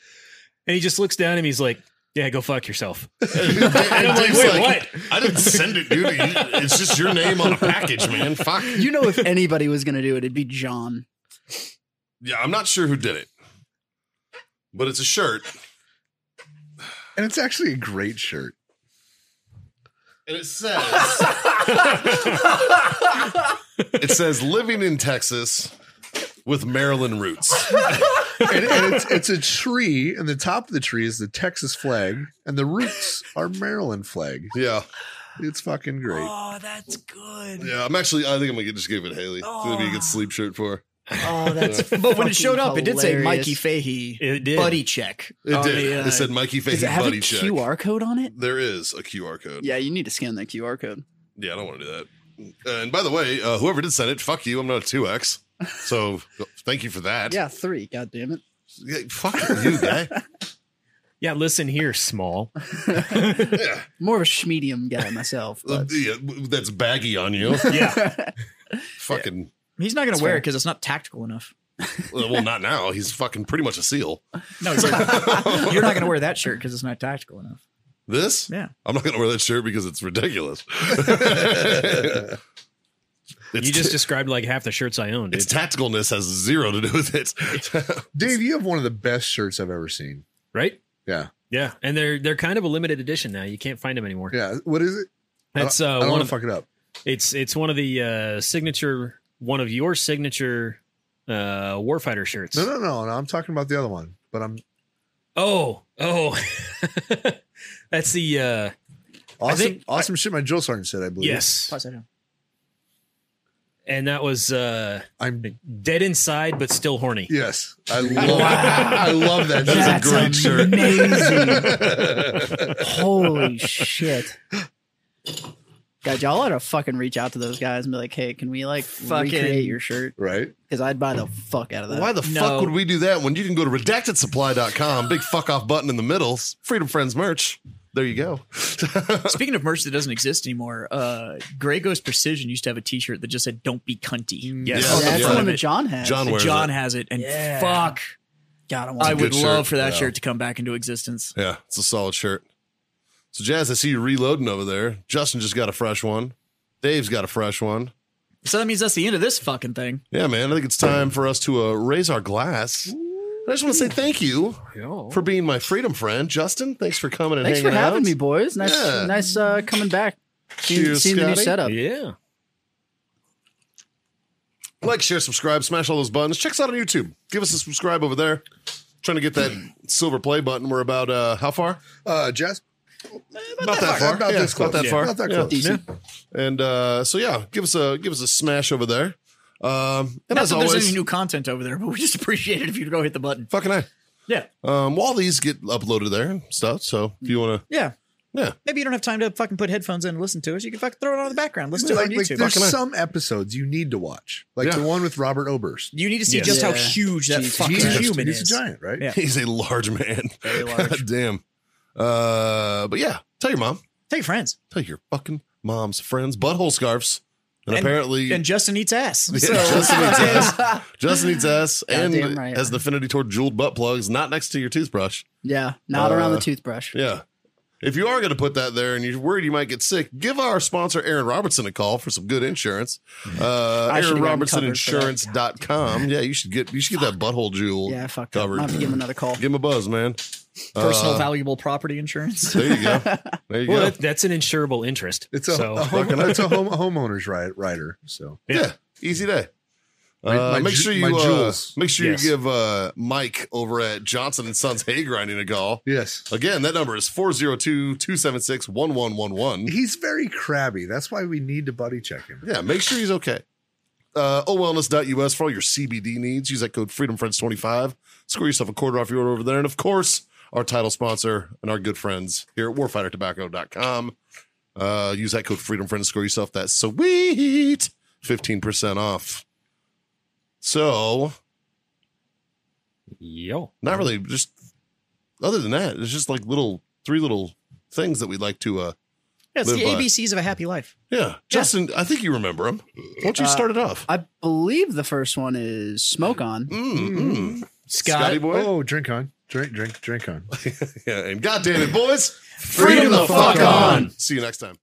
S3: And he just looks down at me. He's like, "Yeah, go fuck yourself."
S6: And
S3: I'm like,
S6: Dave's
S3: "Wait,
S6: what? I didn't send it, dude. You- It's just your name on a package, man. Fuck.
S4: You know if anybody was gonna do it, it'd be John.
S6: Yeah, I'm not sure who did it, but it's a shirt,
S2: And it's actually a great shirt.
S6: and it says, "It says living in Texas with Maryland roots."
S2: And, and it's, it's a tree, and the top of the tree is the Texas flag, and the roots are Maryland flag.
S6: Yeah.
S2: It's fucking great.
S1: oh, that's good.
S6: Yeah, I'm actually. I think I'm gonna just give it Haley. It's gonna be a good sleep shirt for. her.
S4: Oh, that's
S1: But when it showed up, it did say
S4: hilarious.
S1: Mikey Fahey
S3: It did.
S1: buddy check.
S6: It
S1: on
S6: did.
S1: the, uh,
S6: it said Mikey Fahey
S4: Does Oh, it have a
S6: buddy check.
S4: QR code on it?
S6: There is a QR code.
S4: Yeah, you need to scan that QR code.
S6: Yeah, I don't want to do that. And by the way, uh, whoever did send it, fuck you. I'm not a two X. So thank you for that.
S4: Yeah, three. God damn it.
S6: Yeah, fuck you, guy.
S3: Yeah, listen here, small.
S6: yeah.
S4: More of a schmedium guy myself.
S6: Uh,
S4: But
S6: yeah, that's baggy on you.
S3: Yeah.
S6: Fucking
S1: He's not going
S4: That's
S1: to wear
S4: fair.
S1: it because it's not tactical enough.
S6: well, not now. He's fucking pretty much a seal.
S1: No, it's like, you're not going to wear that shirt because it's not tactical enough.
S6: This?
S1: Yeah.
S6: I'm not gonna wear that shirt because it's ridiculous. It's
S3: you just
S6: t-
S3: described like half the shirts I own, dude.
S6: its tacticalness has zero to do with it.
S2: Dave, you have one of the best shirts I've ever seen.
S3: right?
S2: Yeah.
S3: Yeah, and they're they're kind of a limited edition now. You can't find them anymore.
S2: Yeah. What is it?
S3: That's
S2: I
S3: uh,
S2: don't
S3: one
S2: want
S3: of
S2: to fuck it up.
S3: it's it's one of the uh, signature one of your signature uh, warfighter shirts.
S2: No, no, no, no. I'm talking about the other one, but I'm
S3: Oh, oh, that's the uh,
S2: awesome.
S3: think-
S2: awesome shit. My drill sergeant said, I believe.
S3: yes,
S1: Plus, I don't.
S3: and that was uh,
S2: I'm.
S3: dead inside but still horny.
S2: Yes, I love. I love that.
S6: That's
S2: shit.
S6: a great shirt.
S4: amazing. Holy shit. God, y'all ought to fucking reach out to those guys and be like, hey, can we like
S1: Fucking-
S4: recreate your shirt?
S2: Right.
S4: Because I'd buy the fuck out of that.
S6: Why the fuck
S1: No.
S6: would we do that when you can go to redactedsupply.com, big fuck off button in the middle, Freedom Friends merch. There you go.
S1: Speaking of merch that doesn't exist anymore, uh, Grey Ghost Precision used to have a T-shirt that just said "Don't be cunty."
S6: Yes.
S4: Oh,
S6: Yeah.
S4: that's
S6: Yeah.
S4: the one that John had.
S6: John wears
S1: John
S6: it.
S1: has it, and
S4: Yeah.
S1: fuck,
S4: God, I want
S1: I
S6: good
S1: would love
S6: shirt.
S1: for that
S6: Yeah.
S1: shirt to come back into existence.
S6: Yeah, it's a solid shirt. So Jazz, I see you reloading over there. Justin just got a fresh one. Dave's got a fresh one.
S1: So that means that's the end of this fucking thing.
S6: Yeah, man. I think it's time for us to uh, raise our glass. I just want to say thank you for being my freedom friend, Justin. Thanks for coming and
S4: Thanks for
S6: hanging
S4: having
S6: out.
S4: me, boys. Nice,
S6: Yeah.
S4: nice uh, coming back. Seeing,
S6: Cheers,
S4: seeing the new
S6: Scotty.
S4: setup.
S3: Yeah,
S6: Like, share, subscribe, smash all those buttons. Check us out on YouTube. Give us a subscribe over there. Trying to get that silver play button. We're about uh, how far?
S2: Uh, Jess.
S6: About that far.
S2: About
S6: Yeah,
S2: this close.
S6: About that
S2: Yeah.
S6: far.
S2: About that
S6: Yeah.
S2: close.
S4: Decent.
S6: And uh, so yeah, give us a give us a smash over there. Um, and
S1: Not
S6: as
S1: that there's
S6: always,
S1: any new content over there, but we just appreciate it if you go hit the button.
S6: fucking I.
S1: Yeah.
S6: Um, well, all these get uploaded there and stuff. So if you want to,
S1: Yeah.
S6: yeah,
S1: Maybe you don't have time to fucking put headphones in and listen to us. You can fucking throw it on in the background. Listen to it
S2: Like,
S1: on
S2: like,
S1: YouTube.
S2: there's some episodes you need to watch, like
S6: Yeah.
S2: the one with Robert Oberst.
S1: you need to see
S3: Yes.
S1: just how
S4: Yeah.
S1: huge that
S4: Jesus.
S1: fucking
S2: He's,
S1: human
S2: he's
S1: is.
S2: a giant, right?
S1: Yeah.
S6: he's a large man.
S1: Very large.
S6: God damn. Uh, but yeah, tell your mom,
S1: Tell your friends.
S6: tell your fucking mom's friends, butthole scarves, and,
S1: And-
S6: apparently
S1: And Justin eats ass.
S6: Yeah,
S1: So-
S6: Justin needs ass. Justin needs ass, and
S4: Goddamn right.
S6: has an affinity toward jeweled butt plugs, not next to your toothbrush.
S4: Yeah, not
S6: Uh,
S4: around the toothbrush.
S6: Yeah. If you are going to put that there and you're worried you might get sick, give our sponsor Aaron Robertson a call for some good insurance. Uh,
S4: I should've gotten covered for that.
S6: AaronRobertsonInsurance.com. Yeah, you should get you should get that butthole jewel
S4: Yeah, I fucked up.
S6: covered.
S4: I have to give him another call.
S6: Give him a buzz, man.
S1: Personal
S6: Uh,
S1: valuable property insurance.
S6: There you go. There you
S3: well,
S6: go.
S3: that, that's an insurable interest.
S2: It's a,
S3: so
S2: a home,
S6: fucking-
S2: it's a home, homeowner's ride, rider. So
S6: yeah.
S3: yeah.
S6: easy day.
S2: My-
S6: Uh,
S2: my
S6: make
S2: ju-
S6: sure you
S2: my
S6: uh,
S2: jewels.
S6: make sure
S3: Yes.
S6: you give uh, Mike over at Johnson and Sons hay grinding a call.
S2: yes,
S6: Again, that number is 402-276-1111.
S2: he's very crabby. That's why we need to buddy check him.
S6: Yeah, make sure he's okay. Uh, owellness.us for all your CBD needs. Use that code FreedomFriends25. Score yourself a quarter off your order over there. And of course, our title sponsor and our good friends here at warfightertobacco.com. Uh, use that code FreedomFriends. Score yourself that sweet 15% off. So,
S3: yo,
S6: not really, just other than that, it's just like little, three little things that we'd like to uh,
S1: Yeah, it's
S6: Live
S1: the
S6: by.
S1: ABCs of a happy life.
S6: Yeah. Justin, I think you remember him. Why don't you start it off?
S4: I believe the first one is smoke on.
S6: Mm, mm.
S1: Scott.
S6: Scotty boy.
S2: Oh, drink on, drink, drink, drink on.
S6: yeah, and goddamn it, boys.
S1: Freedom the fuck on.
S6: See you next time.